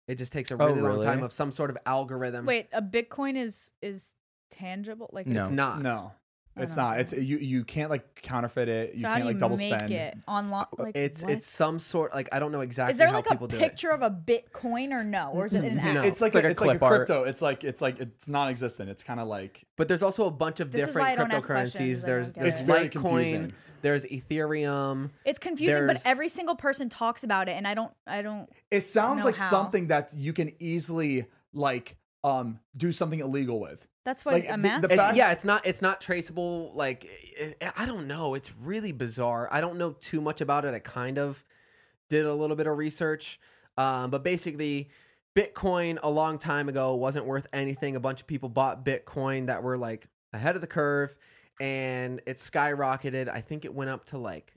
[SPEAKER 2] It just takes a
[SPEAKER 4] Oh,
[SPEAKER 2] really, long
[SPEAKER 4] really?
[SPEAKER 2] time of some sort of algorithm.
[SPEAKER 3] Wait, a Bitcoin is is tangible. Like,
[SPEAKER 4] No.
[SPEAKER 2] it's not.
[SPEAKER 1] No,
[SPEAKER 3] I
[SPEAKER 1] it's
[SPEAKER 3] don't
[SPEAKER 1] not.
[SPEAKER 3] know.
[SPEAKER 1] It's you. You can't like counterfeit it. You
[SPEAKER 3] so how
[SPEAKER 1] can't
[SPEAKER 3] do
[SPEAKER 1] like
[SPEAKER 3] you
[SPEAKER 1] double
[SPEAKER 3] make
[SPEAKER 1] spend.
[SPEAKER 3] it online? Like,
[SPEAKER 2] It's
[SPEAKER 3] what?
[SPEAKER 2] it's some sort like I don't know exactly
[SPEAKER 3] Is there
[SPEAKER 2] how
[SPEAKER 3] like a
[SPEAKER 2] people do it.
[SPEAKER 3] picture of a Bitcoin or no, or is it an app?
[SPEAKER 2] No.
[SPEAKER 1] It's like
[SPEAKER 4] It's
[SPEAKER 1] a,
[SPEAKER 4] like a
[SPEAKER 1] it's like a
[SPEAKER 4] clip art.
[SPEAKER 1] crypto. It's like it's like it's non-existent. It's kind of like
[SPEAKER 2] But there's also a bunch of
[SPEAKER 3] This is
[SPEAKER 2] different
[SPEAKER 3] why I don't ask questions,
[SPEAKER 2] cryptocurrencies.
[SPEAKER 3] is I
[SPEAKER 2] There's
[SPEAKER 3] don't get
[SPEAKER 2] there's
[SPEAKER 1] it's very
[SPEAKER 2] Litecoin,
[SPEAKER 1] confusing.
[SPEAKER 2] there's Ethereum.
[SPEAKER 3] It's confusing, but
[SPEAKER 2] There's-
[SPEAKER 3] every single person talks about it, and I don't, I don't.
[SPEAKER 1] It sounds
[SPEAKER 3] know
[SPEAKER 1] like
[SPEAKER 3] how.
[SPEAKER 1] something that you can easily like um do something illegal with.
[SPEAKER 3] That's what
[SPEAKER 1] Like,
[SPEAKER 3] I'm
[SPEAKER 1] the- the
[SPEAKER 3] asking.
[SPEAKER 2] It's-
[SPEAKER 1] fact-
[SPEAKER 2] yeah, it's not it's not traceable. Like i i I don't know. It's really bizarre. I don't know too much about it. I kind of did a little bit of research, um, but basically, Bitcoin a long time ago wasn't worth anything. A bunch of people bought Bitcoin that were like ahead of the curve, and it skyrocketed. I think it went up to like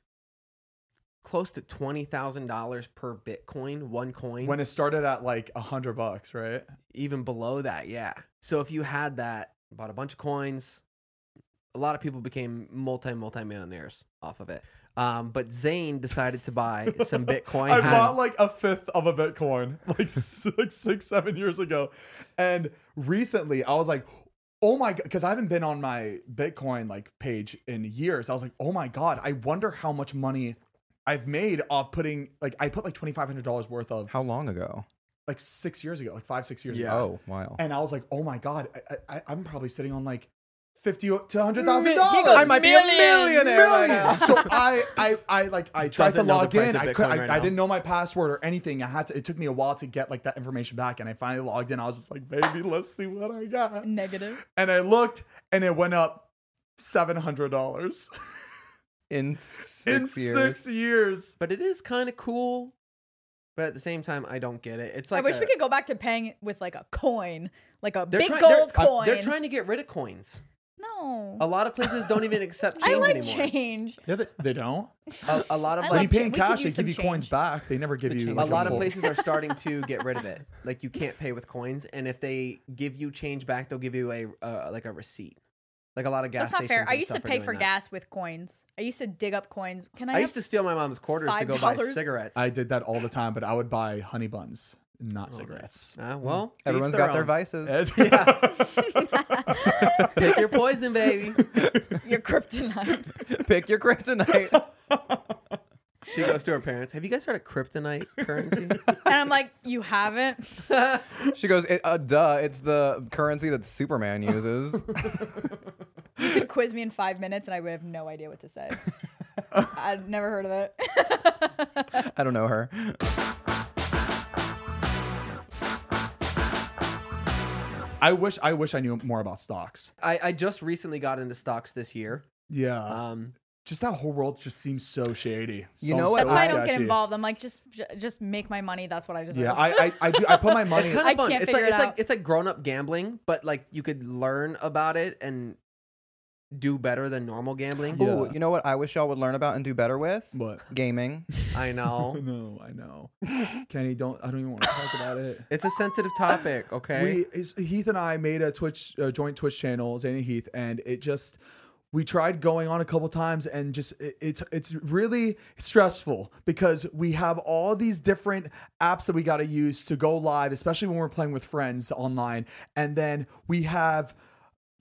[SPEAKER 2] close to twenty thousand dollars per Bitcoin, one coin.
[SPEAKER 1] When it started at like a hundred bucks, right?
[SPEAKER 2] even below that, yeah. So if you had that, bought a bunch of coins, a lot of people became multi multi millionaires off of it. Um, but Zane decided to buy some
[SPEAKER 1] <laughs>
[SPEAKER 2] Bitcoin.
[SPEAKER 1] I
[SPEAKER 2] had-
[SPEAKER 1] bought like a fifth of a Bitcoin <laughs> like s- like six, seven years ago. And recently I was like, oh my God, because I haven't been on my Bitcoin like page in years. I was like, oh my God, I wonder how much money I've made off putting like I put like $2,500 worth of
[SPEAKER 4] How long ago?
[SPEAKER 1] like six years ago, like five, six years
[SPEAKER 2] Yeah.
[SPEAKER 1] ago.
[SPEAKER 4] Oh wow.
[SPEAKER 1] And I was like, oh my God, I, I, I'm probably sitting on like 50 to
[SPEAKER 3] Mi-
[SPEAKER 1] $100,000.
[SPEAKER 3] Mm, he goes,
[SPEAKER 1] I might be a
[SPEAKER 3] "Million,
[SPEAKER 1] millionaire. right
[SPEAKER 3] million."
[SPEAKER 1] now. so I, I, I like I tried to
[SPEAKER 2] Doesn't know the
[SPEAKER 1] log
[SPEAKER 2] price
[SPEAKER 1] in.
[SPEAKER 2] of
[SPEAKER 1] I, could,
[SPEAKER 2] Bitcoin
[SPEAKER 1] I,
[SPEAKER 2] right
[SPEAKER 1] I
[SPEAKER 2] now.
[SPEAKER 1] didn't know my password or anything. I had to. It took me a while to get like that information back, and I finally logged in. I was just like, baby, let's see what I got.
[SPEAKER 3] Negative.
[SPEAKER 1] And I looked, and it went up seven hundred dollars
[SPEAKER 4] in six
[SPEAKER 1] in
[SPEAKER 4] years.
[SPEAKER 1] six years.
[SPEAKER 2] but it is kind of cool. But at the same time, I don't get it. It's like
[SPEAKER 3] I wish
[SPEAKER 2] a-
[SPEAKER 3] we could go back to paying with like a coin, like a
[SPEAKER 2] they're
[SPEAKER 3] big
[SPEAKER 2] try-
[SPEAKER 3] gold
[SPEAKER 2] they're,
[SPEAKER 3] coin.
[SPEAKER 2] They're trying to get rid of coins.
[SPEAKER 3] no,
[SPEAKER 2] A lot of places don't even accept
[SPEAKER 3] <laughs> I
[SPEAKER 2] change
[SPEAKER 3] like
[SPEAKER 2] anymore.
[SPEAKER 3] change.
[SPEAKER 1] Yeah, they, they don't.
[SPEAKER 2] A, a lot of
[SPEAKER 3] I
[SPEAKER 1] When
[SPEAKER 2] like,
[SPEAKER 1] you pay
[SPEAKER 3] love change.
[SPEAKER 1] in
[SPEAKER 3] We could
[SPEAKER 1] cash, they
[SPEAKER 3] use
[SPEAKER 1] give you
[SPEAKER 3] some
[SPEAKER 1] coins
[SPEAKER 3] change.
[SPEAKER 1] back. They never give you
[SPEAKER 4] change.
[SPEAKER 1] like,
[SPEAKER 2] a lot of
[SPEAKER 1] full-
[SPEAKER 2] places are starting
[SPEAKER 4] <laughs>
[SPEAKER 2] to get rid of it. Like you can't pay with coins, and if they give you change back, they'll give you a uh, like a receipt. Like a lot of gas.
[SPEAKER 3] That's not fair.
[SPEAKER 2] stations
[SPEAKER 3] I
[SPEAKER 2] and
[SPEAKER 3] used to
[SPEAKER 2] stuff are
[SPEAKER 3] pay
[SPEAKER 2] doing
[SPEAKER 3] for
[SPEAKER 2] that.
[SPEAKER 3] gas with coins. I used to dig up coins. Can I?
[SPEAKER 2] I
[SPEAKER 3] have-
[SPEAKER 2] used to steal my mom's quarters to go buy
[SPEAKER 3] $5?
[SPEAKER 2] cigarettes.
[SPEAKER 1] I did that all the time, but I would buy honey buns,
[SPEAKER 3] Oh,
[SPEAKER 1] not cigarettes.
[SPEAKER 2] Uh, well, to each
[SPEAKER 4] Mm. Everyone's got their
[SPEAKER 1] <laughs>
[SPEAKER 2] own.
[SPEAKER 4] vices.
[SPEAKER 2] Pick your
[SPEAKER 4] <laughs>
[SPEAKER 2] poison, baby. <laughs>
[SPEAKER 3] your kryptonite.
[SPEAKER 4] <laughs> Pick your kryptonite.
[SPEAKER 2] She goes to her parents. Have you guys heard of
[SPEAKER 4] <laughs>
[SPEAKER 2] kryptonite currency? <laughs>
[SPEAKER 3] and I'm like, you haven't.
[SPEAKER 4] she goes, "It- uh, duh, it's the currency that Superman uses.
[SPEAKER 3] You could quiz me in five minutes, and I would have no idea what
[SPEAKER 2] <laughs>
[SPEAKER 3] to say. I've never heard of it. <laughs>
[SPEAKER 4] I don't know her.
[SPEAKER 1] I wish I wish I knew more about stocks.
[SPEAKER 2] I, I just recently got into stocks this year.
[SPEAKER 1] Yeah.
[SPEAKER 3] Uh,
[SPEAKER 2] Um,
[SPEAKER 1] just that whole world just seems so shady.
[SPEAKER 4] You
[SPEAKER 1] Sounds
[SPEAKER 4] know what?
[SPEAKER 1] so
[SPEAKER 3] That's why I don't get
[SPEAKER 1] sketchy.
[SPEAKER 3] involved. I'm like, just ju- just make my money. That's what I deserve.
[SPEAKER 1] Yeah, I, I I do I put my money
[SPEAKER 2] it's kind
[SPEAKER 3] I
[SPEAKER 2] of fun.
[SPEAKER 3] can't
[SPEAKER 2] It's like
[SPEAKER 3] figure it
[SPEAKER 2] it's like
[SPEAKER 3] out.
[SPEAKER 2] it's like grown up gambling, but like you could learn about it and do better than normal gambling.
[SPEAKER 1] Yeah.
[SPEAKER 4] Ooh, you know what I wish y'all would learn about and do better with?
[SPEAKER 1] What?
[SPEAKER 4] Gaming.
[SPEAKER 1] <laughs>
[SPEAKER 2] I know.
[SPEAKER 1] No, I
[SPEAKER 3] <laughs>
[SPEAKER 1] know. Kenny, don't. I don't even want to talk about it.
[SPEAKER 2] It's a sensitive topic, okay?
[SPEAKER 1] We is, Heath and I made a Twitch uh, joint Twitch channel, Zane and Heath, and it just we tried going on a couple times, and just it, it's it's really stressful because we have all these different apps that we got to use to go live, especially when we're playing with friends online, and then we have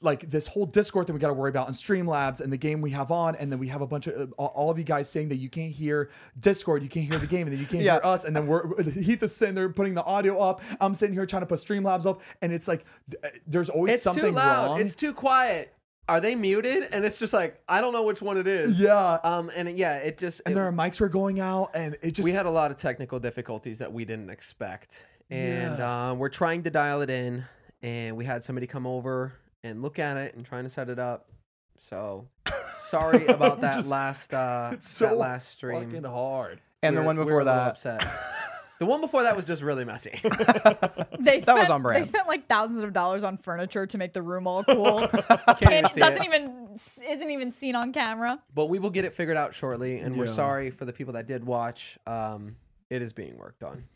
[SPEAKER 1] like this whole Discord thing we got to worry about, and Streamlabs, and the game we have on, and then we have a bunch of uh, all of you guys saying that you can't hear Discord, you can't hear the game, and then you can't
[SPEAKER 4] Yeah.
[SPEAKER 1] hear us, and then we're <laughs> Heath is sitting there putting the audio up. I'm sitting here trying to put Streamlabs up, and it's like th- uh, there's always
[SPEAKER 2] it's
[SPEAKER 1] something
[SPEAKER 2] too loud.
[SPEAKER 1] wrong.
[SPEAKER 2] It's too quiet. Are they muted? And it's just like I don't know which one it is.
[SPEAKER 1] yeah,
[SPEAKER 2] Um. And it- yeah, it just
[SPEAKER 1] and
[SPEAKER 2] it-
[SPEAKER 1] there are mics were going out, and it just
[SPEAKER 2] we had a lot of technical difficulties that we didn't expect, and
[SPEAKER 1] Yeah.
[SPEAKER 2] um, we're trying to dial it in. And we had somebody come over and look at it and trying to set it up. So
[SPEAKER 1] <laughs>
[SPEAKER 2] sorry about that
[SPEAKER 1] Just-
[SPEAKER 2] last uh,
[SPEAKER 1] it's so
[SPEAKER 2] that last stream.
[SPEAKER 1] fucking hard.
[SPEAKER 4] And the
[SPEAKER 2] We're-
[SPEAKER 4] one
[SPEAKER 2] we're a
[SPEAKER 4] before
[SPEAKER 2] little
[SPEAKER 1] <laughs>
[SPEAKER 4] that.
[SPEAKER 2] Upset. The one before that was just really messy.
[SPEAKER 3] <laughs> They
[SPEAKER 4] That
[SPEAKER 3] spent,
[SPEAKER 4] was on brand.
[SPEAKER 3] They spent like thousands of dollars on furniture to make the
[SPEAKER 2] <laughs>
[SPEAKER 3] room all cool.
[SPEAKER 2] even
[SPEAKER 3] and it
[SPEAKER 2] see
[SPEAKER 3] doesn't
[SPEAKER 2] it.
[SPEAKER 3] even isn't even seen on camera.
[SPEAKER 2] but we will get it figured out shortly and we're
[SPEAKER 1] Yeah.
[SPEAKER 2] sorry for the people that did watch um it is being worked on
[SPEAKER 1] <laughs>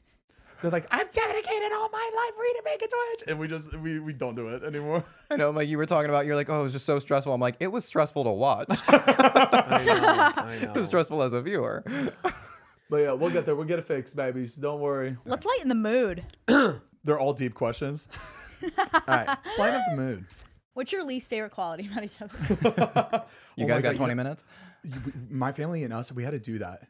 [SPEAKER 1] They're like, I've dedicated all my life for you to make a Twitch, and we just we we don't do it anymore.
[SPEAKER 4] I know, like you were talking about, you're like, oh, it was just so stressful. I'm like, it was stressful to watch. <laughs>
[SPEAKER 2] i know, I
[SPEAKER 4] it was
[SPEAKER 2] know.
[SPEAKER 4] stressful as a viewer. <laughs>
[SPEAKER 1] But yeah, we'll get there. We'll get it fixed, babies. Don't worry.
[SPEAKER 3] Let's lighten the mood.
[SPEAKER 1] They're all deep questions.
[SPEAKER 2] all right
[SPEAKER 1] Just lighten up the mood.
[SPEAKER 3] What's your least favorite quality about each other?
[SPEAKER 4] You
[SPEAKER 1] Oh my
[SPEAKER 4] guys
[SPEAKER 1] God,
[SPEAKER 4] got
[SPEAKER 1] you
[SPEAKER 4] 20
[SPEAKER 1] know-
[SPEAKER 4] minutes?
[SPEAKER 1] you- my family and us, we had to do
[SPEAKER 2] <gasps>
[SPEAKER 1] that.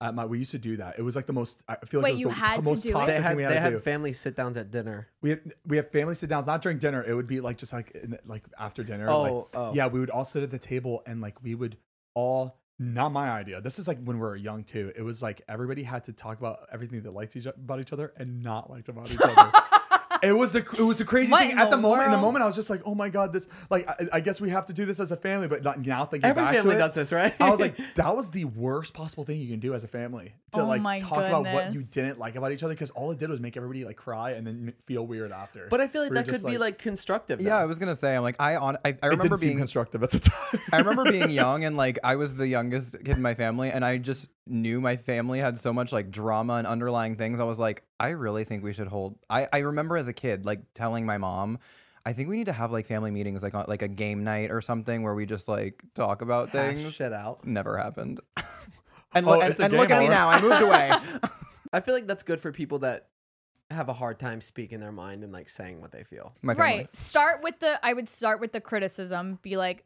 [SPEAKER 1] At my, we used to do that. It was like the most. I feel
[SPEAKER 3] Wait,
[SPEAKER 1] like it was
[SPEAKER 3] you
[SPEAKER 1] the
[SPEAKER 3] had
[SPEAKER 1] to
[SPEAKER 3] to
[SPEAKER 1] most
[SPEAKER 3] do it?
[SPEAKER 1] toxic
[SPEAKER 2] they
[SPEAKER 1] thing
[SPEAKER 2] had,
[SPEAKER 1] we
[SPEAKER 2] they
[SPEAKER 1] had
[SPEAKER 2] had,
[SPEAKER 1] to do.
[SPEAKER 2] family sit downs at dinner
[SPEAKER 1] we had we had family sit downs, not during dinner. It would be like just like in- like after dinner. like-
[SPEAKER 2] Oh, oh.
[SPEAKER 1] yeah. We would all sit at the table and like we would all. Not my idea. This is like when we were young too. It was like everybody had to talk about everything that liked each about each other and not liked about each
[SPEAKER 2] <laughs>
[SPEAKER 1] other. It was the it was the craziest
[SPEAKER 3] What
[SPEAKER 1] thing
[SPEAKER 3] in
[SPEAKER 1] at the,
[SPEAKER 3] the
[SPEAKER 1] moment. In the
[SPEAKER 3] world?
[SPEAKER 1] moment, I was just like, oh my god, this like I, I guess we have to do this as a family. But not, now thinking
[SPEAKER 2] every
[SPEAKER 1] back
[SPEAKER 2] family
[SPEAKER 1] to it,
[SPEAKER 2] does this right
[SPEAKER 1] I was
[SPEAKER 2] <laughs>
[SPEAKER 1] like, that was the worst possible thing you can do as a family to
[SPEAKER 3] Oh
[SPEAKER 1] like
[SPEAKER 3] my
[SPEAKER 1] talk about what you
[SPEAKER 3] goodness.
[SPEAKER 1] didn't like about each other because all it did was make everybody like cry and then feel weird after.
[SPEAKER 2] but i feel like
[SPEAKER 1] We were
[SPEAKER 2] that could
[SPEAKER 1] just
[SPEAKER 2] be like constructive
[SPEAKER 4] Yeah, I
[SPEAKER 2] though.
[SPEAKER 4] was gonna say, I'm like, I on, I, I
[SPEAKER 1] it
[SPEAKER 4] remember
[SPEAKER 1] didn't seem
[SPEAKER 4] being,
[SPEAKER 1] constructive at the time.
[SPEAKER 4] <laughs>
[SPEAKER 1] <laughs>
[SPEAKER 4] I remember being <laughs> young and like I was the youngest kid in my family, and I just knew my family had so much like drama and underlying things. I was like, I really think we should hold. I I remember as a kid like telling my mom. I think we need to have like family meetings, like on, like a game night or something, where we just like talk about
[SPEAKER 2] Hash
[SPEAKER 4] things.
[SPEAKER 2] Ah, shit out
[SPEAKER 4] Never happened. <laughs> and
[SPEAKER 1] Oh,
[SPEAKER 4] look, and,
[SPEAKER 1] it's a
[SPEAKER 4] and look
[SPEAKER 1] game
[SPEAKER 4] at me
[SPEAKER 1] over.
[SPEAKER 4] now.
[SPEAKER 1] <laughs>
[SPEAKER 4] I
[SPEAKER 3] <laughs>
[SPEAKER 4] moved away.
[SPEAKER 2] i feel like that's good for people that have a hard time speaking their mind and like saying what
[SPEAKER 1] <clears throat>
[SPEAKER 2] they feel
[SPEAKER 4] My family.
[SPEAKER 3] Right. Start with the I would start with the criticism. Be like,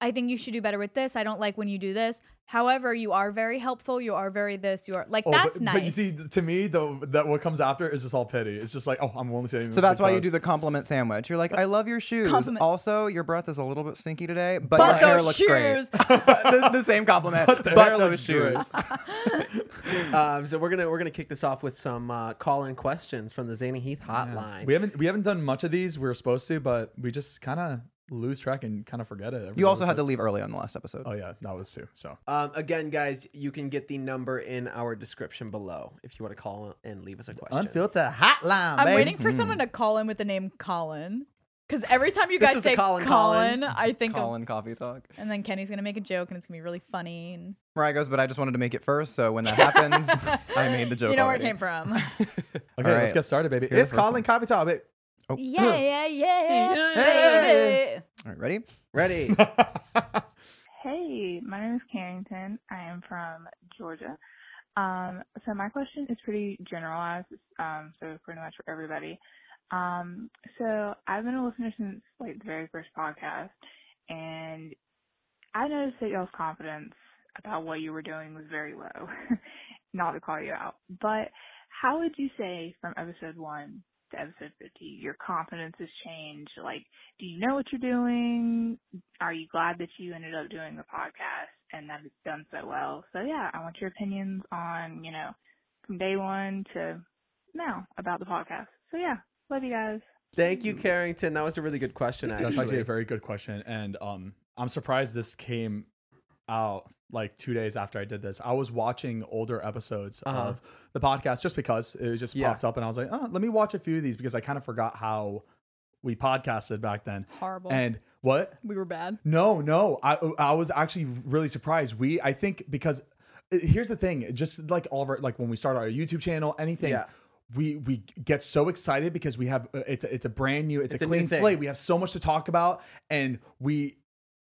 [SPEAKER 3] I think you should do better with this. I don't like when you do this. However, you are very helpful. You are very this. You are like
[SPEAKER 1] Oh,
[SPEAKER 3] that's
[SPEAKER 1] but,
[SPEAKER 3] nice.
[SPEAKER 1] But you see, to me, the that what comes after is just all pity. It's just like, oh, I'm only saying.
[SPEAKER 4] So that's why you do the compliment sandwich. You're like, I love your shoes.
[SPEAKER 3] Compliment.
[SPEAKER 4] Also, your breath is a little bit stinky today, but,
[SPEAKER 3] but
[SPEAKER 4] your hair
[SPEAKER 3] those
[SPEAKER 4] looks <laughs>
[SPEAKER 3] shoes.
[SPEAKER 4] great. the, the same compliment, but,
[SPEAKER 1] their hair
[SPEAKER 4] those
[SPEAKER 1] looks
[SPEAKER 4] shoes.
[SPEAKER 3] <laughs>
[SPEAKER 2] um so we're gonna we're gonna kick this off with some uh call-in questions from the zany heath hotline
[SPEAKER 1] We haven't we haven't done much of these. We were supposed to, but we just kind of lose track and kind of forget it. every
[SPEAKER 4] You also had to
[SPEAKER 1] episode.
[SPEAKER 4] leave early on the last episode.
[SPEAKER 1] Oh yeah, that was too. So
[SPEAKER 2] Um, again, guys, you can get the number in our description below if you want to call and leave us a question.
[SPEAKER 1] unfiltered hotline.
[SPEAKER 3] I'm
[SPEAKER 1] babe.
[SPEAKER 3] waiting for someone to call in with the name Colin. Because every time you
[SPEAKER 2] This
[SPEAKER 3] guys
[SPEAKER 2] is the
[SPEAKER 3] say
[SPEAKER 2] Colin
[SPEAKER 3] Colin,
[SPEAKER 2] Colin.
[SPEAKER 3] I think of-
[SPEAKER 4] Colin coffee talk.
[SPEAKER 3] and then Kenny's gonna make a joke and it's gonna be really funny. And
[SPEAKER 4] Mariah goes, but I just wanted to make it first, so when that
[SPEAKER 3] <laughs>
[SPEAKER 4] happens, I made the joke.
[SPEAKER 3] you know where it
[SPEAKER 4] already.
[SPEAKER 3] came from.
[SPEAKER 1] Okay,
[SPEAKER 4] All
[SPEAKER 1] let's
[SPEAKER 4] right.
[SPEAKER 1] get started, baby.
[SPEAKER 4] hear the
[SPEAKER 1] It's
[SPEAKER 4] first
[SPEAKER 1] Colin Copy Topic.
[SPEAKER 3] yeah, yeah, yeah. baby.
[SPEAKER 4] All right, ready?
[SPEAKER 1] <laughs>
[SPEAKER 2] Ready?
[SPEAKER 5] Hey, my name is Carrington. I am from Georgia. Um, so my question is pretty generalized, um, so pretty much for everybody. Um, so I've been a listener since like the very first podcast, and I noticed that y'all's confidence about what you were doing was very low. <laughs> Not to call you out, but how would you say from episode one to episode 50 your confidence has changed? Like, do you know what you're doing? are you glad that you ended up doing the podcast and that it's done so well? So yeah, I want your opinions on, you know, from day one to now about the podcast. So yeah, love you guys.
[SPEAKER 2] Thank you, Carrington. That was a really good question. Actually,
[SPEAKER 1] That's actually a very good question, and um, I'm surprised this came out like two days after I did this. I was watching older episodes
[SPEAKER 2] Uh-huh.
[SPEAKER 1] of the podcast just because it just
[SPEAKER 2] Yeah.
[SPEAKER 1] popped up, and I was like, oh, let me watch a few of these because I kind of forgot how we podcasted back then.
[SPEAKER 3] Horrible.
[SPEAKER 1] And What?
[SPEAKER 3] We were bad.
[SPEAKER 1] No, no. I I was actually really surprised. We I think because uh, here's the thing, just like all of our like when we start our YouTube channel, anything.
[SPEAKER 2] Yeah.
[SPEAKER 1] We, we get so excited because we have uh, it's a, it's a brand new it's,
[SPEAKER 2] It's
[SPEAKER 1] a
[SPEAKER 2] a new
[SPEAKER 1] clean
[SPEAKER 2] thing.
[SPEAKER 1] slate we have so much to talk about and we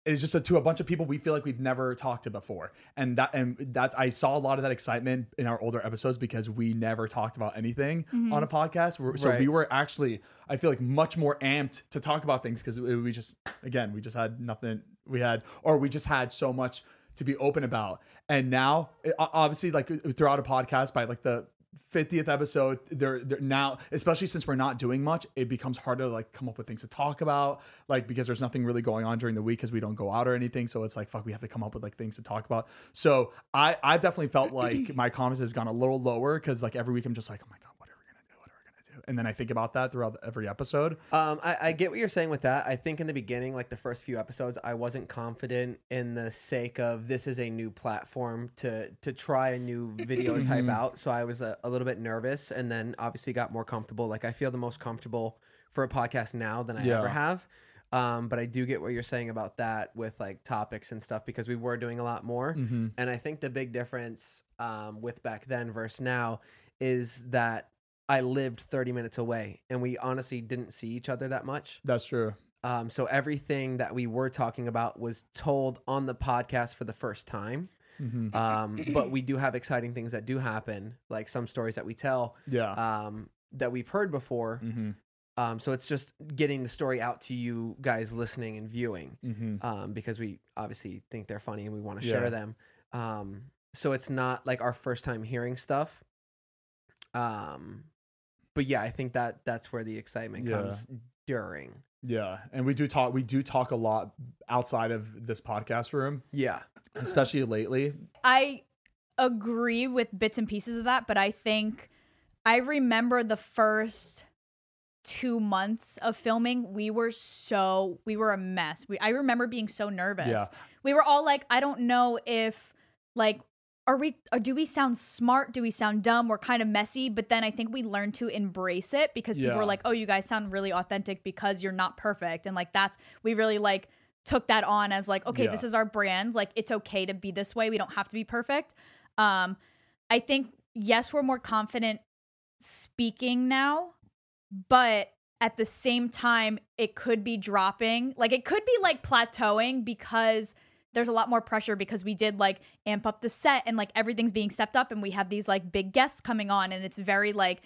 [SPEAKER 1] it's just a, to a bunch of people we feel like we've never talked to before and that and that I saw a lot of that excitement in our older episodes because we never talked about anything on a podcast We're- so
[SPEAKER 2] Mm-hmm. Right.
[SPEAKER 1] we were actually I feel like much more amped to talk about things because we just again we just had nothing we had or we just had so much to be open about and now o- obviously like throughout a podcast by like the 50th episode there there now especially since we're not doing much it becomes harder to like come up with things to talk about like because there's nothing really going on during the week because we don't go out or anything so it's like fuck we have to come up with like things to talk about so i i definitely felt like my confidence has gone a little lower because like every week i'm just like oh my god what are we gonna do what are we gonna do and then i think about that throughout every episode
[SPEAKER 2] Um, I, I get what you're saying with that. I think in the beginning, like the first few episodes, I wasn't confident in the sake of this is a new platform to to try a new video
[SPEAKER 1] Mm-hmm.
[SPEAKER 2] type out. So I was a, a little bit nervous, and then obviously got more comfortable. Like I feel the most comfortable for a podcast now than I
[SPEAKER 1] Yeah.
[SPEAKER 2] ever have. Um, but I do get what you're saying about that with like topics and stuff because we were doing a lot more.
[SPEAKER 1] mm-hmm.
[SPEAKER 2] And I think the big difference um, with back then versus now is that I lived 30 minutes away and we honestly didn't see each other that much.
[SPEAKER 1] that's true
[SPEAKER 2] Um, so everything that we were talking about was told on the podcast for the first time.
[SPEAKER 1] mm-hmm.
[SPEAKER 2] Um, but we do have exciting things that do happen, like some stories that we tell
[SPEAKER 1] yeah
[SPEAKER 2] um, that we've heard before.
[SPEAKER 1] mm-hmm.
[SPEAKER 2] Um, so it's just getting the story out to you guys listening and viewing
[SPEAKER 1] Mm-hmm.
[SPEAKER 2] um, because we obviously think they're funny and we want to
[SPEAKER 1] Yeah.
[SPEAKER 2] share them. Um, so it's not like our first time hearing stuff. Um, but yeah, I think that that's where the excitement
[SPEAKER 1] Yeah.
[SPEAKER 2] comes during.
[SPEAKER 1] yeah and we do talk we do talk a lot outside of this podcast room
[SPEAKER 2] Yeah,
[SPEAKER 1] especially lately
[SPEAKER 3] I agree with bits and pieces of that, but I think I remember the first two months of filming, we were so we were a mess. We I remember being so nervous.
[SPEAKER 1] Yeah.
[SPEAKER 3] We were all like, I don't know if like are we or do we sound smart? Do we sound dumb? We're kind of messy, but then I think we learned to embrace it because people
[SPEAKER 1] Yeah.
[SPEAKER 3] were like, "Oh, you guys sound really authentic because you're not perfect." And like that's we really like took that on as like, "Okay,
[SPEAKER 1] Yeah.
[SPEAKER 3] this is our brand. Like it's okay to be this way. We don't have to be perfect." Um I think yes, we're more confident speaking now, but at the same time, it could be dropping. Like it could be like plateauing because there's a lot more pressure because we did like amp up the set and like everything's being stepped up and we have these like big guests coming on and it's very like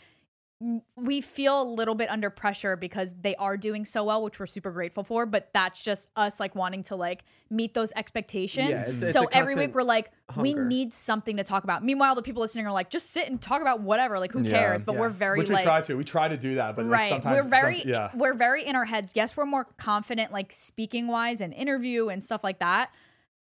[SPEAKER 3] w- we feel a little bit under pressure because they are doing so well which we're super grateful for but that's just us like wanting to like meet those expectations
[SPEAKER 2] Yeah, it's- it's
[SPEAKER 3] so
[SPEAKER 2] a
[SPEAKER 3] every week
[SPEAKER 2] constant-
[SPEAKER 3] we're like we
[SPEAKER 2] hunger.
[SPEAKER 3] need something to talk about meanwhile the people listening are like just sit and talk about whatever like who
[SPEAKER 4] Yeah.
[SPEAKER 3] cares but
[SPEAKER 2] Yeah.
[SPEAKER 3] we're very
[SPEAKER 1] which
[SPEAKER 3] like
[SPEAKER 1] we try to we try to do that but like
[SPEAKER 3] right
[SPEAKER 1] sometimes
[SPEAKER 3] we're very
[SPEAKER 1] somet- yeah
[SPEAKER 3] we're very in our heads yes we're more confident like speaking wise and interview and stuff like that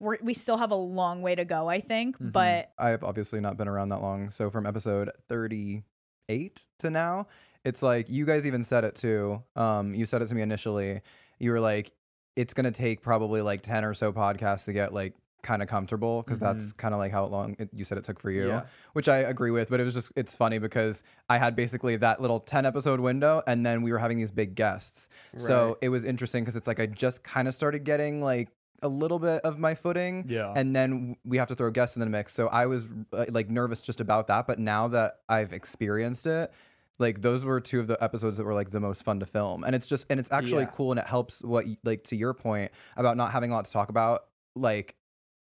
[SPEAKER 3] we're, we still have a long way to go i think
[SPEAKER 1] Mm-hmm.
[SPEAKER 3] but
[SPEAKER 4] I've obviously not been around that long. So from episode 38 to now, it's like you guys even said it too. Um, you said it to me initially. You were like, it's going to take probably like 10 or so podcasts to get like kind of comfortable because that's kind of like how long it, you said it took for you,
[SPEAKER 2] Mm-hmm. Yeah.
[SPEAKER 4] which I agree with. But it was just, it's funny because I had basically that little 10 episode window and then we were having these big guests.
[SPEAKER 2] Right.
[SPEAKER 4] So it was interesting because it's like I just kind of started getting like, a little bit of my footing
[SPEAKER 1] Yeah.
[SPEAKER 4] and then we have to throw guests in the mix. So I was uh, like nervous just about that, but now that I've experienced it, like those were two of the episodes that were like the most fun to film. And it's just and it's actually
[SPEAKER 2] Yeah.
[SPEAKER 4] cool and it helps what y- like to your point about not having a lot to talk about, like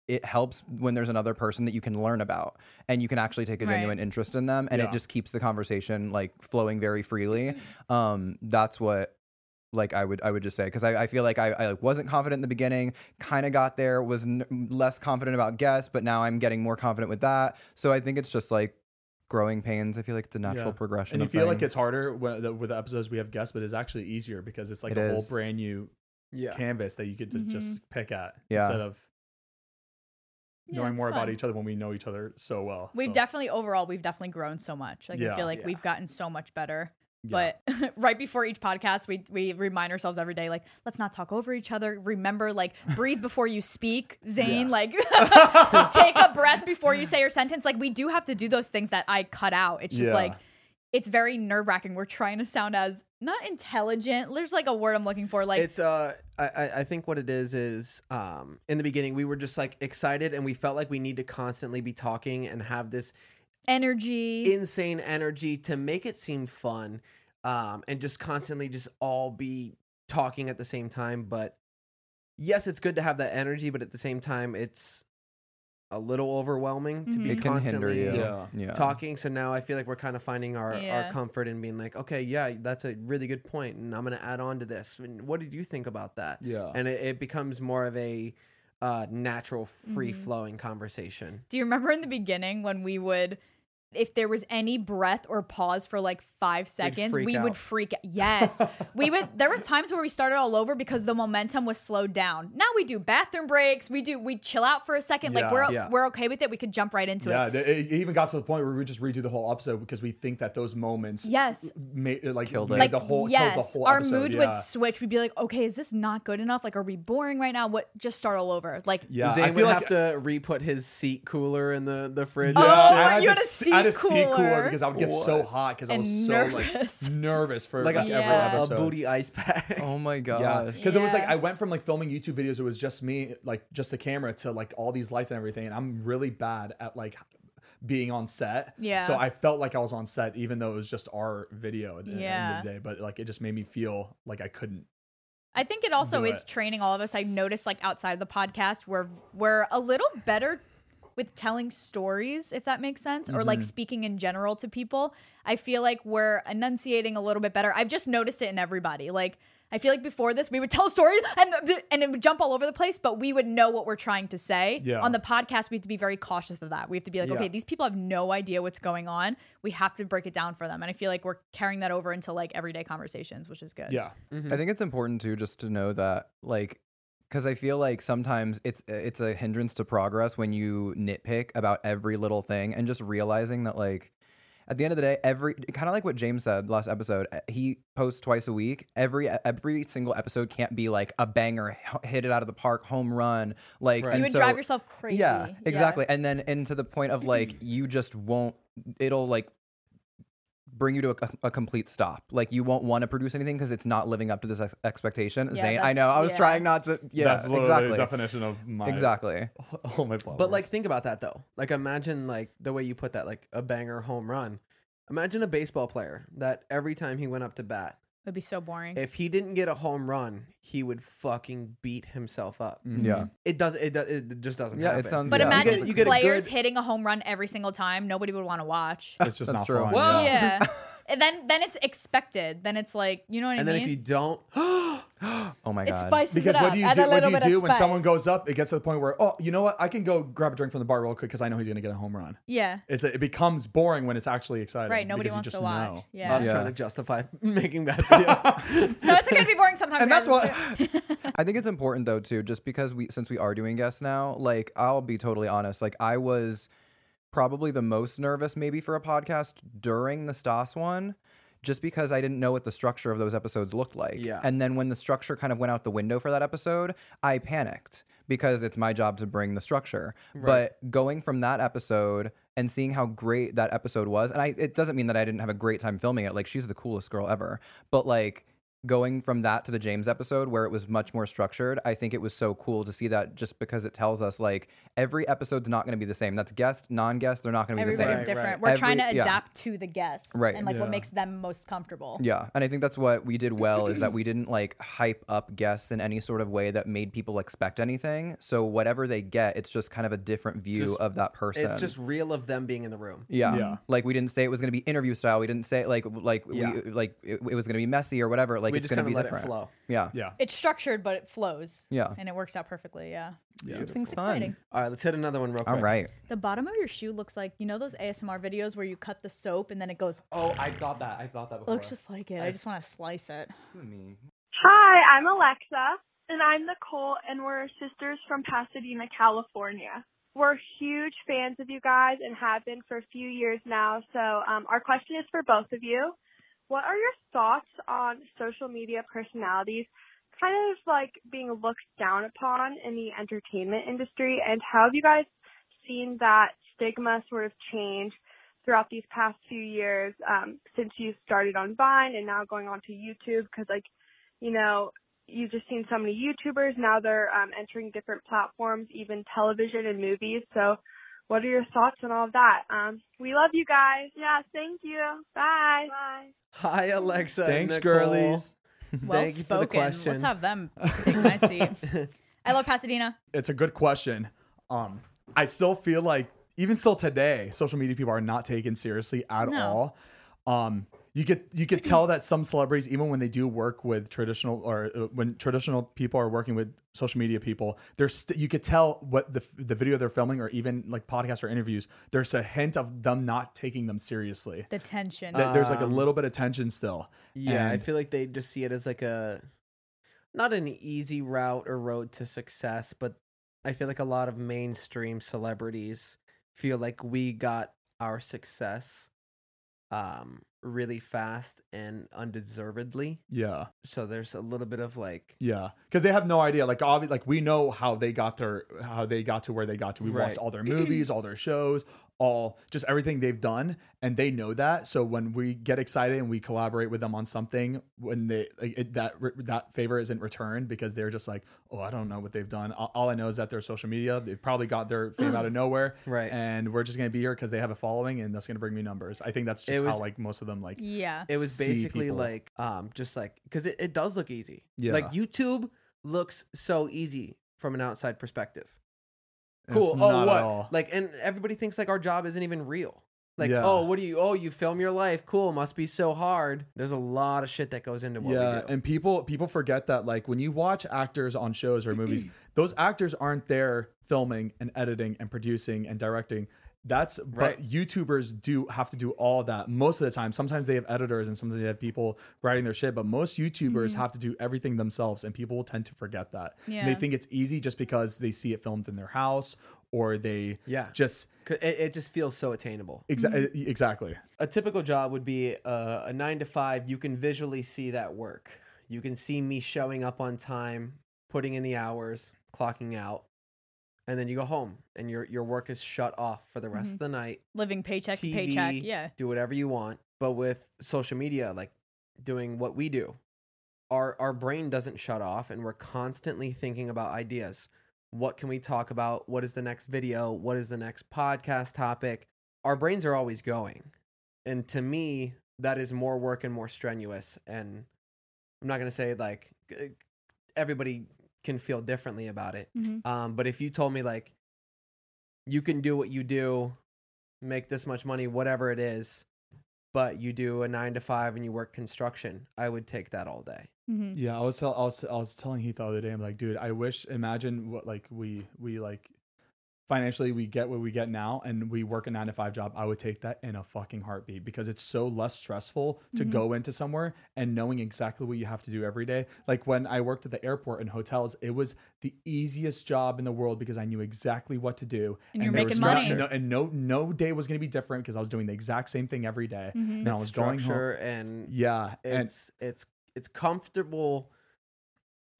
[SPEAKER 4] it helps when there's another person that you can learn about and you can actually take a
[SPEAKER 3] Right.
[SPEAKER 4] genuine interest in them and
[SPEAKER 1] Yeah.
[SPEAKER 4] it just keeps the conversation like flowing very freely. Um that's what like I would I would just say because I, I feel like I, I like wasn't confident in the beginning, kind of got there, was n- less confident about guests, but now I'm getting more confident with that. So I think it's just like growing pains. I feel like it's a natural
[SPEAKER 1] Yeah. and
[SPEAKER 4] progression.
[SPEAKER 1] you
[SPEAKER 4] of
[SPEAKER 1] feel like
[SPEAKER 4] things.
[SPEAKER 1] it's harder when, the, with the episodes we have guests but it's actually easier because it's like
[SPEAKER 4] It
[SPEAKER 1] a whole
[SPEAKER 4] is.
[SPEAKER 1] brand new
[SPEAKER 2] yeah.
[SPEAKER 1] canvas that you could to just pick at
[SPEAKER 4] Yeah.
[SPEAKER 1] instead of
[SPEAKER 3] Yeah,
[SPEAKER 1] knowing
[SPEAKER 3] it's
[SPEAKER 1] more about
[SPEAKER 3] fun.
[SPEAKER 1] each other when we know each other so well
[SPEAKER 3] we've
[SPEAKER 1] So,
[SPEAKER 3] definitely overall we've definitely grown so much like i
[SPEAKER 1] Yeah.
[SPEAKER 3] feel like
[SPEAKER 2] Yeah.
[SPEAKER 3] we've gotten so much better
[SPEAKER 1] yeah.
[SPEAKER 3] But <laughs> right before each podcast, we we remind ourselves every day, like, let's not talk over each other.
[SPEAKER 1] <laughs>
[SPEAKER 3] Remember, like, breathe before you speak, Zane. Like, <laughs> take a breath before you say your sentence. Like, we do have to do those things that I cut out. It's just
[SPEAKER 1] Yeah.
[SPEAKER 3] like it's very nerve wracking. We're trying to sound as not intelligent. There's like a word I'm looking for. Like
[SPEAKER 2] it's uh I- I, I think what it is is um in the beginning we were just like excited and we felt like we need to constantly be talking and have this
[SPEAKER 3] energy.
[SPEAKER 2] insane energy to make it seem fun um and just constantly just all be talking at the same time but yes it's good to have that energy but at the same time it's a little overwhelming to be
[SPEAKER 4] It can hinder
[SPEAKER 2] constantly
[SPEAKER 4] you.
[SPEAKER 1] Yeah.
[SPEAKER 4] Yeah.
[SPEAKER 2] talking so now i feel like we're kind of finding our,
[SPEAKER 3] Yeah.
[SPEAKER 2] our comfort in being like okay yeah that's a really good point and i'm going to add on to this and what did you think about that
[SPEAKER 1] Yeah.
[SPEAKER 2] and it, it becomes more of a uh, natural free flowing conversation
[SPEAKER 3] Do you remember in the beginning when we would, if there was any breath or pause for like five seconds,
[SPEAKER 2] freak
[SPEAKER 3] we would
[SPEAKER 2] out.
[SPEAKER 3] freak. Yes, we would. There was times where we started all over because the momentum was slowed down. Now we do bathroom breaks. We do we chill out for a second.
[SPEAKER 1] Yeah.
[SPEAKER 3] like we're
[SPEAKER 2] Yeah.
[SPEAKER 3] we're okay with it. We could jump right into
[SPEAKER 1] Yeah,
[SPEAKER 3] it.
[SPEAKER 1] th- it it even got to the point where we just redo the whole episode because we think that those moments,
[SPEAKER 3] Yes.
[SPEAKER 1] made, like
[SPEAKER 4] Killed it.
[SPEAKER 1] made
[SPEAKER 3] Like
[SPEAKER 1] the whole,
[SPEAKER 3] yes,
[SPEAKER 1] killed the whole
[SPEAKER 3] our
[SPEAKER 1] episode.
[SPEAKER 3] mood
[SPEAKER 1] yeah.
[SPEAKER 3] would switch. We'd be like, okay, is this not good enough? Like, are we boring right now? What? Just start all over. Like,
[SPEAKER 1] Yeah, I
[SPEAKER 2] Zane would
[SPEAKER 1] feel like
[SPEAKER 2] have to re-put his seat cooler in the, the fridge.
[SPEAKER 1] Yeah,
[SPEAKER 3] Oh,
[SPEAKER 1] I
[SPEAKER 3] you had
[SPEAKER 1] the
[SPEAKER 3] a
[SPEAKER 1] se- I had a
[SPEAKER 3] seat
[SPEAKER 1] seat cooler
[SPEAKER 3] cooler.
[SPEAKER 1] because I would get so
[SPEAKER 2] What?
[SPEAKER 1] hot because I was
[SPEAKER 3] And
[SPEAKER 1] so
[SPEAKER 3] nervous.
[SPEAKER 1] like nervous for
[SPEAKER 2] like
[SPEAKER 1] like,
[SPEAKER 2] a,
[SPEAKER 3] Yeah.
[SPEAKER 1] every
[SPEAKER 2] a, a
[SPEAKER 1] episode.
[SPEAKER 2] booty ice pack.
[SPEAKER 4] Oh
[SPEAKER 1] <laughs>
[SPEAKER 4] my
[SPEAKER 1] Yeah,
[SPEAKER 4] gosh.
[SPEAKER 1] because it was like
[SPEAKER 3] Yeah.
[SPEAKER 1] I went from like filming YouTube videos, it was just me, like just the camera, to like all these lights and everything, and I'm really bad at like being on set.
[SPEAKER 3] Yeah.
[SPEAKER 1] So I felt like I was on set, even though it was just our video at the end
[SPEAKER 3] Yeah.
[SPEAKER 1] of the day. But like it just made me feel like I couldn't.
[SPEAKER 3] I think it also
[SPEAKER 1] Do
[SPEAKER 3] is
[SPEAKER 1] it.
[SPEAKER 3] training all of us. I've noticed like outside of the podcast, we're we're a little better with telling stories, if that makes sense, or
[SPEAKER 1] Mm-hmm.
[SPEAKER 3] like speaking in general to people. I feel like we're enunciating a little bit better. I've just noticed it in everybody. Like I feel like before this, we would <laughs> tell stories and th- th- and it would jump all over the place, but we would know what we're trying to say.
[SPEAKER 1] Yeah.
[SPEAKER 3] On the podcast, we have to be very cautious of that. We have to be like,
[SPEAKER 1] Yeah.
[SPEAKER 3] okay, these people have no idea what's going on. We have to break it down for them, and I feel like we're carrying that over into like everyday conversations, which is good.
[SPEAKER 1] Yeah.
[SPEAKER 4] I think it's important too, just to know that, like, because I feel like sometimes it's uh, it's a hindrance to progress when you nitpick about every little thing, and just realizing that, like, at the end of the day, every kind of like what James said last episode, uh, he posts twice a week. Every e, every single episode can't be like a banger, h- hit it out of the park, home run, like
[SPEAKER 2] Right.
[SPEAKER 4] and
[SPEAKER 3] You would
[SPEAKER 4] so-
[SPEAKER 3] drive yourself crazy.
[SPEAKER 4] Yeah, exactly. And then and to the point
[SPEAKER 3] <clears throat>
[SPEAKER 4] of like you just won't. It'll like bring you to a, a complete stop. Like you won't want to produce anything because it's not living up to this ex- expectation.
[SPEAKER 3] Yeah,
[SPEAKER 4] Zane, I
[SPEAKER 3] that's-
[SPEAKER 4] know. I was
[SPEAKER 3] yeah.
[SPEAKER 4] trying not to. Yeah,
[SPEAKER 1] That's literally the
[SPEAKER 4] exactly.
[SPEAKER 1] definition of my
[SPEAKER 4] Exactly.
[SPEAKER 1] <laughs> all my followers.
[SPEAKER 2] <laughs> But like, think about that though. Like, imagine like the way you put that, like a banger home run. Imagine a baseball player that every time he went up to bat,
[SPEAKER 3] It would be so boring.
[SPEAKER 2] if he didn't get a home run, he would fucking beat himself up.
[SPEAKER 4] Yeah.
[SPEAKER 3] Mm-hmm.
[SPEAKER 2] It does. It does. It just doesn't.
[SPEAKER 4] Yeah, it
[SPEAKER 2] happen.
[SPEAKER 4] sounds-
[SPEAKER 3] Mm. but
[SPEAKER 4] yeah.
[SPEAKER 3] imagine
[SPEAKER 2] You get- you get a
[SPEAKER 3] players
[SPEAKER 2] good-
[SPEAKER 3] hitting a home run every single time. Nobody would want to watch.
[SPEAKER 1] <laughs> it's just
[SPEAKER 4] <laughs> That's
[SPEAKER 1] not
[SPEAKER 4] true.
[SPEAKER 1] fun.
[SPEAKER 2] Whoa.
[SPEAKER 1] yeah.
[SPEAKER 3] Yeah. and then then it's expected. Then it's like, you know what
[SPEAKER 2] And
[SPEAKER 3] I
[SPEAKER 2] then
[SPEAKER 3] mean?
[SPEAKER 2] if you don't, <gasps>
[SPEAKER 4] Oh my
[SPEAKER 3] it
[SPEAKER 4] god.
[SPEAKER 3] spices
[SPEAKER 1] Because
[SPEAKER 3] it up.
[SPEAKER 1] what do you
[SPEAKER 3] Add
[SPEAKER 1] do?
[SPEAKER 3] a
[SPEAKER 1] What do
[SPEAKER 3] little
[SPEAKER 1] you
[SPEAKER 3] bit of
[SPEAKER 1] do when someone
[SPEAKER 3] spice.
[SPEAKER 1] goes up? It gets to the point where, oh, you know what? I can go grab a drink from the bar real quick because I know he's gonna get a home run.
[SPEAKER 3] Yeah.
[SPEAKER 1] It's it becomes boring when it's actually exciting.
[SPEAKER 3] Right. Nobody
[SPEAKER 1] because you
[SPEAKER 3] wants
[SPEAKER 1] just
[SPEAKER 3] to watch.
[SPEAKER 1] know.
[SPEAKER 3] Yeah.
[SPEAKER 2] us
[SPEAKER 4] Yeah.
[SPEAKER 2] trying to justify <laughs> making bad
[SPEAKER 3] <laughs>
[SPEAKER 2] videos.
[SPEAKER 3] so it's okay to be boring sometimes.
[SPEAKER 4] And that's
[SPEAKER 3] guys.
[SPEAKER 4] <laughs> I think it's important though too, just because we since we are doing guests now, like I'll be totally honest, like I was probably the most nervous maybe for a podcast during the Stas one. Just because I didn't know what the structure of those episodes looked like.
[SPEAKER 2] Yeah.
[SPEAKER 4] And then when the structure kind of went out the window for that episode, I panicked because it's my job to bring the structure. But going from that episode and seeing how great that episode was, and I it doesn't mean that I didn't have a great time filming it. Like she's the coolest girl ever. But like going from that to the James episode where it was much more structured, I think it was so cool to see that just because it tells us like every episode's not going to be the same. That's guest, non-guest, they're not going to <laughs> be the
[SPEAKER 3] Everybody's
[SPEAKER 4] same.
[SPEAKER 2] Right,
[SPEAKER 3] different.
[SPEAKER 2] right.
[SPEAKER 3] We're trying to
[SPEAKER 4] Every- yeah.
[SPEAKER 3] adapt to the guests
[SPEAKER 4] Right.
[SPEAKER 3] and like what
[SPEAKER 1] Yeah.
[SPEAKER 3] makes them most comfortable.
[SPEAKER 4] Yeah, and I think that's what we did well is that we didn't like hype up guests in any sort of way that made people expect anything. So whatever they get, it's just kind of a different view
[SPEAKER 2] Just-
[SPEAKER 4] of that person.
[SPEAKER 2] it's just real of them being in the room.
[SPEAKER 4] Yeah.
[SPEAKER 1] Yeah.
[SPEAKER 4] Like we didn't say it was going to be interview style. We didn't say like like
[SPEAKER 2] Yeah.
[SPEAKER 4] we like it, it was going to be messy or whatever. Like
[SPEAKER 2] we
[SPEAKER 4] it's
[SPEAKER 2] just
[SPEAKER 4] going
[SPEAKER 2] kind
[SPEAKER 4] to
[SPEAKER 2] of let
[SPEAKER 4] be different.
[SPEAKER 2] it flow.
[SPEAKER 4] Yeah.
[SPEAKER 1] Yeah.
[SPEAKER 3] It's structured, but it flows.
[SPEAKER 4] Yeah.
[SPEAKER 3] And it works out perfectly. Yeah.
[SPEAKER 4] Keeps things
[SPEAKER 3] It's
[SPEAKER 4] fun.
[SPEAKER 3] exciting.
[SPEAKER 2] All right, let's hit another one real quick.
[SPEAKER 4] All right.
[SPEAKER 3] The bottom of your shoe looks like you know those ASMR videos where you cut the soap and then it goes.
[SPEAKER 4] Oh, I thought that. I thought that
[SPEAKER 3] Looks just like it. I just want to slice it.
[SPEAKER 5] Hi, I'm Alexa, and I'm Nicole, and we're sisters from Pasadena, California. We're huge fans of you guys and have been for a few years now. So, um, our question is for both of you. What are your thoughts on social media personalities kind of like being looked down upon in the entertainment industry, and how have you guys seen that stigma sort of change
[SPEAKER 6] throughout these past few years um, since you started on Vine and now going on to YouTube? Because like, you know, you've just seen so many YouTubers now they're um, entering different platforms, even television and movies. So, what are your thoughts on all of that? Um, we love you guys. Yeah, thank you. Bye. Bye.
[SPEAKER 2] Hi, Alexa. and
[SPEAKER 1] Thanks,
[SPEAKER 2] Nicole.
[SPEAKER 1] girlies.
[SPEAKER 3] Well
[SPEAKER 2] Thank you for the
[SPEAKER 3] spoken.
[SPEAKER 2] question.
[SPEAKER 3] Let's have them take my seat. I love Pasadena.
[SPEAKER 1] It's a good question. Um, I still feel like even still today, social media people are not taken seriously at
[SPEAKER 3] No.
[SPEAKER 1] all. Um, you get you could tell that some celebrities, even when they do work with traditional or uh, when traditional people are working with social media people, there's st- you could tell what the f- the video they're filming or even like podcasts or interviews. There's a hint of them not taking them seriously.
[SPEAKER 3] The tension.
[SPEAKER 1] That there's like a little bit of tension still.
[SPEAKER 2] Yeah, I
[SPEAKER 1] And-
[SPEAKER 2] feel like they just see it as like a not an easy route or road to success, but I feel like a lot of mainstream celebrities feel like we got our success um really fast and undeservedly.
[SPEAKER 1] Yeah.
[SPEAKER 2] So there's a little bit of like
[SPEAKER 1] Yeah, because they have no idea. Like obviously, like we know how they got their how they got to where they got to. We
[SPEAKER 2] Right.
[SPEAKER 1] watched
[SPEAKER 2] <clears throat>
[SPEAKER 1] all their movies, all their shows, all just everything they've done, and they know that. So when we get excited and we collaborate with them on something, when they like, it, that that favor isn't returned because they're just like, oh, I don't know what they've done. All, all I know is that their social media, they've probably got their fame
[SPEAKER 2] <clears throat>
[SPEAKER 1] out of nowhere,
[SPEAKER 2] Right.
[SPEAKER 1] And we're just gonna be here because they have a following, and that's gonna bring me numbers. I think that's just
[SPEAKER 2] It
[SPEAKER 1] how
[SPEAKER 2] was-
[SPEAKER 1] like most of them like.
[SPEAKER 3] yeah.
[SPEAKER 2] it was
[SPEAKER 1] see
[SPEAKER 2] basically
[SPEAKER 1] people.
[SPEAKER 2] like um just like because it, it does look easy
[SPEAKER 1] Yeah.
[SPEAKER 2] like youtube looks so easy from an outside perspective
[SPEAKER 1] it's
[SPEAKER 2] cool
[SPEAKER 1] not
[SPEAKER 2] oh
[SPEAKER 1] at
[SPEAKER 2] what
[SPEAKER 1] all.
[SPEAKER 2] like and everybody thinks like our job isn't even real like
[SPEAKER 1] Yeah.
[SPEAKER 2] oh what do you oh you film your life cool must be so hard there's a lot of shit that goes into what
[SPEAKER 1] yeah
[SPEAKER 2] we do
[SPEAKER 1] and people people forget that like when you watch actors on shows or
[SPEAKER 2] <clears throat>
[SPEAKER 1] movies those actors aren't there filming and editing and producing and directing that's
[SPEAKER 2] Right.
[SPEAKER 1] but youtubers do have to do all that most of the time sometimes they have editors and sometimes they have people writing their shit but most youtubers
[SPEAKER 2] Mm-hmm.
[SPEAKER 1] have to do everything themselves and people will tend to forget that And
[SPEAKER 3] Yeah.
[SPEAKER 1] they think it's easy just because they see it filmed in their house or they
[SPEAKER 2] Yeah. Mm-hmm.
[SPEAKER 1] just
[SPEAKER 2] 'Cause it, it just feels so attainable
[SPEAKER 1] exa- exactly
[SPEAKER 2] a typical job would be uh, a nine to five. You can visually see that work. You can see me showing up on time, putting in the hours, clocking out, and then you go home and your your work is shut off for the rest of the night.
[SPEAKER 3] Living paycheck
[SPEAKER 2] TV,
[SPEAKER 3] to paycheck. Yeah.
[SPEAKER 2] do whatever you want. But with social media, like doing what we do, our our brain doesn't shut off, and we're constantly thinking about ideas. What can we talk about? What is the next video? What is the next podcast topic? Our brains are always going, and to me, that is more work and more strenuous. And I'm not gonna say like g- everybody can feel differently about it,
[SPEAKER 3] Mhm.
[SPEAKER 2] um, but if you told me like you can do what you do, make this much money, whatever it is, but you do a nine to five and you work construction, I would take that all day.
[SPEAKER 3] Mhm.
[SPEAKER 1] Yeah, I was tell, I was I was telling Heath the other day. I'm like, dude, I wish. Imagine what like we we like financially we get what we get now, and we work a nine to five job. I would take that in a fucking heartbeat because it's so less stressful to
[SPEAKER 3] Mhm.
[SPEAKER 1] go into somewhere and knowing exactly what you have to do every day. Like when I worked at the airport and hotels, it was the easiest job in the world because I knew exactly what to do
[SPEAKER 3] And you're
[SPEAKER 1] there was
[SPEAKER 3] making money.
[SPEAKER 1] structure. And no, and no no day was gonna be different because I was doing the exact same thing every day.
[SPEAKER 3] Mhm.
[SPEAKER 1] And I
[SPEAKER 2] It's
[SPEAKER 1] was going home.
[SPEAKER 2] structure and
[SPEAKER 1] Yeah, and
[SPEAKER 2] it's it's it's comfortable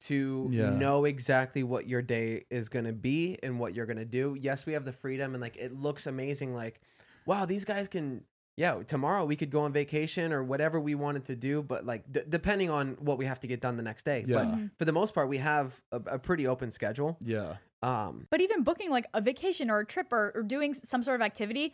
[SPEAKER 2] to
[SPEAKER 1] Yeah.
[SPEAKER 2] know exactly what your day is going to be and what you're going to do. Yes, we have the freedom and like it looks amazing like wow, these guys can yeah, tomorrow we could go on vacation or whatever we wanted to do, but like d- depending on what we have to get done the next day.
[SPEAKER 1] Yeah.
[SPEAKER 2] But for the most part, we have a, a pretty open schedule.
[SPEAKER 1] yeah.
[SPEAKER 2] Um
[SPEAKER 3] But even booking like a vacation or a trip or, or doing s- some sort of activity,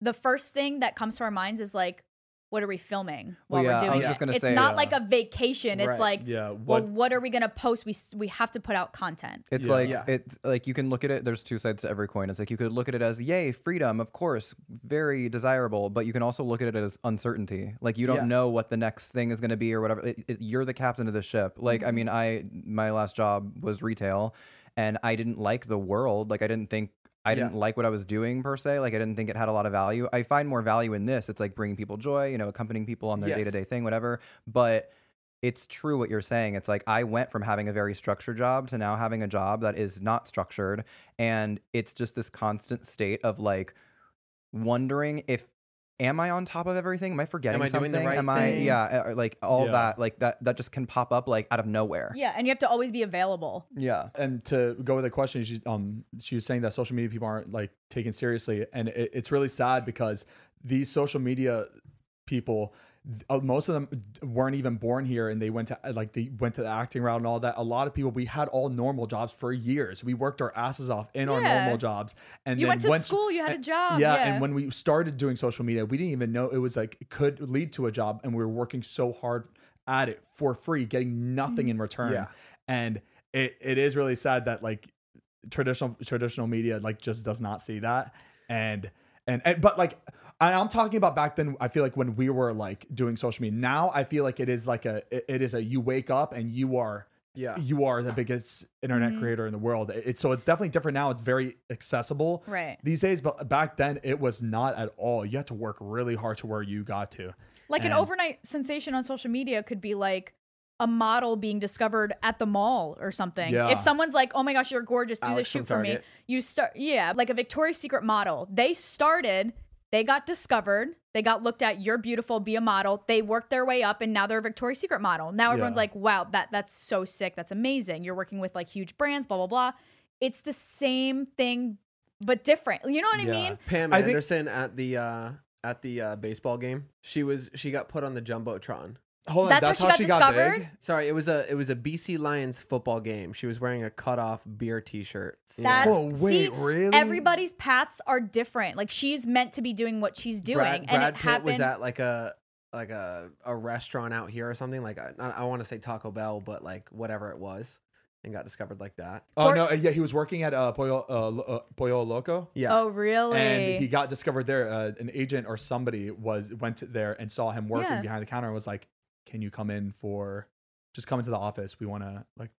[SPEAKER 3] the first thing that comes to our minds is like, what are we filming
[SPEAKER 4] Well,
[SPEAKER 3] while
[SPEAKER 4] yeah, I
[SPEAKER 3] we're doing
[SPEAKER 4] was
[SPEAKER 3] it?
[SPEAKER 4] just gonna
[SPEAKER 3] it's
[SPEAKER 4] say,
[SPEAKER 3] not
[SPEAKER 1] uh,
[SPEAKER 3] like a vacation.
[SPEAKER 2] Right.
[SPEAKER 3] It's like,
[SPEAKER 1] Yeah,
[SPEAKER 3] well,
[SPEAKER 1] what-
[SPEAKER 3] what are we going to post? We, s- we have to put out content.
[SPEAKER 4] It's
[SPEAKER 1] Yeah.
[SPEAKER 4] like
[SPEAKER 2] Yeah.
[SPEAKER 4] it's like you can look at it. There's two sides to every coin. It's like you could look at it as yay freedom, of course, very desirable, but you can also look at it as uncertainty. Like you don't
[SPEAKER 2] Yeah.
[SPEAKER 4] know what the next thing is going to be or whatever. It- it- you're the captain of the ship. Like
[SPEAKER 2] Mm-hmm.
[SPEAKER 4] I mean, I my last job was retail, and I didn't like the world. Like I didn't think. I
[SPEAKER 2] Yeah.
[SPEAKER 4] didn't like what I was doing per se. Like I didn't think it had a lot of value. I find more value in this. It's like bringing people joy, you know, accompanying people on their
[SPEAKER 2] Yes.
[SPEAKER 4] day to day thing, whatever. But it's true what you're saying. It's like I went from having a very structured job to now having a job that is not structured. And it's just this constant state of like wondering if, am I on top of everything? Am I forgetting
[SPEAKER 2] Am I doing
[SPEAKER 4] something?
[SPEAKER 2] the right
[SPEAKER 4] am I,
[SPEAKER 2] thing?
[SPEAKER 4] yeah, uh, like all
[SPEAKER 1] Yeah.
[SPEAKER 4] that, like that, that just can pop up like out of nowhere.
[SPEAKER 3] Yeah. And you have to always be available.
[SPEAKER 4] Yeah.
[SPEAKER 1] and to go with the question, she um she was saying that social media people aren't like taken seriously, and it, it's really sad because these social media people th- uh, most of them weren't even born here and they went to uh, like they went to the acting route and all that a lot of people we had all normal jobs for years we worked our asses off in our
[SPEAKER 3] Yeah.
[SPEAKER 1] normal jobs and
[SPEAKER 3] you
[SPEAKER 1] then
[SPEAKER 3] went to
[SPEAKER 1] once-
[SPEAKER 3] school. You had a job.
[SPEAKER 1] yeah,
[SPEAKER 3] Oh, Yeah,
[SPEAKER 1] and when we started doing social media, we didn't even know it was like it could lead to a job, and we were working so hard at it for free, getting nothing in return.
[SPEAKER 2] Yeah.
[SPEAKER 1] And it, it is really sad that like traditional traditional media like just does not see that, and and, and but like. And I'm talking about back then. I feel like when we were like doing social media. Now I feel like it is like a it- it is a you wake up and you are
[SPEAKER 2] Yeah.
[SPEAKER 1] you are the biggest internet
[SPEAKER 3] Mhm.
[SPEAKER 1] creator in the world. It, it's- so it's definitely different now. It's very accessible
[SPEAKER 3] right.
[SPEAKER 1] these days, but back then it was not at all. You had to work really hard to where you got to.
[SPEAKER 3] Like an
[SPEAKER 1] And-
[SPEAKER 3] overnight sensation on social media could be like a model being discovered at the mall or something.
[SPEAKER 1] Yeah.
[SPEAKER 3] If someone's like, "Oh my gosh, you're gorgeous. Do this
[SPEAKER 2] Alex from
[SPEAKER 3] shoot for me."
[SPEAKER 2] Target.
[SPEAKER 3] You start yeah, like a Victoria's Secret model. They started, they got discovered, they got looked at, you're beautiful, be a model. They worked their way up and now they're a Victoria's Secret model. Now everyone's
[SPEAKER 1] Yeah.
[SPEAKER 3] like, "Wow, that that's so sick. That's amazing. You're working with like huge brands, blah blah blah." It's the same thing but different. You know what
[SPEAKER 1] Yeah.
[SPEAKER 3] I mean?
[SPEAKER 2] Pam
[SPEAKER 1] I think-
[SPEAKER 2] Anderson at the uh at the uh, baseball game. She was she got put on the jumbotron.
[SPEAKER 1] Hold
[SPEAKER 3] That's how she got discovered?
[SPEAKER 1] big?
[SPEAKER 2] Sorry, it was a it was a BC Lions football game. She was wearing a cutoff beer T-shirt. Yeah.
[SPEAKER 3] That's
[SPEAKER 1] Whoa, Oh, wait,
[SPEAKER 3] see,
[SPEAKER 1] really?
[SPEAKER 3] Everybody's paths are different. Like she's meant to be doing what she's doing,
[SPEAKER 2] Brad,
[SPEAKER 3] and
[SPEAKER 2] Brad
[SPEAKER 3] it
[SPEAKER 2] Pitt
[SPEAKER 3] happened.
[SPEAKER 2] was at like a like a a restaurant out here or something. Like I, not- I want to say Taco Bell, but like whatever it was, and got discovered like that.
[SPEAKER 1] Oh
[SPEAKER 3] Or-
[SPEAKER 1] no, yeah, he was working at uh, Pollo, uh, Lo- uh, Pollo Loco,
[SPEAKER 2] Yeah.
[SPEAKER 3] oh, really?
[SPEAKER 1] and he got discovered there. Uh, an agent or somebody was went to there and saw him working
[SPEAKER 3] Yeah.
[SPEAKER 1] behind the counter and was like, "Can you come in for?" Just come into the office. We want to like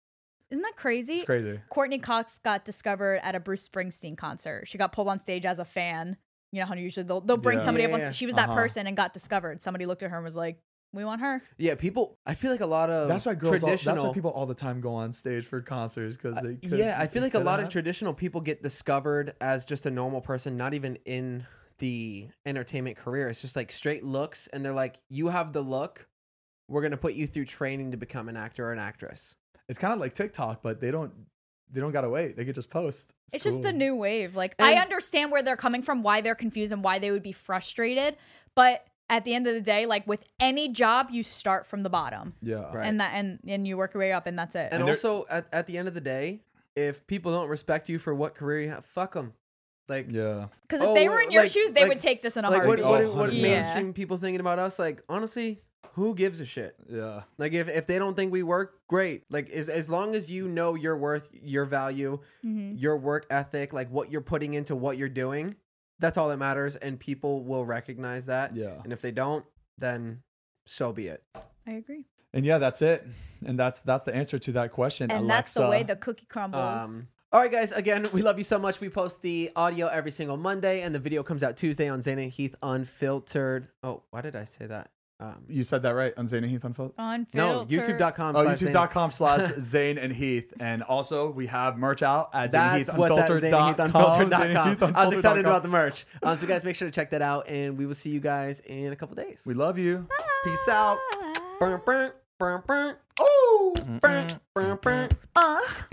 [SPEAKER 3] Isn't that crazy?
[SPEAKER 1] it's crazy.
[SPEAKER 3] Courtney Cox got discovered at a Bruce Springsteen concert. She got pulled on stage as a fan. You know how usually they'll, they'll bring
[SPEAKER 1] Yeah.
[SPEAKER 3] somebody
[SPEAKER 2] Yeah,
[SPEAKER 3] up.
[SPEAKER 2] yeah.
[SPEAKER 3] Once she was that
[SPEAKER 1] Uh-huh.
[SPEAKER 3] person and got discovered. Somebody looked at her and was like, "We want her."
[SPEAKER 2] Yeah, people. I feel like a lot
[SPEAKER 3] Oh.
[SPEAKER 2] of
[SPEAKER 1] that's why girls. All, that's
[SPEAKER 2] traditional.
[SPEAKER 1] why people all the time go on stage for concerts because
[SPEAKER 2] Uh,
[SPEAKER 1] they. could-
[SPEAKER 2] yeah, I feel
[SPEAKER 1] they
[SPEAKER 2] like a
[SPEAKER 1] could
[SPEAKER 2] lot of
[SPEAKER 1] have.
[SPEAKER 2] traditional people get discovered as just a normal person, not even in the entertainment career. It's just like straight looks, and they're like, "You have the look. We're gonna put you through training to become an actor or an actress."
[SPEAKER 1] it's kind of like TikTok, but they don't. They don't gotta wait. They could just post.
[SPEAKER 3] It's just the
[SPEAKER 1] cool.
[SPEAKER 3] new wave. Like I
[SPEAKER 2] And-
[SPEAKER 3] understand where they're coming from, why they're confused and why they would be frustrated, but at the end of the day, like with any job, you start from the bottom.
[SPEAKER 1] Yeah.
[SPEAKER 2] Right.
[SPEAKER 3] And that and and you work your way up and that's it.
[SPEAKER 2] And,
[SPEAKER 1] And they're-
[SPEAKER 2] also, at, at the end of the day, if people don't respect you for what career you have, fuck them. Like,
[SPEAKER 1] Yeah.
[SPEAKER 3] Because if
[SPEAKER 2] Oh,
[SPEAKER 3] they were in your
[SPEAKER 2] like-
[SPEAKER 3] shoes, they
[SPEAKER 2] like-
[SPEAKER 3] would take this in a
[SPEAKER 2] like what,
[SPEAKER 3] heartbeat.
[SPEAKER 2] what,
[SPEAKER 1] Oh,
[SPEAKER 2] what
[SPEAKER 1] 100%.
[SPEAKER 2] mainstream people thinking about us? Like, honestly, who gives a shit?
[SPEAKER 1] Yeah.
[SPEAKER 2] Like, if, if they don't think we work, great. Like, as, as long as you know your worth, your value,
[SPEAKER 3] Mhm.
[SPEAKER 2] your work ethic, like what you're putting into what you're doing, that's all that matters. And people will recognize that.
[SPEAKER 1] Yeah.
[SPEAKER 2] And if they don't, then so be it.
[SPEAKER 3] I agree.
[SPEAKER 1] And yeah, that's it. And that's that's the answer to that question.
[SPEAKER 3] And that's
[SPEAKER 1] Alexa.
[SPEAKER 3] the way the cookie crumbles.
[SPEAKER 2] Um, all right, guys. Again, we love you so much. We post the audio every single Monday, and the video comes out Tuesday on Zane and Heath Unfiltered. Oh, why did I say that? Um,
[SPEAKER 1] you said that right on Zane and Heath Unfold.
[SPEAKER 2] no,
[SPEAKER 3] Unfiltered.
[SPEAKER 2] YouTube.com.
[SPEAKER 1] Oh,
[SPEAKER 2] slash Zane- <laughs>
[SPEAKER 1] youtube.com slash Zane and Heath. And also, we have merch out at
[SPEAKER 2] That's what's at ZaneandHeathUnfiltered.com. I was excited about the merch. Um, so, guys, make sure to check that out, and we will see you guys in a couple days.
[SPEAKER 1] We love you. Peace out.
[SPEAKER 3] Ah.
[SPEAKER 2] Burn, burn, burn, burn,
[SPEAKER 1] Ooh.
[SPEAKER 2] burn, burn, burn.
[SPEAKER 1] Ah.